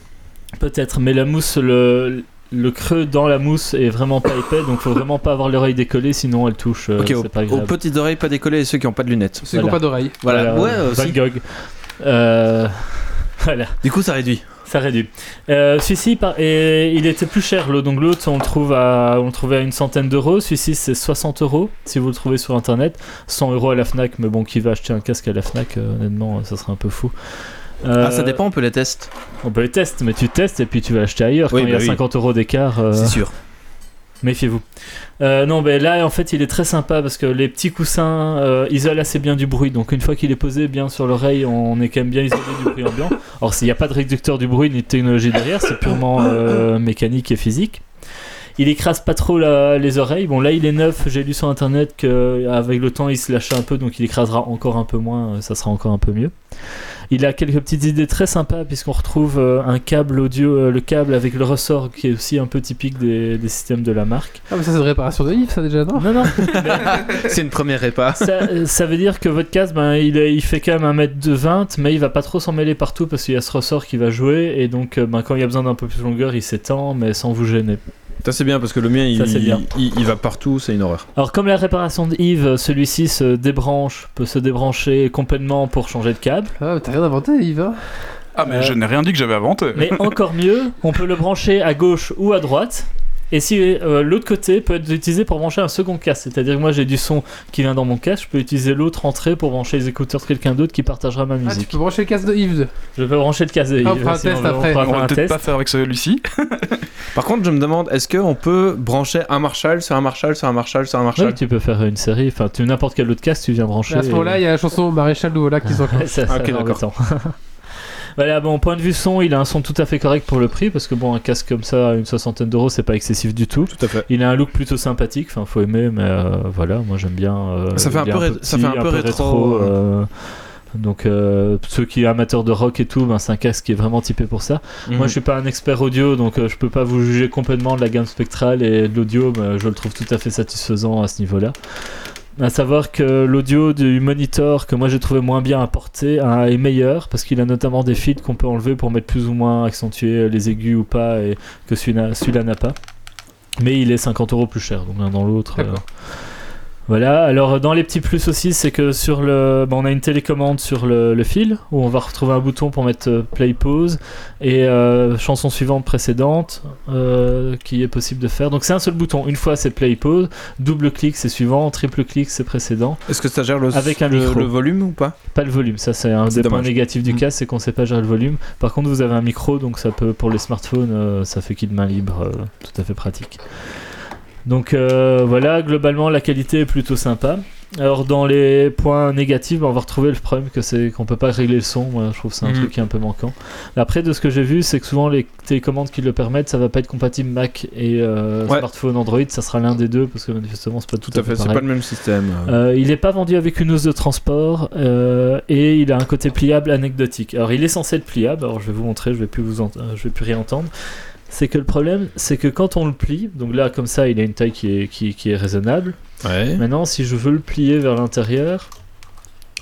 [SPEAKER 4] Peut-être, mais la mousse, le, le creux dans la mousse est vraiment pas épais, donc faut vraiment pas avoir l'oreille décollée, sinon elle touche. euh,
[SPEAKER 2] ok,
[SPEAKER 4] c'est
[SPEAKER 2] aux,
[SPEAKER 4] pas
[SPEAKER 2] aux
[SPEAKER 4] grave.
[SPEAKER 2] petites oreilles pas décollées et ceux qui n'ont pas de lunettes.
[SPEAKER 1] Ceux qui n'ont
[SPEAKER 4] Voilà.
[SPEAKER 1] pas d'oreille.
[SPEAKER 2] Voilà, ouais,
[SPEAKER 4] Van
[SPEAKER 2] aussi.
[SPEAKER 4] Gogh. Euh, Voilà.
[SPEAKER 2] Du coup, ça réduit.
[SPEAKER 4] Ça réduit. Euh, celui-ci, par- et il était plus cher, le- donc l'autre, on le, trouve à, on le trouvait à une centaine d'euros. Celui-ci, c'est 60 euros si vous le trouvez sur internet. 100 euros à la Fnac, mais bon, qui va acheter un casque à la Fnac, euh, honnêtement, euh, ça serait un peu fou. Euh,
[SPEAKER 2] Ah, ça dépend, on peut les tests.
[SPEAKER 4] On peut le tester, mais tu testes et puis tu vas acheter ailleurs.
[SPEAKER 2] Oui,
[SPEAKER 4] Quand il y
[SPEAKER 2] bah
[SPEAKER 4] a
[SPEAKER 2] oui.
[SPEAKER 4] 50 euros d'écart, euh,
[SPEAKER 2] C'est sûr.
[SPEAKER 4] méfiez-vous. Euh, non, mais là, en fait, il est très sympa parce que les petits coussins euh, isolent assez bien du bruit. Donc, une fois qu'il est posé bien sur l'oreille, on est quand même bien isolé du bruit ambiant. Alors, s'il n'y a pas de réducteur du bruit ni de technologie derrière, c'est purement euh, mécanique et physique. Il écrase pas trop la- les oreilles. Bon, là, il est neuf. J'ai lu sur internet qu'avec le temps, il se lâche un peu, donc il écrasera encore un peu moins. euh, Ça sera encore un peu mieux. Il a quelques petites idées très sympas puisqu'on retrouve euh, un câble audio, euh, le câble avec le ressort qui est aussi un peu typique des- des systèmes de la marque.
[SPEAKER 1] Ah, mais ça, c'est de réparation de livres, ça déjà, non
[SPEAKER 4] Non, non,
[SPEAKER 2] C'est une première répa.
[SPEAKER 4] ça, euh, ça veut dire que votre casque, ben, il, est- il fait quand même 1m20, mais il va pas trop s'en mêler partout parce qu'il y a ce ressort qui va jouer, et donc euh, ben, quand il y a besoin d'un peu plus de longueur, il s'étend, mais sans vous gêner.
[SPEAKER 2] Ça, c'est bien parce que le mien, il,
[SPEAKER 4] Ça, c'est bien.
[SPEAKER 2] il- il va partout, c'est une horreur.
[SPEAKER 4] Alors comme la réparation de Yves, euh, celui-ci se débranche, peut se débrancher complètement pour changer de câble,
[SPEAKER 1] Ah, mais t'as rien inventé, Yves. hein.
[SPEAKER 3] Ah, mais
[SPEAKER 4] Euh,
[SPEAKER 3] je n'ai rien dit que j'avais inventé.
[SPEAKER 4] mais encore mieux, on peut le brancher à gauche ou à droite. Et si euh, l'autre côté peut être utilisé pour brancher un second casque, c'est-à-dire que moi j'ai du son qui vient dans mon casque, je peux utiliser l'autre entrée pour brancher les écouteurs de quelqu'un d'autre qui partagera ma
[SPEAKER 1] Ah,
[SPEAKER 4] musique.
[SPEAKER 1] tu peux brancher le casque de Yves.
[SPEAKER 4] Je peux brancher le casque.
[SPEAKER 1] Ah, on
[SPEAKER 4] Yves,
[SPEAKER 1] fera un
[SPEAKER 4] sinon
[SPEAKER 1] test
[SPEAKER 4] on va-
[SPEAKER 1] après.
[SPEAKER 4] on fera
[SPEAKER 3] on va
[SPEAKER 4] un
[SPEAKER 3] peut-être
[SPEAKER 4] test.
[SPEAKER 3] pas faire avec celui-ci.
[SPEAKER 2] Par contre, je me demande, est-ce qu'on peut brancher un Marshall sur un Marshall sur un Marshall sur un
[SPEAKER 4] Ouais,
[SPEAKER 2] Marshall
[SPEAKER 4] tu peux faire une série, enfin tu n'importe quel autre casque, tu viens brancher.
[SPEAKER 1] à ce moment-là, il y a la chanson Maréchal Nouveau qui s'en
[SPEAKER 4] Ouais, ça, ça
[SPEAKER 2] Ah, ok,
[SPEAKER 4] va en
[SPEAKER 2] d'accord.
[SPEAKER 4] temps. voilà, bon, point de vue son, il a un son tout à fait correct pour le prix, parce que bon, un casque comme ça, à une soixantaine d'euros, c'est pas excessif du tout.
[SPEAKER 2] Tout à fait.
[SPEAKER 4] Il a un look plutôt sympathique, enfin faut aimer, mais euh, voilà, moi j'aime bien. euh,
[SPEAKER 2] Ça fait un
[SPEAKER 4] il est
[SPEAKER 2] peu ré- ça fait un peu rétro, hein.
[SPEAKER 4] euh, donc euh, ceux qui sont amateurs de rock et tout, ben, c'est un casque qui est vraiment typé pour ça.
[SPEAKER 2] Mhm.
[SPEAKER 4] Moi, je suis pas un expert audio, donc euh, je peux pas vous juger complètement de la gamme spectrale et de l'audio, mais euh, je le trouve tout à fait satisfaisant à ce niveau-là. À savoir que l'audio du monitor que moi j'ai trouvé moins bien à porter hein, est meilleur parce qu'il a notamment des feeds qu'on peut enlever pour mettre plus ou moins accentuer euh, les aigus ou pas et que celui-là celui-là n'a pas. Mais il est 50 euros plus cher, donc l'un dans l'autre. euh,
[SPEAKER 1] D'accord.
[SPEAKER 4] Voilà, alors euh, dans les petits plus aussi, c'est que sur le, bah, on a une télécommande sur le, le fil où on va retrouver un bouton pour mettre euh, play pause et euh, chanson suivante précédente euh, qui est possible de faire. Donc c'est un seul bouton. Une fois c'est play pause, double clic c'est suivant, triple clic c'est précédent.
[SPEAKER 2] Est-ce que ça gère le,
[SPEAKER 4] Avec un
[SPEAKER 2] le-
[SPEAKER 4] micro.
[SPEAKER 2] le volume ou pas
[SPEAKER 4] Pas le volume, ça c'est un
[SPEAKER 2] C'est
[SPEAKER 4] des points
[SPEAKER 2] dommage.
[SPEAKER 4] négatifs du
[SPEAKER 2] Mm.
[SPEAKER 4] cas, c'est qu'on sait pas gérer le volume. Par contre vous avez un micro donc ça peut pour les smartphones euh, ça fait qu'il de main libre, euh, tout à fait pratique. Donc euh, voilà, globalement la qualité est plutôt sympa. Alors dans les points négatifs, ben, on va retrouver le problème que c'est qu'on peut pas régler le son. Moi, je trouve que c'est un
[SPEAKER 2] Mhm.
[SPEAKER 4] truc qui est un peu manquant. Après, de ce que j'ai vu, c'est que souvent les télécommandes qui le permettent, ça va pas être compatible Mac et euh,
[SPEAKER 2] Ouais.
[SPEAKER 4] smartphone Android. Ça sera l'un des deux parce que manifestement c'est pas tout,
[SPEAKER 2] Tout à fait, c'est
[SPEAKER 4] pareil.
[SPEAKER 2] pas le même système.
[SPEAKER 4] Euh, il n'est pas vendu avec une housse de transport euh, et il a un côté pliable anecdotique. Alors il est censé être pliable, alors je vais vous montrer, je vais plus vous ent- euh, je vais plus rien entendre. C'est que le problème, c'est que quand on le plie, donc là comme ça il a une taille qui est, qui, qui est raisonnable.
[SPEAKER 2] Ouais.
[SPEAKER 4] Maintenant si je veux le plier vers l'intérieur,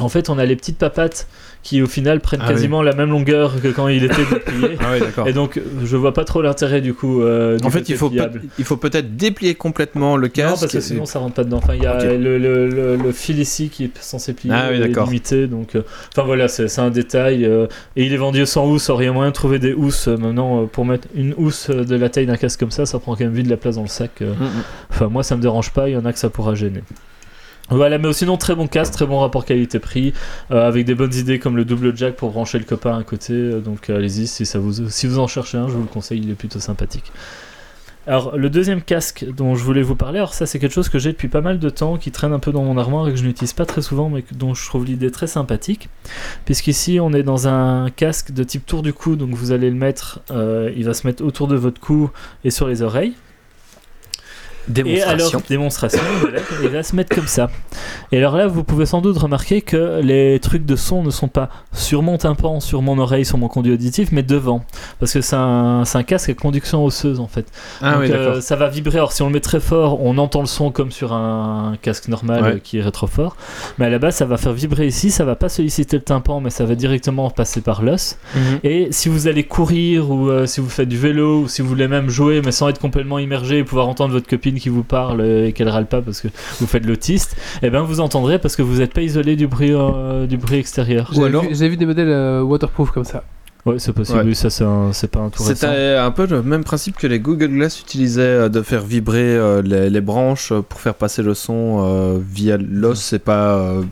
[SPEAKER 4] en fait on a les petites papates qui au final prennent
[SPEAKER 2] Ah oui.
[SPEAKER 4] quasiment la même longueur que quand il était déplié.
[SPEAKER 2] Ah ouais, d'accord.
[SPEAKER 4] et donc je vois pas trop l'intérêt du coup. euh, du
[SPEAKER 2] En fait,
[SPEAKER 4] côté
[SPEAKER 2] il faut, peut-
[SPEAKER 4] pliable.
[SPEAKER 2] il faut peut-être déplier complètement le
[SPEAKER 4] Non,
[SPEAKER 2] casque.
[SPEAKER 4] parce que
[SPEAKER 2] et-
[SPEAKER 4] sinon ça rentre pas dedans. Enfin, il y a
[SPEAKER 2] Ok.
[SPEAKER 4] le, le- le- le fil ici qui est censé plier
[SPEAKER 2] Ah oui,
[SPEAKER 4] est
[SPEAKER 2] d'accord.
[SPEAKER 4] limité. Donc, euh, enfin voilà, c'est c'est un détail. euh, et il est vendu sans housse. Or, il y a moyen de trouver des housses. euh, maintenant, euh, pour mettre une housse euh, de la taille d'un casque comme ça, ça prend quand même vite de la place dans le sac. euh.
[SPEAKER 2] Mm, mm.
[SPEAKER 4] Enfin, moi, ça me dérange pas. Il y en a que ça pourra gêner. Voilà, mais sinon très bon casque, très bon rapport qualité-prix, euh, avec des bonnes idées comme le double jack pour brancher le copain à côté. euh, donc euh, allez-y, si, ça vous, si vous en cherchez un, je vous le conseille, il est plutôt sympathique. Alors, le deuxième casque dont je voulais vous parler, alors ça, c'est quelque chose que j'ai depuis pas mal de temps, qui traîne un peu dans mon armoire et que je n'utilise pas très souvent, mais que- dont je trouve l'idée très sympathique. Puisqu'ici, on est dans un casque de type tour du cou, donc vous allez le mettre, euh, il va se mettre autour de votre cou et sur les oreilles. Et alors, démonstration, voilà, il va se mettre comme ça. Et alors là, vous pouvez sans doute remarquer que les trucs de son ne sont pas sur mon tympan, sur mon oreille, sur mon conduit auditif, mais devant. Parce que c'est un, c'est un casque à conduction osseuse, en fait.
[SPEAKER 2] Ah
[SPEAKER 4] Donc,
[SPEAKER 2] oui,
[SPEAKER 4] euh,
[SPEAKER 2] d'accord.
[SPEAKER 4] ça va vibrer. Alors, si on le met très fort, on entend le son comme sur un casque normal
[SPEAKER 2] Ouais.
[SPEAKER 4] euh, qui est fort Mais à la base, ça va faire vibrer ici. Ça va pas solliciter le tympan, mais ça va directement passer par l'os.
[SPEAKER 2] Mhm.
[SPEAKER 4] Et si vous allez courir ou euh, si vous faites du vélo ou si vous voulez même jouer, mais sans être complètement immergé et pouvoir entendre votre copine qui vous parle euh, et qu'elle râle pas parce que vous faites l'autiste, eh ben vous entendrez parce que vous n'êtes pas isolé du bruit euh, du bruit extérieur.
[SPEAKER 1] J'ai
[SPEAKER 2] alors-
[SPEAKER 1] vu, j'ai vu des modèles euh, waterproof comme ça.
[SPEAKER 4] Ouais, c'est possible,
[SPEAKER 2] Ouais.
[SPEAKER 4] oui, ça c'est un- c'est pas un tout récent.
[SPEAKER 2] C'était un peu le même principe que les Google Glass utilisaient euh, de faire vibrer euh, les, les branches euh, pour faire passer le son euh, via l'os et pas euh,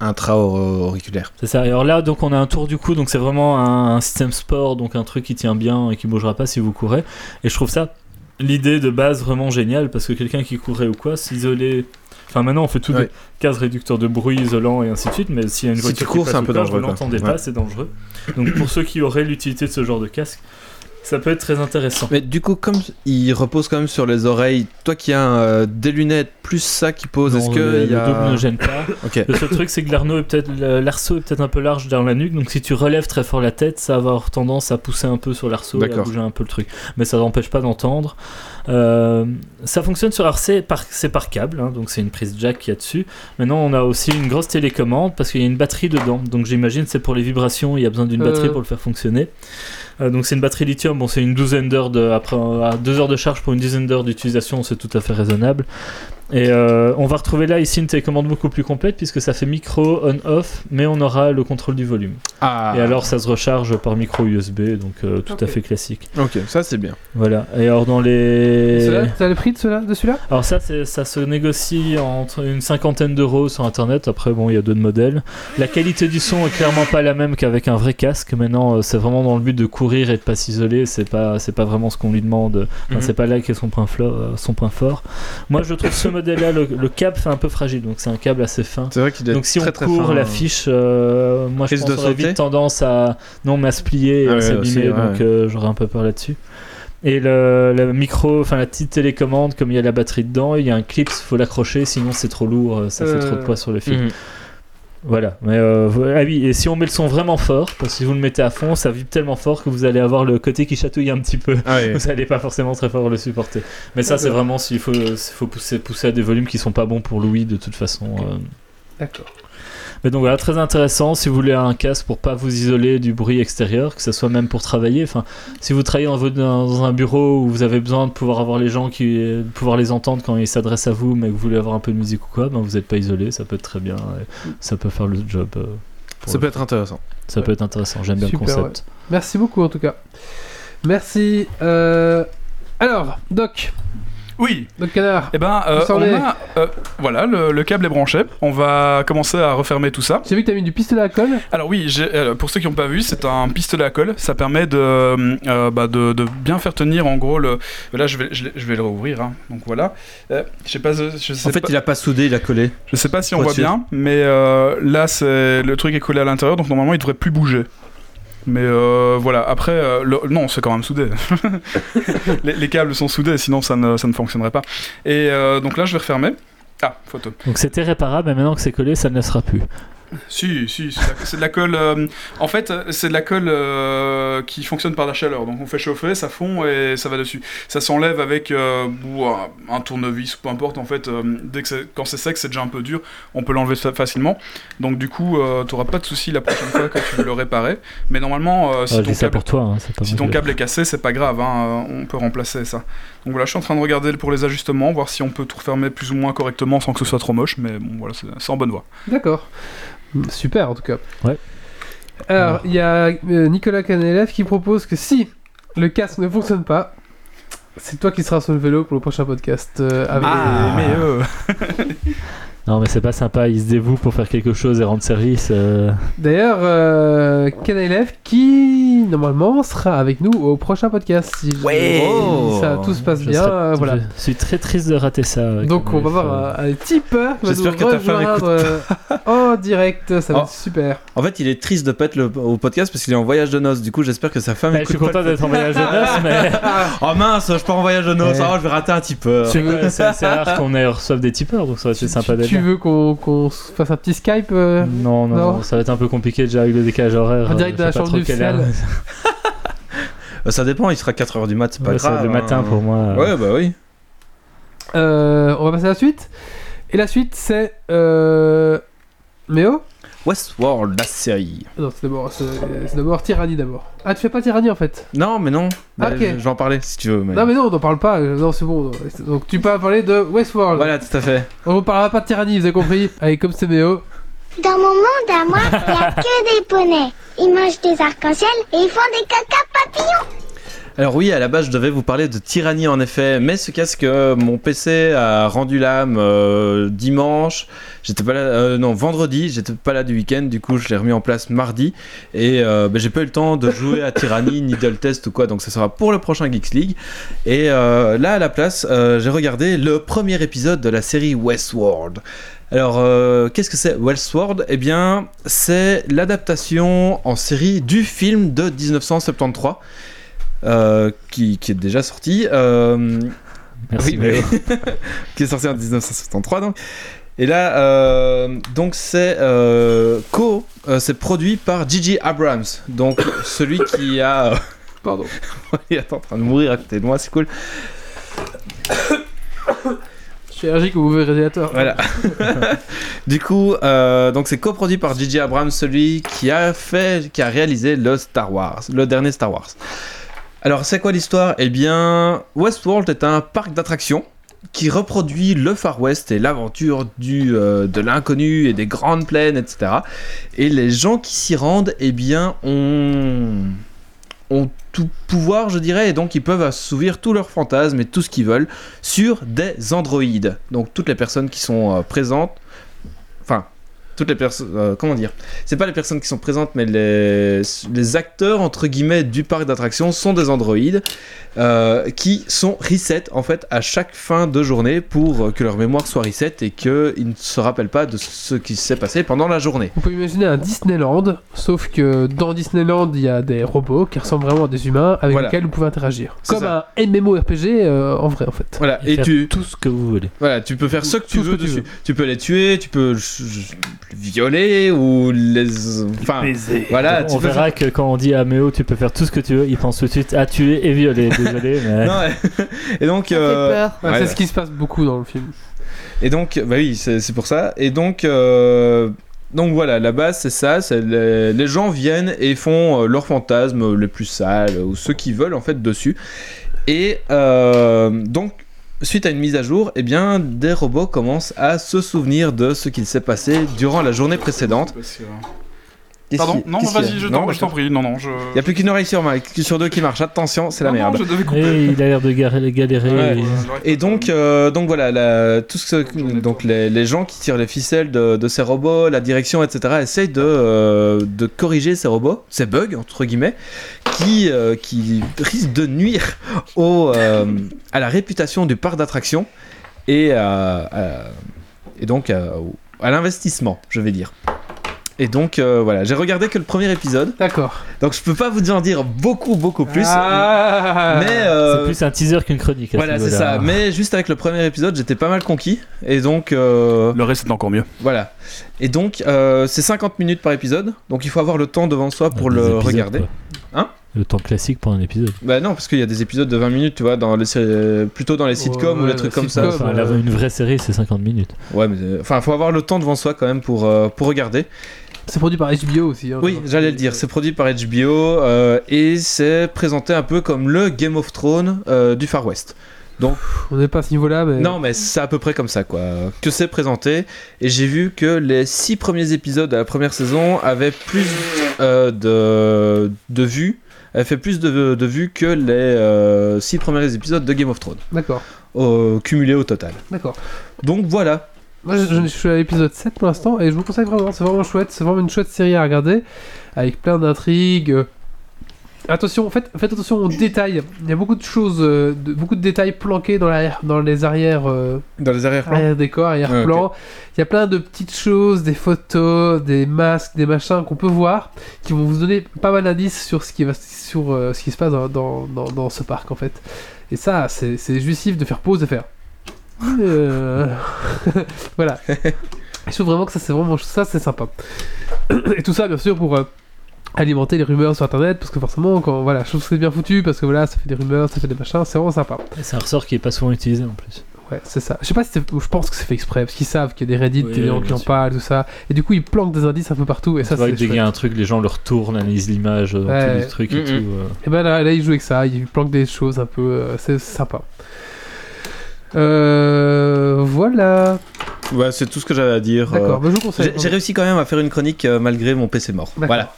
[SPEAKER 2] intra-auriculaire.
[SPEAKER 4] C'est ça. Et alors là, donc on a un tour du cou, donc c'est vraiment un, un système sport, donc un truc qui tient bien et qui bougera pas si vous courez. Et je trouve ça l'idée de base vraiment géniale parce que quelqu'un qui courrait ou quoi, s'isoler. Enfin maintenant on fait tout
[SPEAKER 2] Ouais.
[SPEAKER 4] des cases réducteurs de bruit isolants et ainsi de suite, mais s'il y a une
[SPEAKER 2] Si
[SPEAKER 4] voiture
[SPEAKER 2] tu cours,
[SPEAKER 4] qui passe
[SPEAKER 2] c'est un
[SPEAKER 4] ou
[SPEAKER 2] peu
[SPEAKER 4] quoi,
[SPEAKER 2] dangereux,
[SPEAKER 4] Vous
[SPEAKER 2] quoi.
[SPEAKER 4] l'entendez pas,
[SPEAKER 2] Ouais.
[SPEAKER 4] c'est dangereux. Donc pour ceux qui auraient l'utilité de ce genre de casque, ça peut être très intéressant.
[SPEAKER 2] Mais du coup, comme il repose quand même sur les oreilles, toi qui as euh, des lunettes plus ça qui pose, est-ce
[SPEAKER 4] Non,
[SPEAKER 2] que
[SPEAKER 4] le,
[SPEAKER 2] il y
[SPEAKER 4] le double
[SPEAKER 2] a...
[SPEAKER 4] ne gêne pas.
[SPEAKER 2] Ok.
[SPEAKER 4] Le seul truc, c'est que l'arnaud est peut-être, le- l'arceau est peut-être un peu large dans la nuque, donc si tu relèves très fort la tête, ça va avoir tendance à pousser un peu sur l'arceau et à
[SPEAKER 2] D'accord.
[SPEAKER 4] bouger un peu le truc. Mais ça n'empêche pas d'entendre. Euh, ça fonctionne sur RC, par, c'est par câble, hein, donc c'est une prise jack qu'il y a dessus. Maintenant, on a aussi une grosse télécommande parce qu'il y a une batterie dedans, donc j'imagine c'est pour les vibrations, il y a besoin d'une
[SPEAKER 1] Euh.
[SPEAKER 4] batterie pour le faire fonctionner. Euh, donc c'est une batterie lithium, bon c'est une douzaine d'heures de, après euh, deux heures de charge pour une dizaine d'heures d'utilisation, c'est tout à fait raisonnable. Et euh, on va retrouver là ici une télécommande beaucoup plus complète puisque ça fait micro on/off, mais on aura le contrôle du volume.
[SPEAKER 2] Ah,
[SPEAKER 4] Et alors ça se recharge par micro USB, donc euh, tout à
[SPEAKER 1] Ok.
[SPEAKER 4] fait classique.
[SPEAKER 2] ok, ça c'est bien.
[SPEAKER 4] Voilà. Et alors dans
[SPEAKER 1] Et
[SPEAKER 4] les,
[SPEAKER 1] celui-là, T'as le prix de celui-là, de celui-là
[SPEAKER 4] alors ça c'est- ça se négocie entre une cinquantaine d'euros sur internet. Après bon il y a deux modèles. La qualité du son est clairement pas la même qu'avec un vrai casque. Maintenant euh, c'est vraiment dans le but de courir et de pas s'isoler. C'est pas c'est pas vraiment ce qu'on lui demande. Enfin,
[SPEAKER 2] Mhm.
[SPEAKER 4] C'est pas là qu'est son point, flo- euh, son point fort. Moi, je trouve ce modèle-là, le, le câble fait un peu fragile, donc c'est un câble assez fin.
[SPEAKER 2] C'est vrai qu'il est
[SPEAKER 4] Donc si
[SPEAKER 2] très,
[SPEAKER 4] on
[SPEAKER 2] très
[SPEAKER 4] court
[SPEAKER 2] fin.
[SPEAKER 4] la fiche, euh, moi je
[SPEAKER 2] Risque
[SPEAKER 4] pense
[SPEAKER 2] de
[SPEAKER 4] qu'on aurait vite
[SPEAKER 2] sauter
[SPEAKER 4] tendance à non mais à se plier, et
[SPEAKER 2] Ah
[SPEAKER 4] à
[SPEAKER 2] ouais,
[SPEAKER 4] s'abîmer,
[SPEAKER 2] aussi, ouais.
[SPEAKER 4] donc euh, j'aurais un peu peur là-dessus. Et le, le micro, enfin la petite télécommande, comme il y a la batterie dedans, il y a un clips, faut l'accrocher, sinon c'est trop lourd, euh, ça fait
[SPEAKER 1] Euh.
[SPEAKER 4] trop de poids sur le fil. Voilà. Mais euh, vo- ah oui, et si on met le son vraiment fort, parce que si vous le mettez à fond, ça vibre tellement fort que vous allez avoir le côté qui chatouille un petit peu
[SPEAKER 2] Ah ouais.
[SPEAKER 4] vous n'allez pas forcément très fort le supporter. Mais ça, c'est vraiment s'il faut, s'il faut pousser, pousser à des volumes qui sont pas bons pour l'ouïe de toute façon. euh.
[SPEAKER 1] D'accord.
[SPEAKER 4] Mais donc voilà, très intéressant. Si vous voulez un casque pour pas vous isoler du bruit extérieur, que ce soit même pour travailler. Enfin, si vous travaillez dans, votre- dans- dans un bureau où vous avez besoin de pouvoir avoir les gens qui, de pouvoir les entendre quand ils s'adressent à vous, mais que vous voulez avoir un peu de musique ou quoi, ben vous n'êtes pas isolé. Ça peut être très bien. et Ça peut faire le job. euh, pour
[SPEAKER 2] Ça
[SPEAKER 4] le-
[SPEAKER 2] peut être intéressant.
[SPEAKER 4] ça peut être intéressant. J'aime bien le
[SPEAKER 1] Super,
[SPEAKER 4] concept.
[SPEAKER 1] Merci beaucoup en tout cas. Merci. Euh, Alors, Doc,
[SPEAKER 3] Oui,
[SPEAKER 1] Doc Canard.
[SPEAKER 3] eh ben, euh,
[SPEAKER 1] Vous sortez.
[SPEAKER 3] on a, euh, voilà, le, le câble est branché. On va commencer à refermer tout ça.
[SPEAKER 1] J'ai vu que t'as mis du pistolet à colle.
[SPEAKER 3] Alors oui, j'ai- euh, pour ceux qui n'ont pas vu, c'est un pistolet à colle. Ça permet de, euh, bah, de, de bien faire tenir, en gros, le... bah, Là, je vais, je, l'ai- je vais le rouvrir, hein. donc voilà. Euh, je sais pas... Je sais
[SPEAKER 2] En fait,
[SPEAKER 3] pas...
[SPEAKER 2] il a pas soudé, il a collé.
[SPEAKER 3] Je sais pas si on
[SPEAKER 2] Pour
[SPEAKER 3] voit
[SPEAKER 2] être sûr.
[SPEAKER 3] bien, mais euh, là c'est le truc est collé à l'intérieur, donc normalement il devrait plus bouger. Mais euh, voilà, après, euh, le- non, c'est quand même soudé. les, les câbles sont soudés, sinon ça ne, ça ne fonctionnerait pas. Et euh, donc là, je vais refermer. Ah, photo.
[SPEAKER 4] Donc c'était réparable, mais maintenant que c'est collé, ça ne le sera plus.
[SPEAKER 3] Si, si, c'est de la- c'est de la colle. euh, en fait, euh, c'est de la colle euh, qui fonctionne par la chaleur. Donc on fait chauffer, ça fond et ça va dessus. Ça s'enlève avec euh, ou un, un tournevis ou peu importe. En fait, euh, dès que c'est- quand c'est sec, c'est déjà un peu dur. On peut l'enlever fa- facilement. Donc du coup, tu n'auras pas de souci la prochaine fois que tu veux le réparer. Mais normalement, euh, si
[SPEAKER 4] Ah, je
[SPEAKER 3] ton
[SPEAKER 4] dis ça
[SPEAKER 3] câble
[SPEAKER 4] pour toi. hein, c'est pas
[SPEAKER 3] si
[SPEAKER 4] moi
[SPEAKER 3] ton
[SPEAKER 4] qui-
[SPEAKER 3] câble est cassé, c'est pas grave, hein, euh, on peut remplacer ça. Donc voilà, je suis en train de regarder pour les ajustements, voir si on peut tout refermer plus ou moins correctement sans que ce soit trop moche, mais bon voilà, c'est c'est en bonne voie.
[SPEAKER 1] D'accord. Super en tout cas.
[SPEAKER 4] Ouais.
[SPEAKER 1] Alors, il y a euh, Nicolas Canélève qui propose que si le casque ne fonctionne pas, c'est toi qui seras sur le vélo pour le prochain podcast. euh, avec-
[SPEAKER 2] Ah.
[SPEAKER 3] mais euh,
[SPEAKER 4] Non, mais c'est pas sympa, il se dévoue pour faire quelque chose et rendre service. euh.
[SPEAKER 1] D'ailleurs, euh, Canélève qui normalement sera avec nous au prochain podcast. Si je-
[SPEAKER 2] Ouais.
[SPEAKER 1] si ça tout se passe
[SPEAKER 4] Je
[SPEAKER 1] bien,
[SPEAKER 4] serais-
[SPEAKER 1] euh, voilà.
[SPEAKER 4] Je suis très triste de rater ça. euh,
[SPEAKER 1] Donc
[SPEAKER 4] comme
[SPEAKER 1] on va
[SPEAKER 4] il faut.
[SPEAKER 1] voir un, un tipeur qui va
[SPEAKER 2] J'espère
[SPEAKER 1] nous
[SPEAKER 2] que ta femme
[SPEAKER 1] rejoindre euh, en direct, ça va
[SPEAKER 2] Oh.
[SPEAKER 1] être super.
[SPEAKER 2] En fait, il est triste de pas être le- au podcast parce qu'il est en voyage de noces. Du coup, j'espère que sa femme.
[SPEAKER 4] Ouais, Bah, je
[SPEAKER 2] écoute
[SPEAKER 4] suis
[SPEAKER 2] pas
[SPEAKER 4] content
[SPEAKER 2] le-
[SPEAKER 4] d'être en voyage de noces, mais
[SPEAKER 2] Oh mince, je pars en voyage de noces.
[SPEAKER 4] Ouais.
[SPEAKER 2] Oh, je vais rater un petit peu.
[SPEAKER 4] c'est vrai, c'est assez rare qu'on ait reçoive des tipeurs, donc ça va être
[SPEAKER 1] Tu-
[SPEAKER 4] sympa
[SPEAKER 1] tu,
[SPEAKER 4] d'être
[SPEAKER 1] tu
[SPEAKER 4] là. Mm.
[SPEAKER 1] veux qu'on qu'on se fasse un petit Skype euh,
[SPEAKER 4] Non, non,
[SPEAKER 1] Non.
[SPEAKER 4] non, ça va être un peu compliqué déjà avec le décalage horaire.
[SPEAKER 1] En
[SPEAKER 4] euh,
[SPEAKER 1] direct
[SPEAKER 4] je
[SPEAKER 1] de la
[SPEAKER 4] sais pas
[SPEAKER 1] chambre
[SPEAKER 4] trop
[SPEAKER 1] du
[SPEAKER 4] quelle heure.
[SPEAKER 1] ciel.
[SPEAKER 2] Euh, Ça dépend, il sera 4h du mat, c'est pas
[SPEAKER 4] Ouais, ça va
[SPEAKER 2] grave.
[SPEAKER 4] être le matin
[SPEAKER 2] hein.
[SPEAKER 4] pour moi.
[SPEAKER 2] Ouais, bah oui.
[SPEAKER 1] Euh, on va passer à la suite. Et la suite, c'est. Euh... Méo Ah
[SPEAKER 2] Westworld, la série.
[SPEAKER 1] Non, c'est d'abord, c'est c'est d'abord Tyranny d'abord. Ah, tu fais pas Tyranny en fait
[SPEAKER 2] Non, mais non.
[SPEAKER 1] Ah,
[SPEAKER 2] Euh,
[SPEAKER 1] ok.
[SPEAKER 2] Je je vais en parler si tu veux. mais-
[SPEAKER 1] Non, mais non, on n'en parle pas. Euh, Non, c'est bon. non. Donc tu peux parler de Westworld.
[SPEAKER 2] Voilà, tout à fait.
[SPEAKER 1] On ne parlera pas de Tyranny, vous avez compris Allez, comme c'est Méo,
[SPEAKER 6] Dans mon monde à moi, il n'y a que des poneys. Ils mangent des arcs-en-ciel et ils font des caca papillons.
[SPEAKER 2] Alors oui, à la base, je devais vous parler de Tyrannie en effet, mais ce casque, euh, mon PC a rendu l'âme euh, dimanche. J'étais pas là, euh, non vendredi. J'étais pas là du week-end, du coup, je l'ai remis en place mardi et euh, ben, j'ai pas eu le temps de jouer à Tyranny, Needle Test ou quoi. Donc ça sera pour le prochain Geeks League. Et euh, là, à la place, euh, j'ai regardé le premier épisode de la série Westworld. Alors, euh, qu'est-ce que c'est Westworld Eh bien, c'est l'adaptation en série du film de 1973 euh, qui, qui est déjà sorti. euh, oui,
[SPEAKER 4] Merci.
[SPEAKER 2] mais- qui est sorti en 1973 donc. Et là, euh, donc c'est euh, co, euh, c'est produit par Gigi Abrams, donc celui qui a,
[SPEAKER 1] Pardon.
[SPEAKER 2] il est en train de mourir à côté de moi, c'est cool.
[SPEAKER 1] Je suis allergique au mauvais radiateur.
[SPEAKER 2] Voilà. du coup, euh, donc c'est coproduit par J.J. Abrams, celui qui a fait, qui a réalisé le Star Wars, le dernier Star Wars. Alors, c'est quoi l'histoire Eh bien, Westworld est un parc d'attractions qui reproduit le Far West et l'aventure du euh, de l'inconnu et des grandes plaines, etc. Et les gens qui s'y rendent, eh bien, ont ont tout pouvoir, je dirais, et donc ils peuvent assouvir tous leurs fantasmes et tout ce qu'ils veulent sur des androïdes. Donc toutes les personnes qui sont euh, présentes, enfin toutes les personnes, comment dire, c'est pas les personnes qui sont présentes, mais les, les acteurs entre guillemets du parc d'attractions sont des androïdes euh, qui sont reset en fait à chaque fin de journée pour euh, que leur mémoire soit reset et qu'ils ne se rappellent pas de ce qui s'est passé pendant la journée.
[SPEAKER 1] On peut imaginer un Disneyland, sauf que dans Disneyland, il y a des robots qui ressemblent vraiment à des humains avec
[SPEAKER 2] Voilà.
[SPEAKER 1] lesquels vous pouvez interagir.
[SPEAKER 2] C'est
[SPEAKER 1] Comme un MMORPG euh, en vrai, en fait.
[SPEAKER 2] Voilà,
[SPEAKER 4] Et,
[SPEAKER 2] et tu,
[SPEAKER 4] tout ce que vous voulez.
[SPEAKER 2] Voilà, tu peux faire ce que tu
[SPEAKER 1] Tout ce
[SPEAKER 2] veux
[SPEAKER 1] que tu
[SPEAKER 2] dessus.
[SPEAKER 1] veux.
[SPEAKER 2] Tu peux les tuer, tu peux ch- ch- violer ou les. Enfin, voilà, Ah, tu
[SPEAKER 4] on
[SPEAKER 2] peux.
[SPEAKER 4] verra que quand on dit à Méo, tu peux faire tout ce que tu veux, il pense tout de suite ah, à tuer et violer. Désolé, mais.
[SPEAKER 2] Non, et donc.
[SPEAKER 5] Ça fait
[SPEAKER 2] euh,
[SPEAKER 5] peur.
[SPEAKER 1] Ouais,
[SPEAKER 2] ouais.
[SPEAKER 1] C'est ce qui se passe beaucoup dans le film.
[SPEAKER 2] Et donc, bah oui, c'est c'est pour ça. Et donc, euh, donc voilà, la base, c'est ça. c'est Les, les gens viennent et font euh, leurs fantasmes les plus sales euh, ou ceux qu'ils veulent en fait dessus. Et euh, donc, suite à une mise à jour, eh bien, des robots commencent à se souvenir de ce qu'il s'est passé durant la journée précédente. Qu'est-ce
[SPEAKER 3] Pardon
[SPEAKER 2] qu'il-
[SPEAKER 3] Non,
[SPEAKER 2] qu'est-ce qu'il y a
[SPEAKER 3] vas-y, je
[SPEAKER 2] Non,
[SPEAKER 3] t'en je t'en prie. Non, non, je.
[SPEAKER 2] Il n'y a plus qu'une oreille sur, ma- sur deux qui marche, attention, c'est la
[SPEAKER 3] Non, non,
[SPEAKER 2] merde.
[SPEAKER 3] je devais couper.
[SPEAKER 4] Et Eh, il a l'air de garer- galérer.
[SPEAKER 2] Ouais.
[SPEAKER 4] et-
[SPEAKER 2] Et donc, euh, donc voilà, la- tout ce,
[SPEAKER 3] J'en ai
[SPEAKER 2] donc
[SPEAKER 3] pas.
[SPEAKER 2] les, les gens qui tirent les ficelles de, de ces robots, la direction, etc., essayent de, euh, de corriger ces robots, ces bugs, entre guillemets, qui, euh, qui risquent de nuire au, euh, à la réputation du parc d'attractions et, à- à- et donc à, à l'investissement, je vais dire. Et donc, euh, voilà, j'ai regardé que le premier épisode,
[SPEAKER 1] D'accord.
[SPEAKER 2] donc je peux pas vous en dire beaucoup, beaucoup plus.
[SPEAKER 1] Ah.
[SPEAKER 2] Mais
[SPEAKER 4] C'est
[SPEAKER 2] euh,
[SPEAKER 4] plus un teaser qu'une chronique. à ce
[SPEAKER 2] voilà, c'est
[SPEAKER 4] niveau-là.
[SPEAKER 2] ça. Mais juste avec le premier épisode, j'étais pas mal conquis. Et donc, euh,
[SPEAKER 3] Le reste est encore mieux.
[SPEAKER 2] voilà. Et donc, euh, c'est 50 minutes par épisode. Donc, il faut avoir le temps devant soi pour
[SPEAKER 4] Des
[SPEAKER 2] le
[SPEAKER 4] épisodes,
[SPEAKER 2] regarder.
[SPEAKER 4] quoi.
[SPEAKER 2] Hein
[SPEAKER 4] Le temps classique pour un épisode.
[SPEAKER 2] Bah, non, parce qu'il y a des épisodes de 20 minutes, tu vois, dans les, sé- plutôt dans les sitcoms
[SPEAKER 1] Ouais,
[SPEAKER 2] ou
[SPEAKER 1] ouais,
[SPEAKER 2] les
[SPEAKER 1] les
[SPEAKER 2] trucs comme ça. bah,
[SPEAKER 1] sitcoms.
[SPEAKER 4] Enfin, la- une vraie série, c'est 50 minutes.
[SPEAKER 2] Ouais, mais euh, enfin, faut avoir le temps devant soi quand même pour, euh, pour regarder.
[SPEAKER 1] C'est produit par HBO aussi. hein.
[SPEAKER 2] Oui, j'allais le dire. C'est produit par HBO euh, et c'est présenté un peu comme le Game of Thrones euh, du Far West.
[SPEAKER 1] On n'est pas à ce niveau-là, mais.
[SPEAKER 2] Non, mais c'est à peu près comme ça, quoi. Que c'est présenté. Et j'ai vu que les six premiers épisodes de la première saison avaient plus euh, de, de vues. avaient fait plus de, de vues que les euh, six premiers épisodes de Game of Thrones,
[SPEAKER 1] D'accord,
[SPEAKER 2] au- cumulés au total.
[SPEAKER 1] d'accord.
[SPEAKER 2] Donc voilà.
[SPEAKER 1] Moi, je, je suis à l'épisode 7 pour l'instant et je vous conseille vraiment, c'est vraiment chouette, c'est vraiment une chouette série à regarder avec plein d'intrigues. Attention, faites, faites attention aux détails. Il y a beaucoup de choses, euh, de- beaucoup de détails planqués dans, l'arrière- dans les arrières, euh,
[SPEAKER 2] Dans les arrière-plans.
[SPEAKER 1] arrière-décors, arrière-plans. Il y a plein de petites choses, des photos, des masques, des machins qu'on peut voir qui vont vous donner pas mal d'indices sur ce qui va, sur euh, ce qui se passe dans, dans- dans- dans ce parc en fait. Et ça, c'est c'est jouissif de faire pause et faire. Euh, voilà. Je trouve vraiment que ça, c'est vraiment ça, c'est sympa. Et tout ça, bien sûr, pour euh, alimenter les rumeurs sur Internet, parce que forcément, quand voilà, je trouve que c'est bien foutu, parce que voilà, ça fait des rumeurs, ça fait des machins, c'est vraiment sympa.
[SPEAKER 4] Et C'est un ressort qui est pas souvent utilisé en plus.
[SPEAKER 1] Ouais, c'est ça. Je sais pas si c'est- je pense que c'est fait exprès, parce qu'ils savent qu'il y a des Reddit,
[SPEAKER 4] Oui,
[SPEAKER 1] des gens
[SPEAKER 4] bien
[SPEAKER 1] qui en
[SPEAKER 4] sûr.
[SPEAKER 1] parlent, tout ça. Et du coup, ils planquent des indices un peu partout, et ça,
[SPEAKER 4] c'est vrai
[SPEAKER 1] c'est
[SPEAKER 4] que dès qu'il y
[SPEAKER 1] chouette.
[SPEAKER 4] a un truc, les gens le retournent, analysent l'image, euh,
[SPEAKER 1] Ouais.
[SPEAKER 4] tous les trucs et
[SPEAKER 2] Mm,
[SPEAKER 4] tout. euh.
[SPEAKER 1] Et ben là, là, ils jouent avec ça, ils planquent des choses un peu, euh, c'est c'est sympa. Euh, voilà.
[SPEAKER 2] Ouais, c'est tout ce que j'avais à dire. euh,
[SPEAKER 1] D'accord, bah, je vous conseille.
[SPEAKER 2] J'ai j'ai réussi quand même à faire une chronique euh, malgré mon PC mort.
[SPEAKER 1] D'accord.
[SPEAKER 2] Voilà.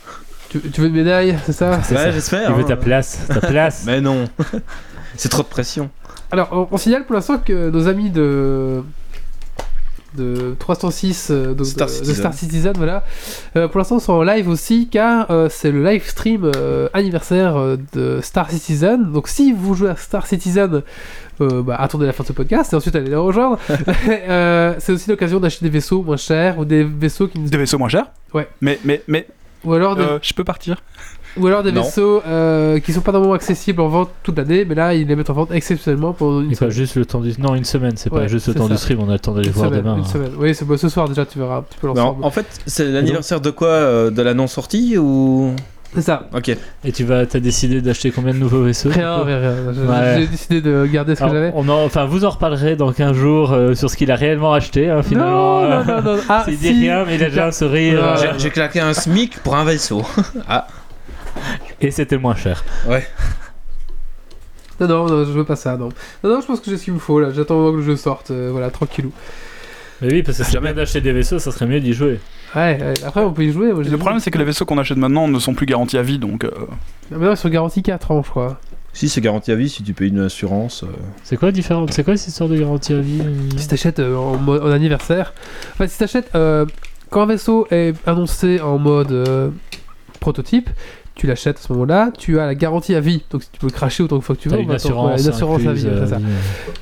[SPEAKER 1] Tu, tu veux une médaille, c'est ça
[SPEAKER 4] C'est
[SPEAKER 2] Ouais,
[SPEAKER 4] ça.
[SPEAKER 2] j'espère.
[SPEAKER 4] Il veut
[SPEAKER 2] hein.
[SPEAKER 4] ta place, ta place.
[SPEAKER 2] Mais non. c'est trop de pression.
[SPEAKER 1] Alors, on, on signale pour l'instant que nos amis de de 306 euh, donc
[SPEAKER 2] Star
[SPEAKER 1] de, de
[SPEAKER 2] Citizen.
[SPEAKER 1] Star Citizen voilà Euh, pour l'instant ils sont en live aussi car euh, c'est le live stream euh, anniversaire euh, de Star Citizen donc si vous jouez à Star Citizen euh, bah, attendez la fin de ce podcast et ensuite allez les rejoindre Euh, c'est aussi l'occasion d'acheter des vaisseaux moins chers ou des vaisseaux qui ne-
[SPEAKER 3] Des vaisseaux moins chers
[SPEAKER 1] Ouais.
[SPEAKER 3] Mais, mais, mais,
[SPEAKER 1] ou alors des,
[SPEAKER 3] euh, je peux partir.
[SPEAKER 1] ou alors des
[SPEAKER 2] non.
[SPEAKER 1] vaisseaux euh, qui sont pas normalement accessibles en vente toute l'année mais là ils les mettent en vente exceptionnellement pour une
[SPEAKER 4] C'est pas
[SPEAKER 1] semaine
[SPEAKER 4] juste le temps du. Non, une semaine, c'est
[SPEAKER 1] Ouais,
[SPEAKER 4] pas juste le
[SPEAKER 1] c'est
[SPEAKER 4] temps
[SPEAKER 1] ça.
[SPEAKER 4] du stream, on a le temps d'aller
[SPEAKER 1] une
[SPEAKER 4] voir
[SPEAKER 1] semaine,
[SPEAKER 4] demain.
[SPEAKER 1] une
[SPEAKER 4] hein.
[SPEAKER 1] semaine. oui c'est beau ce soir déjà tu verras un petit peu
[SPEAKER 2] Mais en,
[SPEAKER 1] l'ensemble
[SPEAKER 2] en fait, c'est l'anniversaire de quoi euh, De la non-sortie ou.
[SPEAKER 1] c'est ça
[SPEAKER 2] Ok.
[SPEAKER 4] Et tu vas, t'as décidé d'acheter combien de nouveaux vaisseaux
[SPEAKER 1] Rien, rien, rien. Je-
[SPEAKER 4] Ouais.
[SPEAKER 1] J'ai décidé de garder ce que
[SPEAKER 4] Alors,
[SPEAKER 1] j'avais.
[SPEAKER 4] on en- enfin, vous en reparlerez dans 15 jours euh, sur ce qu'il a réellement acheté, hein, finalement.
[SPEAKER 1] Non, non,
[SPEAKER 4] Euh,
[SPEAKER 1] non, non. Ah,
[SPEAKER 4] il dit
[SPEAKER 1] si.
[SPEAKER 4] rien, mais il a déjà un sourire.
[SPEAKER 1] Ouais.
[SPEAKER 4] euh,
[SPEAKER 2] J'ai- J'ai claqué un SMIC pour un vaisseau.
[SPEAKER 4] et c'était moins cher.
[SPEAKER 1] Non, non, non, je veux pas ça, non. Non, non, je pense que j'ai ce qu'il me faut, là. J'attends le moment que le jeu sorte, euh, voilà, tranquillou.
[SPEAKER 4] Mais oui, parce que c'est
[SPEAKER 2] Jamais.
[SPEAKER 4] bien d'acheter des vaisseaux, ça serait mieux d'y jouer.
[SPEAKER 1] Ouais, ouais. après, on peut y jouer. Moi, j'ai
[SPEAKER 3] Le
[SPEAKER 1] joué.
[SPEAKER 3] problème, c'est que les vaisseaux qu'on achète maintenant ne sont plus garantis à vie, donc. euh,
[SPEAKER 1] Maintenant, Ah, ils sont garantis 4 ans, je crois.
[SPEAKER 2] Si, c'est garanti à vie si tu payes une assurance. euh.
[SPEAKER 4] C'est quoi différent C'est quoi cette histoire de garantie à vie
[SPEAKER 1] Si t'achètes euh, en, mo- en anniversaire. Enfin, si t'achètes. euh, quand un vaisseau est annoncé en mode euh, prototype, tu l'achètes à ce moment-là, tu as la garantie à vie. Donc, tu peux le cracher autant de fois que tu
[SPEAKER 4] T'as
[SPEAKER 1] veux.
[SPEAKER 4] une
[SPEAKER 1] mais attends, voilà,
[SPEAKER 4] assurance,
[SPEAKER 1] une assurance à vie,
[SPEAKER 4] incluse,
[SPEAKER 1] ouais, c'est ça.
[SPEAKER 4] euh, vie.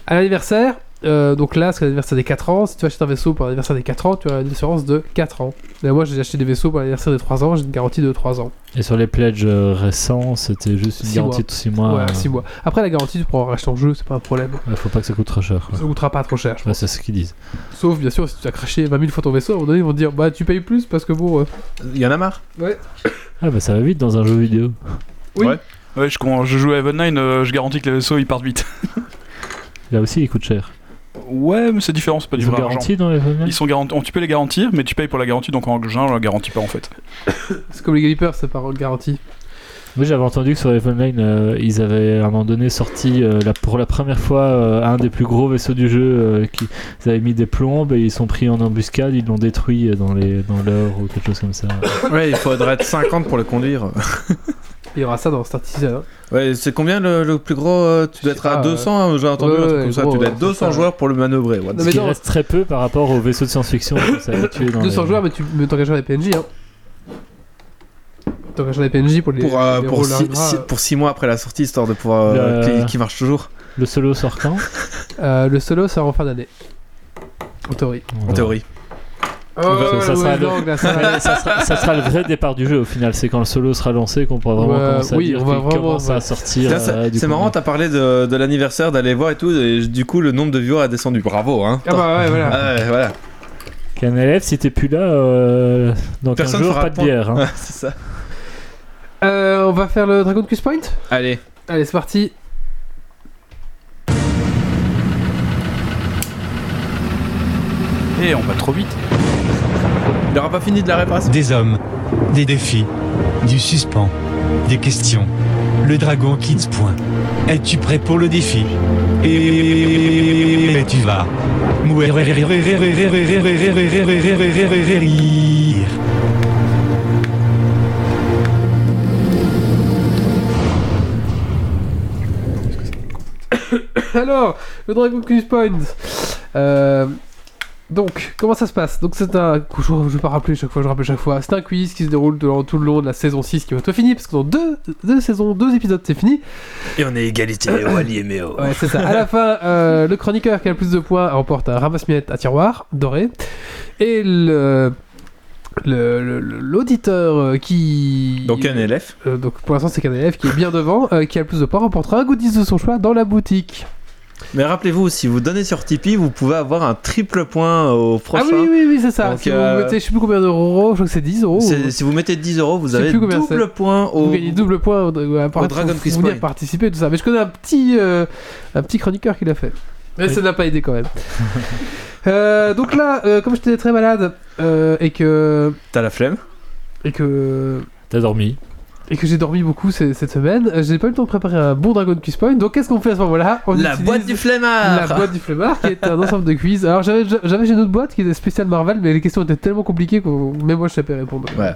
[SPEAKER 1] À l'anniversaire, euh, donc là, c'est l'anniversaire des 4 ans. Si tu achètes un vaisseau pour l'anniversaire des 4 ans, tu as une assurance de 4 ans. Et moi, j'ai acheté des vaisseaux pour l'anniversaire des 3 ans, j'ai une garantie de 3 ans.
[SPEAKER 4] Et sur les pledges euh, récents, c'était juste une
[SPEAKER 1] Six
[SPEAKER 4] garantie
[SPEAKER 1] mois.
[SPEAKER 4] de 6
[SPEAKER 2] Ah.
[SPEAKER 4] mois.
[SPEAKER 1] ouais,
[SPEAKER 4] euh,
[SPEAKER 1] 6 mois. Après, la garantie, tu pourras en racheter en jeu, c'est pas un problème.
[SPEAKER 4] ouais, faut pas que ça coûte trop cher. quoi.
[SPEAKER 1] Ça coûtera pas trop cher, je
[SPEAKER 4] Ouais,
[SPEAKER 1] pense.
[SPEAKER 4] c'est ce qu'ils disent.
[SPEAKER 1] Sauf, bien sûr, si tu as craché 20 000 fois ton vaisseau, à un moment donné, ils vont te dire Bah, tu payes plus parce que bon. euh,
[SPEAKER 2] Y en a marre
[SPEAKER 4] Ah bah ça va vite dans un jeu vidéo.
[SPEAKER 1] Oui.
[SPEAKER 3] Ouais. Ouais, je, quand je joue à Even 9, euh, je garantis que les vaisseaux ils partent vite.
[SPEAKER 4] Là aussi, il coûte cher.
[SPEAKER 3] ouais, mais c'est différent, c'est pas du
[SPEAKER 4] Ils ont hein.
[SPEAKER 3] vrai argent.
[SPEAKER 4] garantie dans les
[SPEAKER 3] Ils sont garantis, on- tu peux les garantir, mais tu payes pour la garantie, donc en général, on la garantit pas en fait.
[SPEAKER 1] C'est comme les Gallipers, c'est par garantie.
[SPEAKER 4] Moi j'avais entendu que sur Evolve Online euh, ils avaient à un moment donné sorti euh, la- pour la première fois euh, un des plus gros vaisseaux du jeu euh, qui ils avaient mis des plombes et ils sont pris en embuscade, ils l'ont détruit euh, dans les dans l'or ou quelque chose comme ça.
[SPEAKER 2] Ouais, il faudrait être 50 pour le conduire.
[SPEAKER 1] Il y aura ça dans Star Citizen. hein.
[SPEAKER 2] Ouais, c'est combien le, le plus gros euh, Tu dois
[SPEAKER 1] Je
[SPEAKER 2] être
[SPEAKER 1] sais
[SPEAKER 2] à
[SPEAKER 1] pas, euh,
[SPEAKER 2] 200, hein, j'ai entendu
[SPEAKER 1] ouais,
[SPEAKER 2] un truc
[SPEAKER 1] ouais,
[SPEAKER 2] comme ça.
[SPEAKER 1] gros,
[SPEAKER 2] tu dois
[SPEAKER 1] ouais,
[SPEAKER 2] être
[SPEAKER 1] c'est
[SPEAKER 2] 200
[SPEAKER 1] ça.
[SPEAKER 2] joueurs pour le manœuvrer. what
[SPEAKER 1] Non, mais
[SPEAKER 2] the-
[SPEAKER 4] Ce qui
[SPEAKER 1] non.
[SPEAKER 4] reste très peu par rapport aux vaisseaux de science-fiction qu'on s'est habitué dans
[SPEAKER 1] 200
[SPEAKER 4] les-
[SPEAKER 1] joueurs, mais tu mais t'engageras des PNJ. Hein. T'engageras des PNJ pour les.
[SPEAKER 2] Pour, euh,
[SPEAKER 1] les
[SPEAKER 2] pour,
[SPEAKER 1] rôles
[SPEAKER 2] six,
[SPEAKER 1] ingrats,
[SPEAKER 2] six-
[SPEAKER 1] euh.
[SPEAKER 2] pour six mois après la sortie, histoire de pouvoir. euh,
[SPEAKER 4] Le-
[SPEAKER 2] qu'il qu'il marche toujours,
[SPEAKER 4] Le solo sort quand
[SPEAKER 1] Euh, le solo sera en fin d'année. En théorie.
[SPEAKER 4] On
[SPEAKER 2] en
[SPEAKER 4] verra.
[SPEAKER 2] théorie.
[SPEAKER 1] Oh,
[SPEAKER 4] ça- ça
[SPEAKER 1] le
[SPEAKER 4] sera
[SPEAKER 1] West
[SPEAKER 4] le-
[SPEAKER 1] Lang, là, ça-
[SPEAKER 4] Mais ça, sera, ça sera le vrai départ du jeu au final, c'est quand le solo sera lancé qu'on pourra vraiment
[SPEAKER 1] Ouais,
[SPEAKER 4] commencer à
[SPEAKER 1] oui,
[SPEAKER 4] dire
[SPEAKER 1] on va
[SPEAKER 4] qu'il
[SPEAKER 1] vraiment-
[SPEAKER 4] commence
[SPEAKER 1] ouais.
[SPEAKER 4] à sortir.
[SPEAKER 2] Tiens,
[SPEAKER 4] euh,
[SPEAKER 2] c'est
[SPEAKER 4] du
[SPEAKER 2] c'est marrant, t'as parlé de, de l'anniversaire, d'aller voir et tout, et du coup le nombre de viewers a descendu. Bravo, hein.
[SPEAKER 1] Ah bah ouais, voilà.
[SPEAKER 2] Ah ouais, voilà.
[SPEAKER 4] Qu'un élève, si t'es plus là, euh, dans 15
[SPEAKER 2] Personne
[SPEAKER 4] jours,
[SPEAKER 2] fera
[SPEAKER 4] pas de
[SPEAKER 2] point.
[SPEAKER 4] bière. hein.
[SPEAKER 2] Ouais, c'est ça.
[SPEAKER 1] Euh, on va faire le Dragon Quest Point
[SPEAKER 2] Allez,
[SPEAKER 1] Allez, c'est parti.
[SPEAKER 3] Et on va trop vite.
[SPEAKER 2] il n'aura pas fini de la réparation.
[SPEAKER 7] Des hommes, des défis, du suspens, des questions. Le dragon Kids point. Es-tu prêt pour le défi Et tu vas. mourir.
[SPEAKER 1] Alors, le Dragon Quest Point. Euh, donc, comment ça se passe Donc, c'est un. Je je vais pas rappeler chaque fois, je rappelle chaque fois. C'est un quiz qui se déroule durant tout le long de la saison 6 qui va être finie, parce que dans deux, deux saisons, deux épisodes, c'est fini.
[SPEAKER 2] Et on est égalité, Wally et Méo.
[SPEAKER 1] Ouais, c'est ça. À la fin, euh, le chroniqueur qui a le plus de points remporte un ramasse-miettes à tiroir doré. Et le. le- le- le- L'auditeur euh, qui.
[SPEAKER 2] Donc un élève.
[SPEAKER 1] Euh, donc pour l'instant c'est qu'un élève qui est bien devant, euh, qui a le plus de points, remportera un goodies de son choix dans la boutique.
[SPEAKER 2] Mais rappelez-vous, si vous donnez sur Tipeee, vous pouvez avoir un triple point au prochain.
[SPEAKER 1] Ah oui, oui, oui, c'est ça.
[SPEAKER 2] Donc,
[SPEAKER 1] si
[SPEAKER 2] euh,
[SPEAKER 1] vous mettez, je sais plus combien d'euros, je crois que c'est 10 euros.
[SPEAKER 2] C'est- Si vous mettez 10 euros, vous
[SPEAKER 1] Oh. Je sais
[SPEAKER 2] avez
[SPEAKER 1] plus combien
[SPEAKER 2] double point
[SPEAKER 1] Vous
[SPEAKER 2] au.
[SPEAKER 1] gagnez double point au, au- à part-
[SPEAKER 2] Dragon
[SPEAKER 1] pour
[SPEAKER 2] Quiz
[SPEAKER 1] venir
[SPEAKER 2] Point.
[SPEAKER 1] participer, tout ça. Mais je connais un petit, euh, un petit chroniqueur qui l'a fait. Mais
[SPEAKER 4] Oui.
[SPEAKER 1] ça n'a pas aidé quand même. Euh, donc là, euh, comme j'étais très malade euh, et que.
[SPEAKER 2] T'as la flemme
[SPEAKER 1] Et que.
[SPEAKER 4] T'as dormi.
[SPEAKER 1] et que j'ai dormi beaucoup ce- cette semaine, euh, j'ai pas eu le temps de préparer un bon Dragon Quiz Point. Donc qu'est-ce qu'on fait à ce moment-là On
[SPEAKER 2] La
[SPEAKER 1] utilise
[SPEAKER 2] boîte du
[SPEAKER 1] la
[SPEAKER 2] flemmard
[SPEAKER 1] boîte du flemmard qui est un ensemble de quiz. Alors j'avais j'avais une autre boîte qui était spéciale Marvel, mais les questions étaient tellement compliquées que même moi je savais pas répondre.
[SPEAKER 2] Ouais.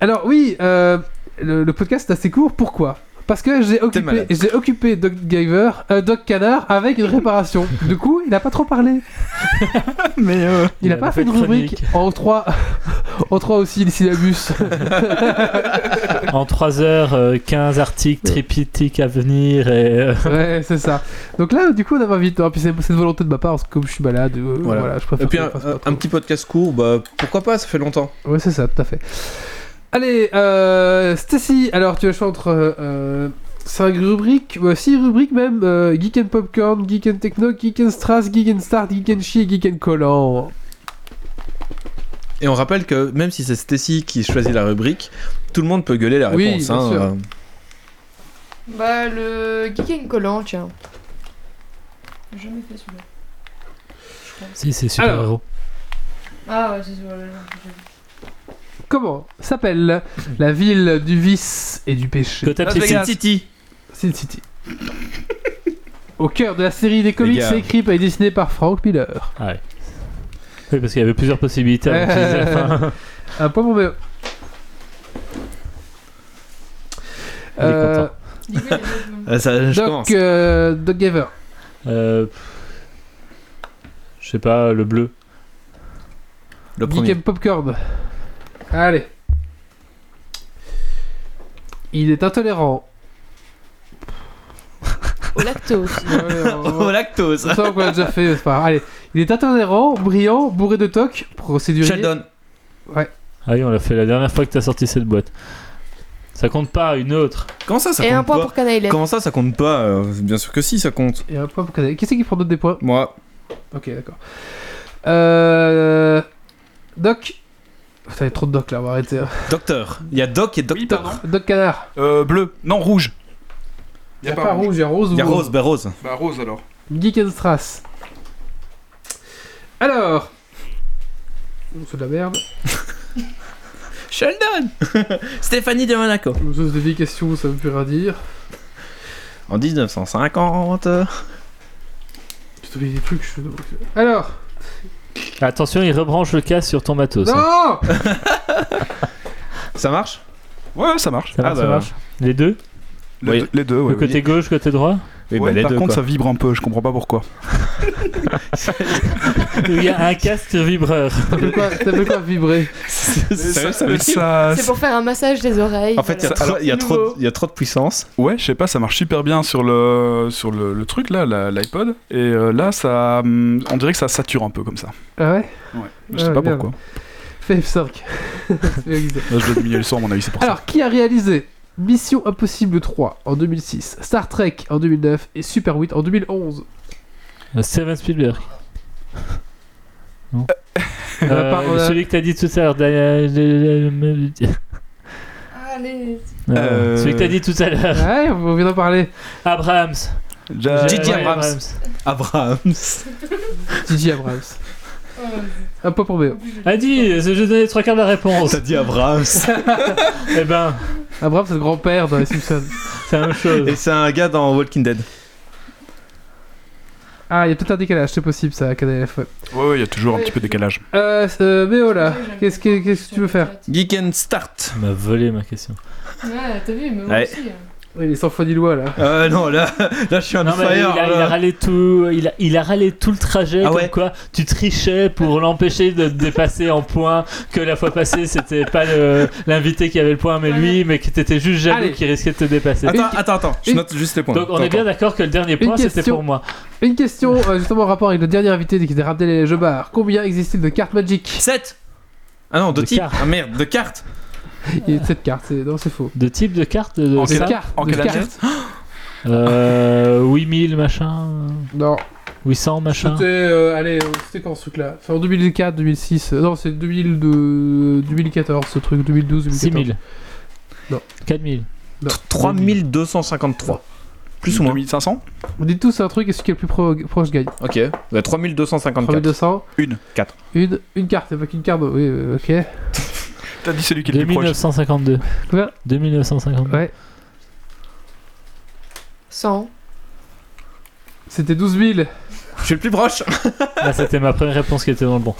[SPEAKER 1] Alors oui, euh, le, le podcast est assez court. Pourquoi Parce que j'ai occupé,
[SPEAKER 2] malade.
[SPEAKER 1] j'ai occupé Doc Giver, euh, Doc Canard avec une réparation. du coup, il a pas trop parlé.
[SPEAKER 3] Mais euh,
[SPEAKER 1] Il n'a pas fait de rubrique en 3 en trois aussi les syllabus.
[SPEAKER 4] En 3h15 articles triptyques à venir et euh,
[SPEAKER 1] ouais, c'est ça. Donc là, du coup, on avait vite. Puis c'est c'est de volonté de ma part, parce que comme je suis malade, euh, voilà.
[SPEAKER 2] Voilà.
[SPEAKER 1] je préfère.
[SPEAKER 2] Et puis
[SPEAKER 1] qu'on
[SPEAKER 2] un,
[SPEAKER 1] fasse
[SPEAKER 2] un-
[SPEAKER 1] pas trop.
[SPEAKER 2] un petit podcast court, bah pourquoi pas, ça fait longtemps.
[SPEAKER 1] Ouais, c'est ça, tout à fait. Allez, euh, Stacy, alors tu as choisi entre 5 rubriques, 6 rubriques même euh, Geek and Popcorn, Geek and Techno, Geek and Strass, Geek and Start, Geek and Chi et Geek and Collant.
[SPEAKER 2] Et on rappelle que même si c'est Stacy qui choisit la rubrique, tout le monde peut gueuler la
[SPEAKER 1] Oui,
[SPEAKER 2] réponse.
[SPEAKER 1] bien
[SPEAKER 2] hein,
[SPEAKER 1] sûr.
[SPEAKER 2] euh.
[SPEAKER 5] Bah, le Geek and Collant, hein, tiens. J'ai jamais fait celui-là.
[SPEAKER 4] si c'est super héros.
[SPEAKER 5] Ah ouais, c'est celui-là.
[SPEAKER 1] Comment s'appelle la ville du vice et du péché Ah,
[SPEAKER 4] Côté
[SPEAKER 2] Las Vegas City.
[SPEAKER 1] Sin City. Au cœur de la série des comics
[SPEAKER 2] gars.
[SPEAKER 1] écrits et dessinée par Frank Miller.
[SPEAKER 4] Ah Oui, parce qu'il y avait plusieurs possibilités. avant qu'ils aient la fin.
[SPEAKER 1] Un point pour Méo.
[SPEAKER 4] Il est
[SPEAKER 1] Euh,
[SPEAKER 4] content.
[SPEAKER 2] Ah, ça, je
[SPEAKER 1] Doc,
[SPEAKER 2] commence.
[SPEAKER 1] euh, Doc Gaver.
[SPEAKER 4] Euh, Je sais pas, le bleu.
[SPEAKER 2] Le
[SPEAKER 1] Geek
[SPEAKER 2] premier.
[SPEAKER 1] and Popcorn. Allez. Il est intolérant.
[SPEAKER 5] Au lactose.
[SPEAKER 1] Ouais, on-
[SPEAKER 2] Au lactose.
[SPEAKER 1] on sent Euh, qu'on l'a déjà fait, mais c'est pas grave. Allez. Il est intolérant, brillant, bourré de toc, procédurier.
[SPEAKER 2] Sheldon.
[SPEAKER 4] Ah oui, on l'a fait la dernière fois que t'as sorti cette boîte. Ça compte pas, une autre.
[SPEAKER 2] Comment ça, ça
[SPEAKER 5] Et
[SPEAKER 2] compte
[SPEAKER 5] un point
[SPEAKER 2] pas
[SPEAKER 5] pour Canaïlet.
[SPEAKER 2] Comment ça, ça compte pas Euh, Bien sûr que si, ça compte.
[SPEAKER 1] Et un point pour Canal. Qui c'est qui prend d'autres des points
[SPEAKER 2] Moi,
[SPEAKER 1] Ok, d'accord. Euh... Doc. Putain, il y a trop de doc là, on va arrêter. hein.
[SPEAKER 2] docteur. Il y a doc et
[SPEAKER 3] oui,
[SPEAKER 2] docteur.
[SPEAKER 3] pardon.
[SPEAKER 1] Doc canard.
[SPEAKER 3] Euh, bleu. Non, rouge.
[SPEAKER 1] Il y a pas rouge, il y a rose.
[SPEAKER 2] Il y a
[SPEAKER 1] ou-
[SPEAKER 2] Rose, ben Rose.
[SPEAKER 3] Bah, rose alors.
[SPEAKER 1] Geek and Strass. Alors. Oh, C'est de la merde.
[SPEAKER 2] Sheldon Stéphanie de Monaco.
[SPEAKER 1] Je me pose des vieilles questions, ça veut plus rien dire.
[SPEAKER 2] En 1950.
[SPEAKER 1] Putain, mais il y a des trucs, je euh. Alors.
[SPEAKER 4] Attention, il rebranche le casque sur ton matos. hein.
[SPEAKER 1] Non
[SPEAKER 2] Ça marche
[SPEAKER 3] Ouais, ouais, ça marche.
[SPEAKER 4] Ça marche,
[SPEAKER 2] Ah,
[SPEAKER 4] ça
[SPEAKER 2] bah.
[SPEAKER 4] marche. Les deux
[SPEAKER 3] Les
[SPEAKER 2] Oui.
[SPEAKER 3] deux- Les deux, ouais.
[SPEAKER 4] Le côté gauche, côté droit
[SPEAKER 2] Oui,
[SPEAKER 3] Ouais,
[SPEAKER 2] bah, les
[SPEAKER 3] par
[SPEAKER 2] deux,
[SPEAKER 3] contre,
[SPEAKER 2] quoi.
[SPEAKER 3] ça vibre un peu, je comprends pas pourquoi.
[SPEAKER 4] Il y a un casque sur vibreur.
[SPEAKER 1] T'appelles quoi, t'appelles quoi vibrer
[SPEAKER 2] Sérieux, ça veut
[SPEAKER 3] Mais
[SPEAKER 2] dire
[SPEAKER 3] ça-
[SPEAKER 5] C'est pour faire un massage des oreilles.
[SPEAKER 2] En fait, il y a
[SPEAKER 5] voilà.
[SPEAKER 2] trop- il y, a
[SPEAKER 5] Nouveau.
[SPEAKER 2] trop- il y a trop de puissance.
[SPEAKER 3] Ouais, je sais pas, ça marche super bien sur le, sur le, le truc là, la- l'iPod. Et euh, là, ça, hum, on dirait que ça sature un peu comme ça.
[SPEAKER 1] Ah ouais
[SPEAKER 3] Je sais
[SPEAKER 1] Ah,
[SPEAKER 3] pas
[SPEAKER 1] merde.
[SPEAKER 3] pourquoi.
[SPEAKER 1] Fais F5. C'est réalisé.
[SPEAKER 3] Là, je vais diminuer le son, à mon avis, c'est pour ça.
[SPEAKER 1] Alors, qui a réalisé Mission Impossible 3 en 2006, Star Trek en 2009 et Super 8 en 2011
[SPEAKER 4] Euh, Steven Spielberg. Non. Euh,
[SPEAKER 1] On a pas- on a-
[SPEAKER 4] Celui que t'as dit tout à l'heure. euh, Dan-
[SPEAKER 5] Ah, Allez.
[SPEAKER 4] Euh, euh, Celui que t'as dit tout à l'heure.
[SPEAKER 1] Ouais, on vient d'en parler.
[SPEAKER 4] Abrahams.
[SPEAKER 3] Ja-
[SPEAKER 2] J.J.
[SPEAKER 4] Ouais,
[SPEAKER 2] Abrams. Abrahams.
[SPEAKER 1] Gigi Abrams. Un peu pour Méo.
[SPEAKER 4] Ah dis, je vais donner trois quarts de la réponse.
[SPEAKER 2] T'as dit Abrahams.
[SPEAKER 4] eh ben,
[SPEAKER 1] Abrams, c'est le grand-père dans les Simpsons.
[SPEAKER 4] c'est la même chose.
[SPEAKER 2] Et c'est un gars dans Walking Dead.
[SPEAKER 1] Ah, il y a peut-être un décalage, c'est possible ça, Canal F. ouais.
[SPEAKER 3] Ouais, ouais, il y a toujours un petit peu de décalage.
[SPEAKER 1] Euh, c'est- euh, Méo là, qu'est-ce que, qu'est-ce que tu veux faire
[SPEAKER 2] Geek and Start.
[SPEAKER 4] Tu m'as volé ma question.
[SPEAKER 5] Ouais, t'as vu, mais moi
[SPEAKER 2] Ouais.
[SPEAKER 5] aussi. hein.
[SPEAKER 1] Il est sans foi ni loi là.
[SPEAKER 2] Euh, non, là, là, je suis
[SPEAKER 3] Ah,
[SPEAKER 2] un
[SPEAKER 4] Non, mais il,
[SPEAKER 2] fire.
[SPEAKER 4] a, il a
[SPEAKER 2] là.
[SPEAKER 4] râlé tout, il a, il a râlé tout le trajet.
[SPEAKER 2] Ah
[SPEAKER 4] comme
[SPEAKER 2] ouais.
[SPEAKER 4] quoi, tu trichais pour l'empêcher de te dépasser en point. Que la fois passée, c'était pas le- l'invité qui avait le point, mais lui, mais que t'étais juste jaloux
[SPEAKER 1] Allez. Ah,
[SPEAKER 4] qui risquait de te dépasser.
[SPEAKER 2] Attends,
[SPEAKER 1] Une-
[SPEAKER 2] attends, attends. Je
[SPEAKER 1] une-
[SPEAKER 2] note juste les points.
[SPEAKER 4] Donc on
[SPEAKER 2] Attends,
[SPEAKER 4] est bien d'accord que le dernier point, c'était
[SPEAKER 1] question.
[SPEAKER 4] pour moi.
[SPEAKER 1] Une question euh, justement en rapport avec le dernier invité qui était rappelé les jeux bars. Combien existe-t-il de cartes Magic
[SPEAKER 2] 7 Ah non, de,
[SPEAKER 4] De
[SPEAKER 2] type.
[SPEAKER 4] cartes.
[SPEAKER 2] Ah merde, de cartes
[SPEAKER 1] Il y a 7 cartes, c'est... non, c'est faux.
[SPEAKER 4] De type de carte de
[SPEAKER 3] En
[SPEAKER 4] ça
[SPEAKER 1] Une
[SPEAKER 3] quelle-
[SPEAKER 1] carte,
[SPEAKER 3] en
[SPEAKER 1] de
[SPEAKER 3] quelle année
[SPEAKER 1] cartes.
[SPEAKER 4] euh, 8000 machin,
[SPEAKER 1] Non,
[SPEAKER 4] 800 machin.
[SPEAKER 1] c'était. euh, allez, euh, c'était quand ce truc là Enfin, en 2004, 2006. euh, non, c'est 2002, 2014 ce truc, 2012, 2014.
[SPEAKER 4] 6000.
[SPEAKER 1] Non.
[SPEAKER 4] 4000.
[SPEAKER 2] 3253. Plus ou moins.
[SPEAKER 3] 2500
[SPEAKER 1] Vous dites tous un truc et celui qui est le plus pro- proche gagne.
[SPEAKER 2] Ok. Bah, 3254.
[SPEAKER 1] 3200.
[SPEAKER 2] Une. Quatre.
[SPEAKER 1] Une, une carte, il n'y a pas qu'une carte. Oui, euh, ok.
[SPEAKER 3] T'as dit celui qui est le
[SPEAKER 4] De
[SPEAKER 3] plus proche.
[SPEAKER 4] 1952.
[SPEAKER 1] Combien
[SPEAKER 4] De 1952.
[SPEAKER 1] Ouais,
[SPEAKER 5] 100.
[SPEAKER 1] c'était 12 000.
[SPEAKER 2] Je suis le plus proche.
[SPEAKER 4] Là, c'était ma première réponse qui était dans le bon.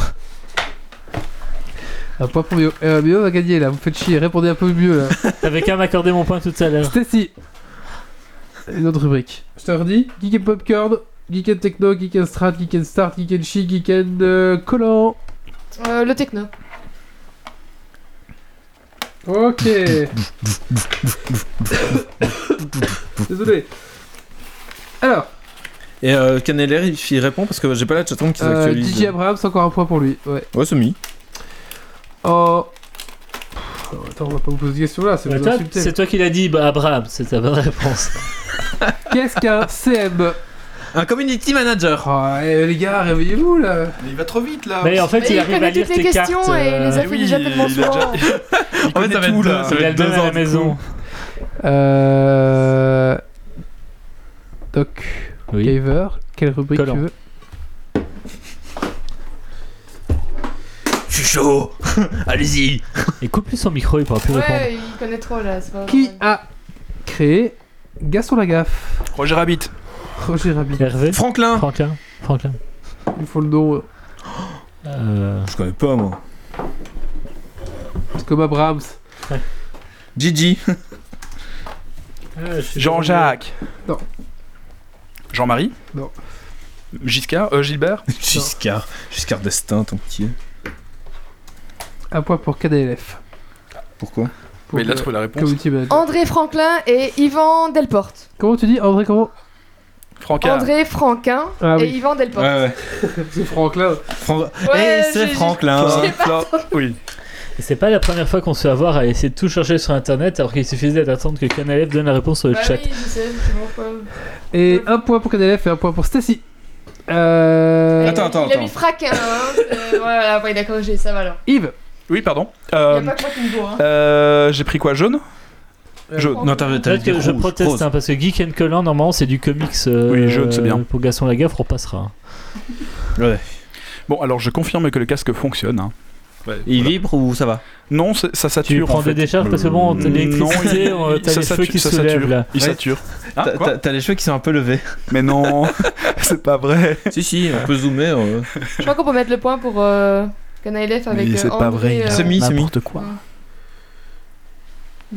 [SPEAKER 1] Un point pour Mio. Euh, Mio va gagner là, vous faites chier, répondez un peu mieux là.
[SPEAKER 4] T'avais qu'à m'accorder mon point tout à l'heure.
[SPEAKER 1] Stacy Une autre rubrique. Je te redis Geek and Popcorn, Geek and Techno, Geek and Strat, Geek and Start, Geek and Chi, Geek and euh, Collant.
[SPEAKER 5] Euh, le techno.
[SPEAKER 1] Ok Désolé. Alors,
[SPEAKER 2] Et euh, Caneller, il il répond parce que j'ai pas la chatroom qui
[SPEAKER 1] euh,
[SPEAKER 2] s'actualise.
[SPEAKER 1] DJ Abrams, encore un point pour lui. Ouais.
[SPEAKER 2] ouais, c'est mis.
[SPEAKER 1] Oh. Pff, Attends, on va pas vous poser des questions là, c'est
[SPEAKER 4] Mais
[SPEAKER 1] vous
[SPEAKER 4] toi,
[SPEAKER 1] insulter.
[SPEAKER 4] C'est toi qui l'as dit, bah Abraham, c'est ta bonne réponse.
[SPEAKER 1] Qu'est-ce qu'un CM
[SPEAKER 2] Un community manager.
[SPEAKER 1] Oh, eh, les gars, réveillez-vous là
[SPEAKER 3] Mais il va trop vite là.
[SPEAKER 4] Mais en fait,
[SPEAKER 5] Ah, Mais
[SPEAKER 4] il
[SPEAKER 5] il
[SPEAKER 4] arrive
[SPEAKER 5] connaît
[SPEAKER 4] à lire
[SPEAKER 5] toutes les
[SPEAKER 4] tes cartes.
[SPEAKER 5] questions et il les a
[SPEAKER 4] euh,
[SPEAKER 3] Eh
[SPEAKER 5] fait déjà
[SPEAKER 3] il
[SPEAKER 5] tellement
[SPEAKER 3] a
[SPEAKER 5] souvent.
[SPEAKER 3] déjà- Il
[SPEAKER 2] En fait, ça
[SPEAKER 3] connaît
[SPEAKER 2] va
[SPEAKER 3] tout
[SPEAKER 2] être
[SPEAKER 3] là.
[SPEAKER 2] deux-
[SPEAKER 4] Il a le
[SPEAKER 2] deux
[SPEAKER 4] même à
[SPEAKER 2] ans,
[SPEAKER 4] la
[SPEAKER 2] du
[SPEAKER 4] maison.
[SPEAKER 1] Euh... Doc
[SPEAKER 4] Oui.
[SPEAKER 1] Gaver, quelle rubrique
[SPEAKER 4] Collant.
[SPEAKER 1] tu veux
[SPEAKER 2] Je suis chaud. Allez-y.
[SPEAKER 4] Et coupe lui son micro, il pourra plus répondre.
[SPEAKER 5] Ouais, il connaît trop là, c'est pas
[SPEAKER 1] Qui
[SPEAKER 5] normal.
[SPEAKER 1] a créé Gaston Lagaffe
[SPEAKER 3] Roger Rabbit.
[SPEAKER 1] Roger Rabbit.
[SPEAKER 4] Hervé
[SPEAKER 2] Franklin.
[SPEAKER 4] Franklin Franklin.
[SPEAKER 1] Il me faut le nom. euh,
[SPEAKER 4] Euh,
[SPEAKER 2] Je connais pas moi.
[SPEAKER 1] C'est comme Abrams.
[SPEAKER 2] Gigi.
[SPEAKER 3] Jean-Jacques.
[SPEAKER 1] Non.
[SPEAKER 3] Jean-Marie.
[SPEAKER 1] Non.
[SPEAKER 3] Giscard. euh, Gilbert.
[SPEAKER 2] Giscard. Giscard d'Estaing, ton petit.
[SPEAKER 1] Un point pour KDLF.
[SPEAKER 2] Pourquoi
[SPEAKER 1] Pour
[SPEAKER 3] Mais il a
[SPEAKER 1] le
[SPEAKER 3] trouvé la réponse.
[SPEAKER 1] community manager.
[SPEAKER 5] André Franklin et Yvan Delporte.
[SPEAKER 1] Comment tu dis André comment
[SPEAKER 3] Francard.
[SPEAKER 5] André Franquin
[SPEAKER 1] Ah
[SPEAKER 5] et
[SPEAKER 1] oui,
[SPEAKER 5] Yvan Delporte.
[SPEAKER 2] ouais.
[SPEAKER 1] c'est Franklin.
[SPEAKER 2] Fran-
[SPEAKER 5] Ouais,
[SPEAKER 2] Eh, c'est
[SPEAKER 5] j'ai-
[SPEAKER 2] Franklin.
[SPEAKER 5] j'ai-
[SPEAKER 3] Fla- Oui.
[SPEAKER 4] Et c'est pas la première fois qu'on se fait avoir à essayer de tout chercher sur internet alors qu'il suffisait d'attendre que Canalef donne la réponse sur le
[SPEAKER 5] Bah
[SPEAKER 4] chat.
[SPEAKER 5] oui, je sais, c'est bon, quoi.
[SPEAKER 1] Et un point pour KDLF et un point pour Stacy. Euh...
[SPEAKER 2] Attends, attends,
[SPEAKER 5] Il a mis
[SPEAKER 2] attends.
[SPEAKER 5] fraquin, hein. c'est- Voilà, ouais, d'accord, j'ai ça va alors.
[SPEAKER 1] Yves.
[SPEAKER 3] Oui, pardon.
[SPEAKER 5] Il
[SPEAKER 3] Euh,
[SPEAKER 5] a pas que moi qui me bourre, hein.
[SPEAKER 3] euh, J'ai pris quoi Jaune
[SPEAKER 1] Euh,
[SPEAKER 3] Jaune.
[SPEAKER 2] Non, t'avais t'avais
[SPEAKER 4] Peut-être
[SPEAKER 2] dit
[SPEAKER 4] que je
[SPEAKER 2] rouge,
[SPEAKER 4] proteste
[SPEAKER 2] rose.
[SPEAKER 4] hein, parce que Geek and Colin, normalement, c'est du comics. euh,
[SPEAKER 3] Oui, je le sais bien.
[SPEAKER 4] Pour Gaston Lagaffe, on passera. hein.
[SPEAKER 2] Ouais.
[SPEAKER 3] Bon, alors je confirme que le casque fonctionne. hein.
[SPEAKER 2] Il vibre ou ça va
[SPEAKER 3] Non, c'est- ça
[SPEAKER 4] Tu
[SPEAKER 3] sature.
[SPEAKER 4] prends
[SPEAKER 3] en fait. Euh,
[SPEAKER 4] des décharges parce que bon, t'as
[SPEAKER 3] Non,
[SPEAKER 4] l'électricité,
[SPEAKER 3] il-
[SPEAKER 4] on- t'as
[SPEAKER 3] ça
[SPEAKER 4] les cheveux
[SPEAKER 3] sature,
[SPEAKER 4] qui
[SPEAKER 3] ça
[SPEAKER 4] se lèvent
[SPEAKER 3] sature.
[SPEAKER 4] là.
[SPEAKER 3] Il
[SPEAKER 2] Ouais.
[SPEAKER 3] sature. Hein,
[SPEAKER 2] T'as-
[SPEAKER 3] quoi
[SPEAKER 2] T'as t'as les cheveux qui sont un peu levés.
[SPEAKER 3] Mais non, c'est pas vrai.
[SPEAKER 2] si, si, on peut zoomer. euh.
[SPEAKER 5] Je crois qu'on peut mettre le point pour euh, Canaïlef avec
[SPEAKER 3] Mais
[SPEAKER 5] euh,
[SPEAKER 3] c'est pas
[SPEAKER 5] André.
[SPEAKER 3] vrai.
[SPEAKER 5] euh,
[SPEAKER 2] Semi, semi.
[SPEAKER 3] N'importe quoi.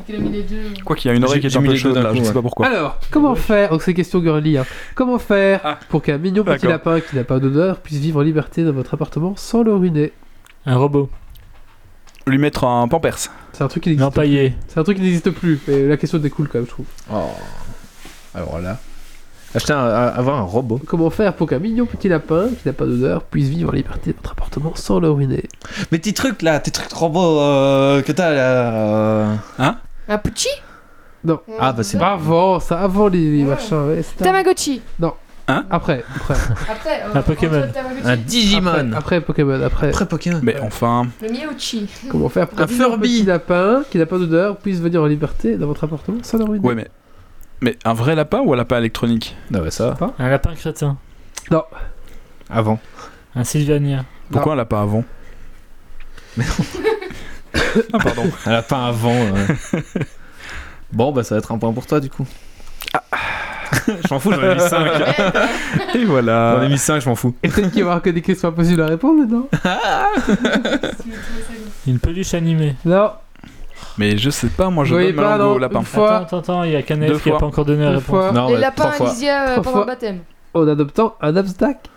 [SPEAKER 5] Il a mis les deux.
[SPEAKER 3] Quoi qu'il y a une oreille
[SPEAKER 2] J'ai-
[SPEAKER 3] qui est
[SPEAKER 2] j'ai
[SPEAKER 3] un
[SPEAKER 2] mis
[SPEAKER 3] peu
[SPEAKER 2] les deux
[SPEAKER 3] chaude
[SPEAKER 2] d'un
[SPEAKER 3] là, je
[SPEAKER 2] coup,
[SPEAKER 3] sais
[SPEAKER 2] ouais.
[SPEAKER 3] pas pourquoi.
[SPEAKER 1] Alors, comment faire Donc, c'est question girly. hein. Comment faire
[SPEAKER 3] Ah.
[SPEAKER 1] pour qu'un mignon petit
[SPEAKER 3] D'accord.
[SPEAKER 1] lapin qui n'a pas d'odeur puisse vivre en liberté dans votre appartement sans le ruiner
[SPEAKER 4] Un robot.
[SPEAKER 3] Lui mettre un pampers.
[SPEAKER 1] C'est un truc qui n'existe plus.
[SPEAKER 4] L'empaillé.
[SPEAKER 1] C'est un truc qui n'existe plus. Et la question découle quand même, je trouve.
[SPEAKER 2] Oh. Alors là. Acheter un, un- avoir un robot.
[SPEAKER 1] Comment faire pour qu'un mignon petit lapin qui n'a pas d'odeur puisse vivre en liberté dans votre appartement sans le ruiner
[SPEAKER 2] Mais tes trucs là, tes trucs robots euh, que t'as là. euh,
[SPEAKER 5] Un Pucci
[SPEAKER 1] Non.
[SPEAKER 5] Ouais,
[SPEAKER 2] Ah, bah, c'est
[SPEAKER 5] ça.
[SPEAKER 1] Avant, ça, avant les, les
[SPEAKER 5] Ouais.
[SPEAKER 1] machins. ouais, c'était un-
[SPEAKER 5] Tamagotchi.
[SPEAKER 1] Après, après,
[SPEAKER 5] Après, euh,
[SPEAKER 4] Un Pokémon.
[SPEAKER 5] entre Tamagotchi,
[SPEAKER 2] Un Digimon.
[SPEAKER 1] après, après Pokémon, après.
[SPEAKER 2] Après Pokémon.
[SPEAKER 3] Mais enfin,
[SPEAKER 5] Le Miauchi.
[SPEAKER 1] Comment faire pour
[SPEAKER 2] Un
[SPEAKER 1] qu'un mignon
[SPEAKER 2] Furby.
[SPEAKER 1] petit lapin qui n'a pas d'odeur puisse venir en liberté dans votre appartement sans le ruiner
[SPEAKER 3] ouais, mais. Mais un vrai lapin ou un lapin électronique
[SPEAKER 2] Non, mais ça.
[SPEAKER 4] Un lapin crétin.
[SPEAKER 2] Avant.
[SPEAKER 4] Un Sylvania.
[SPEAKER 3] Pourquoi un lapin avant Ah, pardon.
[SPEAKER 2] Un lapin avant. euh. bon, bah ça va être un point pour toi du coup. Ah. je m'en fous, j'en ai mis 5.
[SPEAKER 3] Et voilà.
[SPEAKER 2] J'en ai mis 5, je m'en fous.
[SPEAKER 1] Et peut-être qu'il va y avoir que des questions impossibles à répondre, non
[SPEAKER 4] Une peluche animée.
[SPEAKER 1] Non,
[SPEAKER 3] Mais je sais pas, moi je
[SPEAKER 1] Oui,
[SPEAKER 3] donne ma
[SPEAKER 1] bah,
[SPEAKER 3] langue
[SPEAKER 1] non,
[SPEAKER 3] au lapin.
[SPEAKER 1] une fois,
[SPEAKER 4] Attends, attends, attends, il y a Canalef
[SPEAKER 3] Deux
[SPEAKER 4] qui a
[SPEAKER 3] fois.
[SPEAKER 4] pas encore donné la
[SPEAKER 1] Une
[SPEAKER 4] réponse.
[SPEAKER 1] fois.
[SPEAKER 2] Non,
[SPEAKER 5] Les
[SPEAKER 2] Ah ouais,
[SPEAKER 5] lapins
[SPEAKER 2] trois fois.
[SPEAKER 5] Elysia euh,
[SPEAKER 1] Trois
[SPEAKER 5] pendant
[SPEAKER 1] fois.
[SPEAKER 5] le baptême.
[SPEAKER 1] en adoptant un abstac.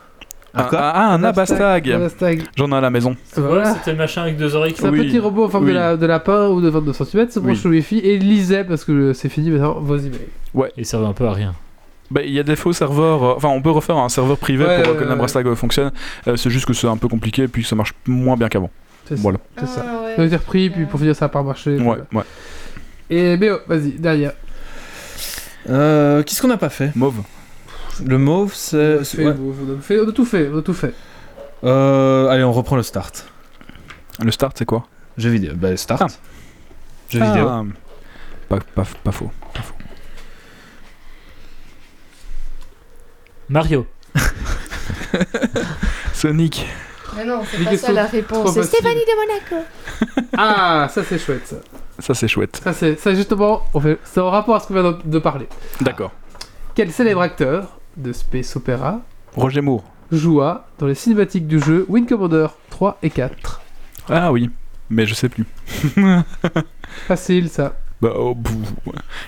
[SPEAKER 2] Un quoi
[SPEAKER 3] ah, un abastag.
[SPEAKER 1] Un abstac.
[SPEAKER 3] J'en ai à la maison.
[SPEAKER 1] Voilà.
[SPEAKER 4] Ouais, c'était le machin avec deux oreilles qui
[SPEAKER 1] C'est un
[SPEAKER 3] Oui.
[SPEAKER 1] petit robot en forme
[SPEAKER 3] Oui.
[SPEAKER 1] de, la- de lapin ou de 22 cm, se branche
[SPEAKER 3] Oui.
[SPEAKER 1] sur le wifi et lisait parce que euh, c'est fini maintenant vos emails.
[SPEAKER 4] Il servait un peu à rien.
[SPEAKER 3] Bah, il y a des faux serveurs. euh, Enfin, on peut refaire un serveur privé
[SPEAKER 1] Ouais,
[SPEAKER 3] pour
[SPEAKER 1] ouais,
[SPEAKER 3] que
[SPEAKER 1] ouais.
[SPEAKER 3] l'Abrastag euh, fonctionne. Euh, c'est juste que c'est un peu compliqué et puis ça marche moins bien qu'avant.
[SPEAKER 1] C'est ça.
[SPEAKER 3] Voilà.
[SPEAKER 1] C'est ça.
[SPEAKER 5] Ah, ouais.
[SPEAKER 1] Ça a été repris, puis pour finir ça a pas marché.
[SPEAKER 3] Ouais,
[SPEAKER 1] voilà.
[SPEAKER 3] ouais.
[SPEAKER 1] Et Méo, vas-y, derrière.
[SPEAKER 2] Euh, Qu'est-ce qu'on n'a pas fait
[SPEAKER 3] Mauve.
[SPEAKER 2] Le mauve, c'est. c'est- Euh, ouais.
[SPEAKER 1] on, a fait- on a tout fait, on a tout fait.
[SPEAKER 2] Euh, allez, on reprend le start.
[SPEAKER 3] Le start, c'est quoi
[SPEAKER 2] Jeux vidéo. Bah, start.
[SPEAKER 3] Ah.
[SPEAKER 2] Jeux vidéo.
[SPEAKER 3] Ah. Pas, pas, pas faux.
[SPEAKER 4] Mario.
[SPEAKER 3] Sonic.
[SPEAKER 5] Mais non, c'est
[SPEAKER 1] Les
[SPEAKER 5] pas ça
[SPEAKER 1] questions
[SPEAKER 5] la
[SPEAKER 1] trop
[SPEAKER 5] réponse. C'est
[SPEAKER 1] faciles.
[SPEAKER 5] Stéphanie de Monaco.
[SPEAKER 1] Ah, ça c'est chouette ça.
[SPEAKER 3] Ça, c'est chouette.
[SPEAKER 1] Ça, c'est, ça justement, on fait, c'est en rapport à ce qu'on vient de- de parler.
[SPEAKER 3] D'accord.
[SPEAKER 1] Quel célèbre acteur de Space Opera
[SPEAKER 3] Roger Moore.
[SPEAKER 1] joua dans les cinématiques du jeu Wing Commander 3 et 4
[SPEAKER 3] Ah oui. Mais je sais plus.
[SPEAKER 1] Facile ça.
[SPEAKER 3] Bah, oh, bouf.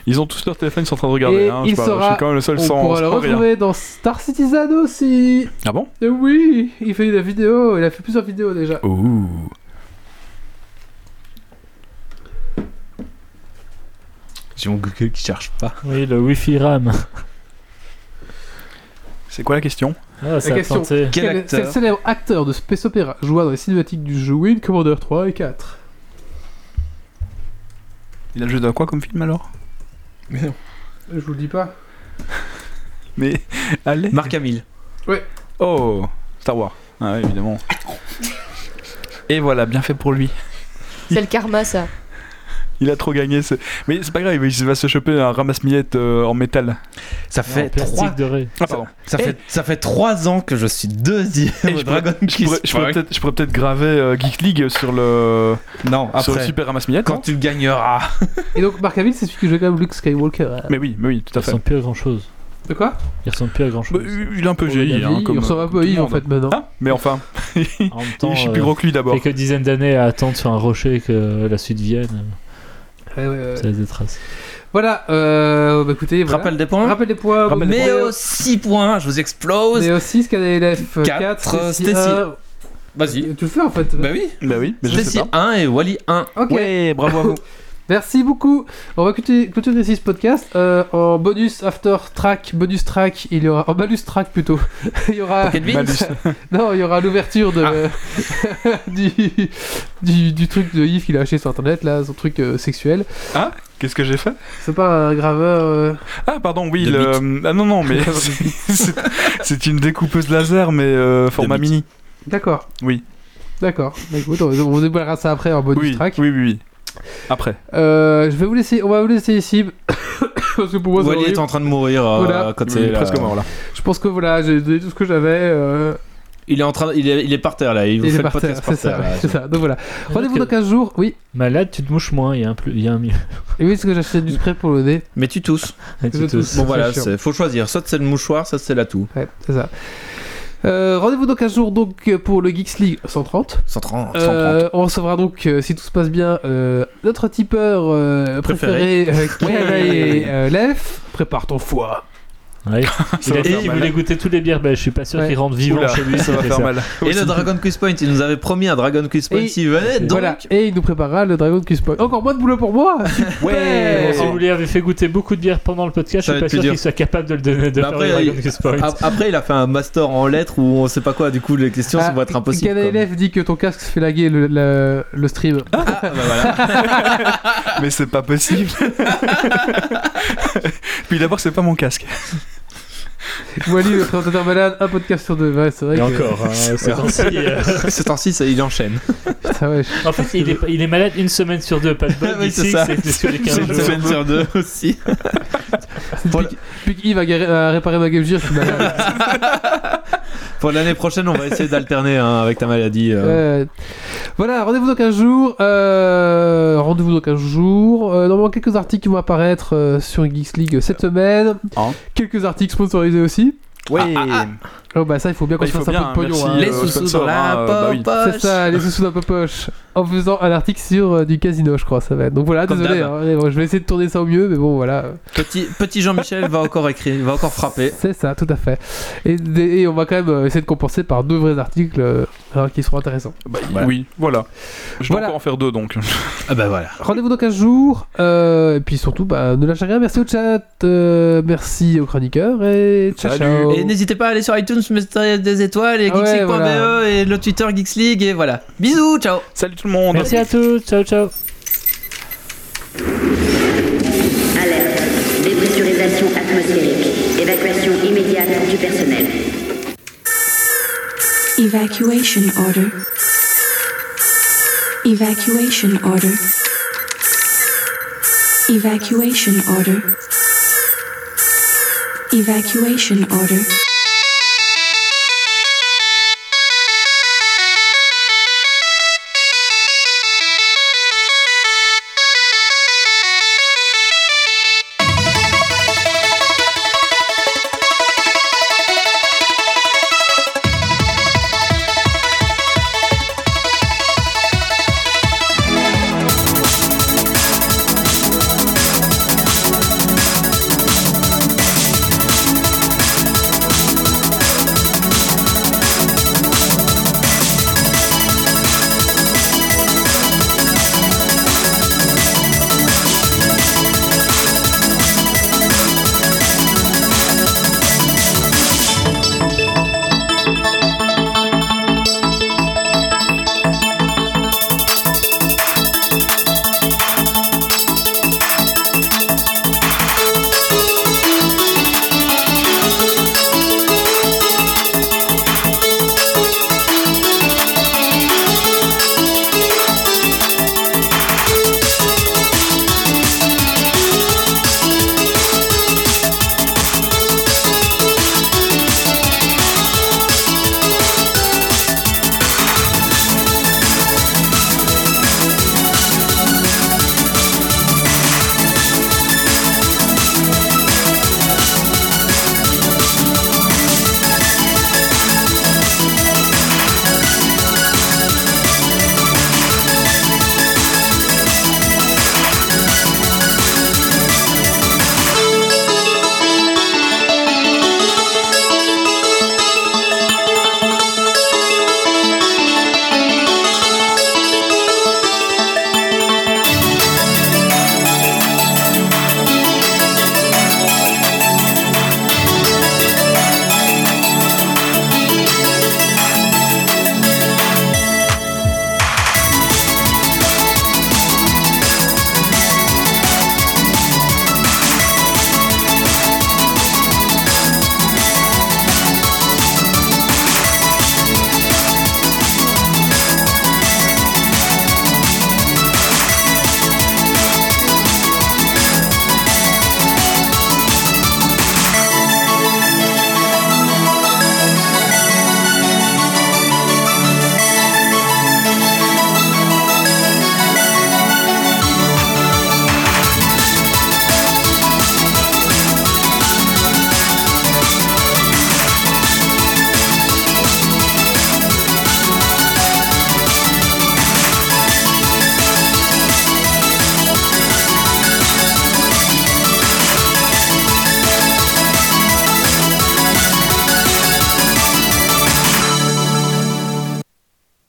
[SPEAKER 3] Ils ont tous leur téléphone, ils sont en train de regarder.
[SPEAKER 1] Et
[SPEAKER 3] hein, je,
[SPEAKER 1] il
[SPEAKER 3] sais pas,
[SPEAKER 1] sera-
[SPEAKER 3] je suis quand même le seul
[SPEAKER 1] On
[SPEAKER 3] sans,
[SPEAKER 1] pourra le
[SPEAKER 3] sans rien.
[SPEAKER 1] retrouver dans Star Citizen aussi.
[SPEAKER 3] Ah bon
[SPEAKER 1] Eh oui, il fait des vidéos, il a fait plusieurs vidéos déjà.
[SPEAKER 3] Ouh.
[SPEAKER 2] J'ai mon Google qui cherche pas.
[SPEAKER 4] Oui, le Wi-Fi RAM.
[SPEAKER 3] C'est quoi la question
[SPEAKER 4] Ah, ça a
[SPEAKER 1] question.
[SPEAKER 4] planté.
[SPEAKER 2] Quel
[SPEAKER 1] c'est le
[SPEAKER 2] acteur
[SPEAKER 1] célèbre acteur de Space Opera joua dans les cinématiques du jeu Wing Commander 3 et 4
[SPEAKER 3] Il a joué dans quoi comme film alors
[SPEAKER 1] Je vous le dis pas.
[SPEAKER 3] Mais allez.
[SPEAKER 2] Marc Hamill.
[SPEAKER 3] Oh, Star Wars. Ah oui, évidemment. Et voilà, bien fait pour lui.
[SPEAKER 5] C'est le karma, ça.
[SPEAKER 3] Il a trop gagné. ce- Mais c'est pas grave, il va se choper un ramasse-miettes euh, en métal.
[SPEAKER 2] Ça
[SPEAKER 4] En
[SPEAKER 2] fait
[SPEAKER 4] plastique
[SPEAKER 2] trois.
[SPEAKER 4] doré.
[SPEAKER 3] Ah, pardon.
[SPEAKER 2] Ça fait ça fait trois ans que je suis deuxième.
[SPEAKER 3] Et
[SPEAKER 2] au
[SPEAKER 3] je pourrais-
[SPEAKER 2] Dragon
[SPEAKER 3] Je pourrais,
[SPEAKER 2] Quest.
[SPEAKER 3] je pourrais peut-être, je pourrais peut-être graver euh, Geek League sur le,
[SPEAKER 2] Non,
[SPEAKER 3] sur le
[SPEAKER 2] après.
[SPEAKER 3] super hein. ramasse-miettes.
[SPEAKER 2] Quand tu le gagneras.
[SPEAKER 1] Et donc Mark Hamill, c'est celui qui jouait quand même Luke Skywalker. euh.
[SPEAKER 3] Mais oui, mais oui, tout
[SPEAKER 4] Il
[SPEAKER 3] à fait.
[SPEAKER 4] ressemble plus à grand chose.
[SPEAKER 1] De quoi
[SPEAKER 4] Il ressemble plus à grand
[SPEAKER 3] Bah,
[SPEAKER 4] chose.
[SPEAKER 3] il est un peu
[SPEAKER 1] Pour le
[SPEAKER 3] vieilli.
[SPEAKER 1] David,
[SPEAKER 3] hein, comme-
[SPEAKER 1] il ressemble un peu
[SPEAKER 3] comme
[SPEAKER 1] à
[SPEAKER 3] tout le
[SPEAKER 1] Yves en
[SPEAKER 3] monde.
[SPEAKER 1] fait maintenant.
[SPEAKER 3] Ah, mais enfin,
[SPEAKER 4] En même temps,
[SPEAKER 3] il est
[SPEAKER 4] euh,
[SPEAKER 3] plus gros que lui d'abord.
[SPEAKER 4] fait que dizaines d'années à attendre sur un rocher que la suite vienne. euh,
[SPEAKER 1] Ouais, ouais, ouais.
[SPEAKER 4] Ça laisse des traces.
[SPEAKER 1] Voilà, euh, bah, écoutez, voilà.
[SPEAKER 2] Rappel des points.
[SPEAKER 1] Rappel des points.
[SPEAKER 3] Rappel
[SPEAKER 1] donc,
[SPEAKER 2] Mais
[SPEAKER 1] Néo-
[SPEAKER 2] au 6 points, je vous explose.
[SPEAKER 1] Néo 6, KDLF 4,
[SPEAKER 2] Quatre,
[SPEAKER 1] Stacy
[SPEAKER 2] Stacy.
[SPEAKER 1] un.
[SPEAKER 2] Vas-y.
[SPEAKER 1] Tu le fais en fait.
[SPEAKER 2] Bah oui.
[SPEAKER 3] Bah oui, mais je sais
[SPEAKER 2] Stacy
[SPEAKER 3] pas.
[SPEAKER 2] 1 et Wally 1.
[SPEAKER 1] Ok,
[SPEAKER 3] Ouais, bravo à vous.
[SPEAKER 1] merci beaucoup. On va clôturer clôturer ici ce podcast. Euh, en bonus, after track, bonus track, il y aura. En bonus track plutôt. il y aura.
[SPEAKER 2] Pocket Vince.
[SPEAKER 3] Malus.
[SPEAKER 1] Non, il y aura l'ouverture de du, du, du truc de Yves qu'il a acheté sur internet, là, son truc euh, sexuel.
[SPEAKER 3] Qu'est-ce que j'ai fait
[SPEAKER 1] C'est pas un graveur. euh,
[SPEAKER 3] Ah, pardon, oui.
[SPEAKER 2] De
[SPEAKER 3] le- Ah non, non, mais c'est c'est une découpeuse laser, mais euh, format
[SPEAKER 2] bite.
[SPEAKER 3] mini.
[SPEAKER 1] D'accord.
[SPEAKER 3] Oui.
[SPEAKER 1] D'accord. Bah, écoute, on, on dévoilera ça après en bonus
[SPEAKER 3] Oui,
[SPEAKER 1] track.
[SPEAKER 3] oui, oui, oui. Après.
[SPEAKER 1] Euh, je vais vous laisser, on va vous laisser ici parce que pour moi, c'est
[SPEAKER 2] Wally est
[SPEAKER 1] horrible.
[SPEAKER 2] en train de mourir euh,
[SPEAKER 1] Voilà.
[SPEAKER 2] quand
[SPEAKER 3] Il est
[SPEAKER 2] c'est
[SPEAKER 3] presque
[SPEAKER 2] là.
[SPEAKER 3] mort là.
[SPEAKER 1] je pense que voilà, j'ai donné tout ce que j'avais. euh,
[SPEAKER 2] Il est en train, il est, il est par terre là. Il vous
[SPEAKER 1] et j'ai
[SPEAKER 2] fait le
[SPEAKER 1] par terre,
[SPEAKER 2] podcast par
[SPEAKER 1] c'est ça,
[SPEAKER 2] terre. là.
[SPEAKER 1] c'est ça. Donc voilà. Euh, Rendez-vous dans
[SPEAKER 4] Parce que
[SPEAKER 1] 15 jours. Oui.
[SPEAKER 4] Malade, tu te mouches moins, il y a un, plus... il y a un mieux.
[SPEAKER 1] Et oui, parce que j'ai acheté du spray pour le nez.
[SPEAKER 2] Mais tu tousses.
[SPEAKER 4] Et tu
[SPEAKER 1] Je
[SPEAKER 4] te-
[SPEAKER 1] tousse.
[SPEAKER 2] Bon
[SPEAKER 1] C'est
[SPEAKER 2] voilà,
[SPEAKER 1] chiant.
[SPEAKER 2] c'est- faut choisir. Soit c'est le mouchoir, soit c'est l'atout.
[SPEAKER 1] Ouais, c'est ça. Euh, Rendez-vous dans 15 jours donc pour le Geeks League 130.
[SPEAKER 2] 130.
[SPEAKER 1] Euh, on recevra donc, euh, si tout se passe bien, euh, notre tipeur euh, préféré,
[SPEAKER 2] Préféré.
[SPEAKER 1] euh, Kevin et euh, Lef. Prépare ton foie.
[SPEAKER 4] Ouais.
[SPEAKER 3] Ça
[SPEAKER 4] Il, a
[SPEAKER 3] va
[SPEAKER 4] dit
[SPEAKER 3] faire
[SPEAKER 4] qu'il
[SPEAKER 3] mal.
[SPEAKER 4] voulait goûter toutes les bières belges. Je suis pas sûr
[SPEAKER 1] Ouais.
[SPEAKER 4] qu'il rentre vivant
[SPEAKER 3] Oula,
[SPEAKER 4] chez lui.
[SPEAKER 3] ça
[SPEAKER 4] s'il
[SPEAKER 3] va
[SPEAKER 4] fait
[SPEAKER 3] faire mal.
[SPEAKER 2] Et le Dragon Quiz Point, il nous avait promis un Dragon Quiz Point
[SPEAKER 1] Et-
[SPEAKER 2] s'il venait. Donc
[SPEAKER 1] Voilà, et il nous préparera le Dragon Kiss Point. Encore moins de boulot pour moi
[SPEAKER 4] Ouais,
[SPEAKER 1] Ouais.
[SPEAKER 4] si vous lui avez fait goûter beaucoup de bière pendant le
[SPEAKER 2] Ça
[SPEAKER 4] podcast, je suis
[SPEAKER 2] va
[SPEAKER 4] pas
[SPEAKER 2] être plus
[SPEAKER 4] sûr
[SPEAKER 2] dur.
[SPEAKER 4] qu'il soit capable de le donner de
[SPEAKER 2] Bah
[SPEAKER 4] faire
[SPEAKER 2] après,
[SPEAKER 4] le Dragon
[SPEAKER 2] il-
[SPEAKER 4] Quest Point.
[SPEAKER 2] ap- après, il a fait un master en lettres ou on sait pas quoi. Du coup, les questions,
[SPEAKER 1] Ah,
[SPEAKER 2] ça va être impossible. quoi.
[SPEAKER 1] KDLF dit que ton casque se fait laguer le, la- le stream.
[SPEAKER 2] Ah, bah voilà.
[SPEAKER 3] Mais c'est pas possible. Puis d'abord, c'est pas mon casque.
[SPEAKER 1] Wally, le présentateur malade, un podcast sur deux. Ouais, c'est vrai
[SPEAKER 4] Et
[SPEAKER 1] que...
[SPEAKER 4] encore, hein, ces temps-ci, euh,
[SPEAKER 2] Ce temps-ci, ça, il enchaîne.
[SPEAKER 1] Putain, ouais, je-
[SPEAKER 4] En fait, il est, il est malade une semaine sur deux, pas de bol.
[SPEAKER 2] Oui,
[SPEAKER 4] ici,
[SPEAKER 2] c'est ça.
[SPEAKER 4] c'est sur les
[SPEAKER 2] C'est
[SPEAKER 4] 15
[SPEAKER 2] une
[SPEAKER 4] jours.
[SPEAKER 2] semaine sur deux aussi. Pour,
[SPEAKER 1] Depuis depuis qu'Yves a, garé- a réparé ma Game Gear, je suis
[SPEAKER 2] Ah,
[SPEAKER 1] malade.
[SPEAKER 2] pour l'année prochaine, on va essayer d'alterner hein, avec ta maladie. euh.
[SPEAKER 1] Euh, Voilà, rendez-vous dans 15 jours. Euh, rendez-vous dans 15 jours. Euh, normalement, quelques articles qui vont apparaître euh, sur Geeks League
[SPEAKER 2] Euh,
[SPEAKER 1] cette semaine.
[SPEAKER 3] Hein.
[SPEAKER 1] Quelques articles sponsorisés aussi.
[SPEAKER 3] Ouais.
[SPEAKER 2] Ah,
[SPEAKER 1] Oh, bah ça, il faut bien qu'on
[SPEAKER 3] Bah, il
[SPEAKER 1] se
[SPEAKER 3] faut
[SPEAKER 1] fasse un peu de
[SPEAKER 3] bien.
[SPEAKER 1] pognon.
[SPEAKER 3] merci,
[SPEAKER 1] hein.
[SPEAKER 2] Les
[SPEAKER 3] euh,
[SPEAKER 2] sous-sous
[SPEAKER 3] sponsor,
[SPEAKER 2] dans la
[SPEAKER 3] hein, bah oui.
[SPEAKER 2] poche.
[SPEAKER 1] C'est ça, les sous-sous d'un peu poche. En faisant un article sur euh, du casino, je crois, ça va être. Donc voilà,
[SPEAKER 2] Comme
[SPEAKER 1] désolé,
[SPEAKER 2] d'hab.
[SPEAKER 1] hein, mais bon, je vais essayer de tourner ça au mieux, mais bon, voilà.
[SPEAKER 2] Petit, petit Jean-Michel va encore écrire, va encore frapper.
[SPEAKER 1] C'est ça, tout à fait. Et, et on va quand même euh, essayer de compenser par deux vrais articles euh, hein, qui seront intéressants.
[SPEAKER 3] Bah,
[SPEAKER 2] Voilà.
[SPEAKER 3] Oui, voilà. Je dois
[SPEAKER 1] Voilà.
[SPEAKER 3] encore en faire deux donc.
[SPEAKER 2] Ah bah voilà.
[SPEAKER 1] Rendez-vous dans 15 jours. euh, et puis surtout, bah, ne lâchez rien. Merci au chat, euh, merci aux chroniqueurs et ciao,
[SPEAKER 3] Salut.
[SPEAKER 1] ciao.
[SPEAKER 2] Et n'hésitez pas à aller sur iTunes, mettre des étoiles et
[SPEAKER 1] Ah ouais,
[SPEAKER 2] geeksleague.be
[SPEAKER 1] voilà.
[SPEAKER 2] E et le Twitter Geeks League et voilà. Bisous, ciao.
[SPEAKER 3] Salut tout le monde.
[SPEAKER 4] Merci à tous, ciao ciao.
[SPEAKER 8] Alerte. Dépressurisation atmosphérique. Évacuation immédiate du personnel.
[SPEAKER 9] Evacuation order. Evacuation order. Evacuation order. Evacuation order.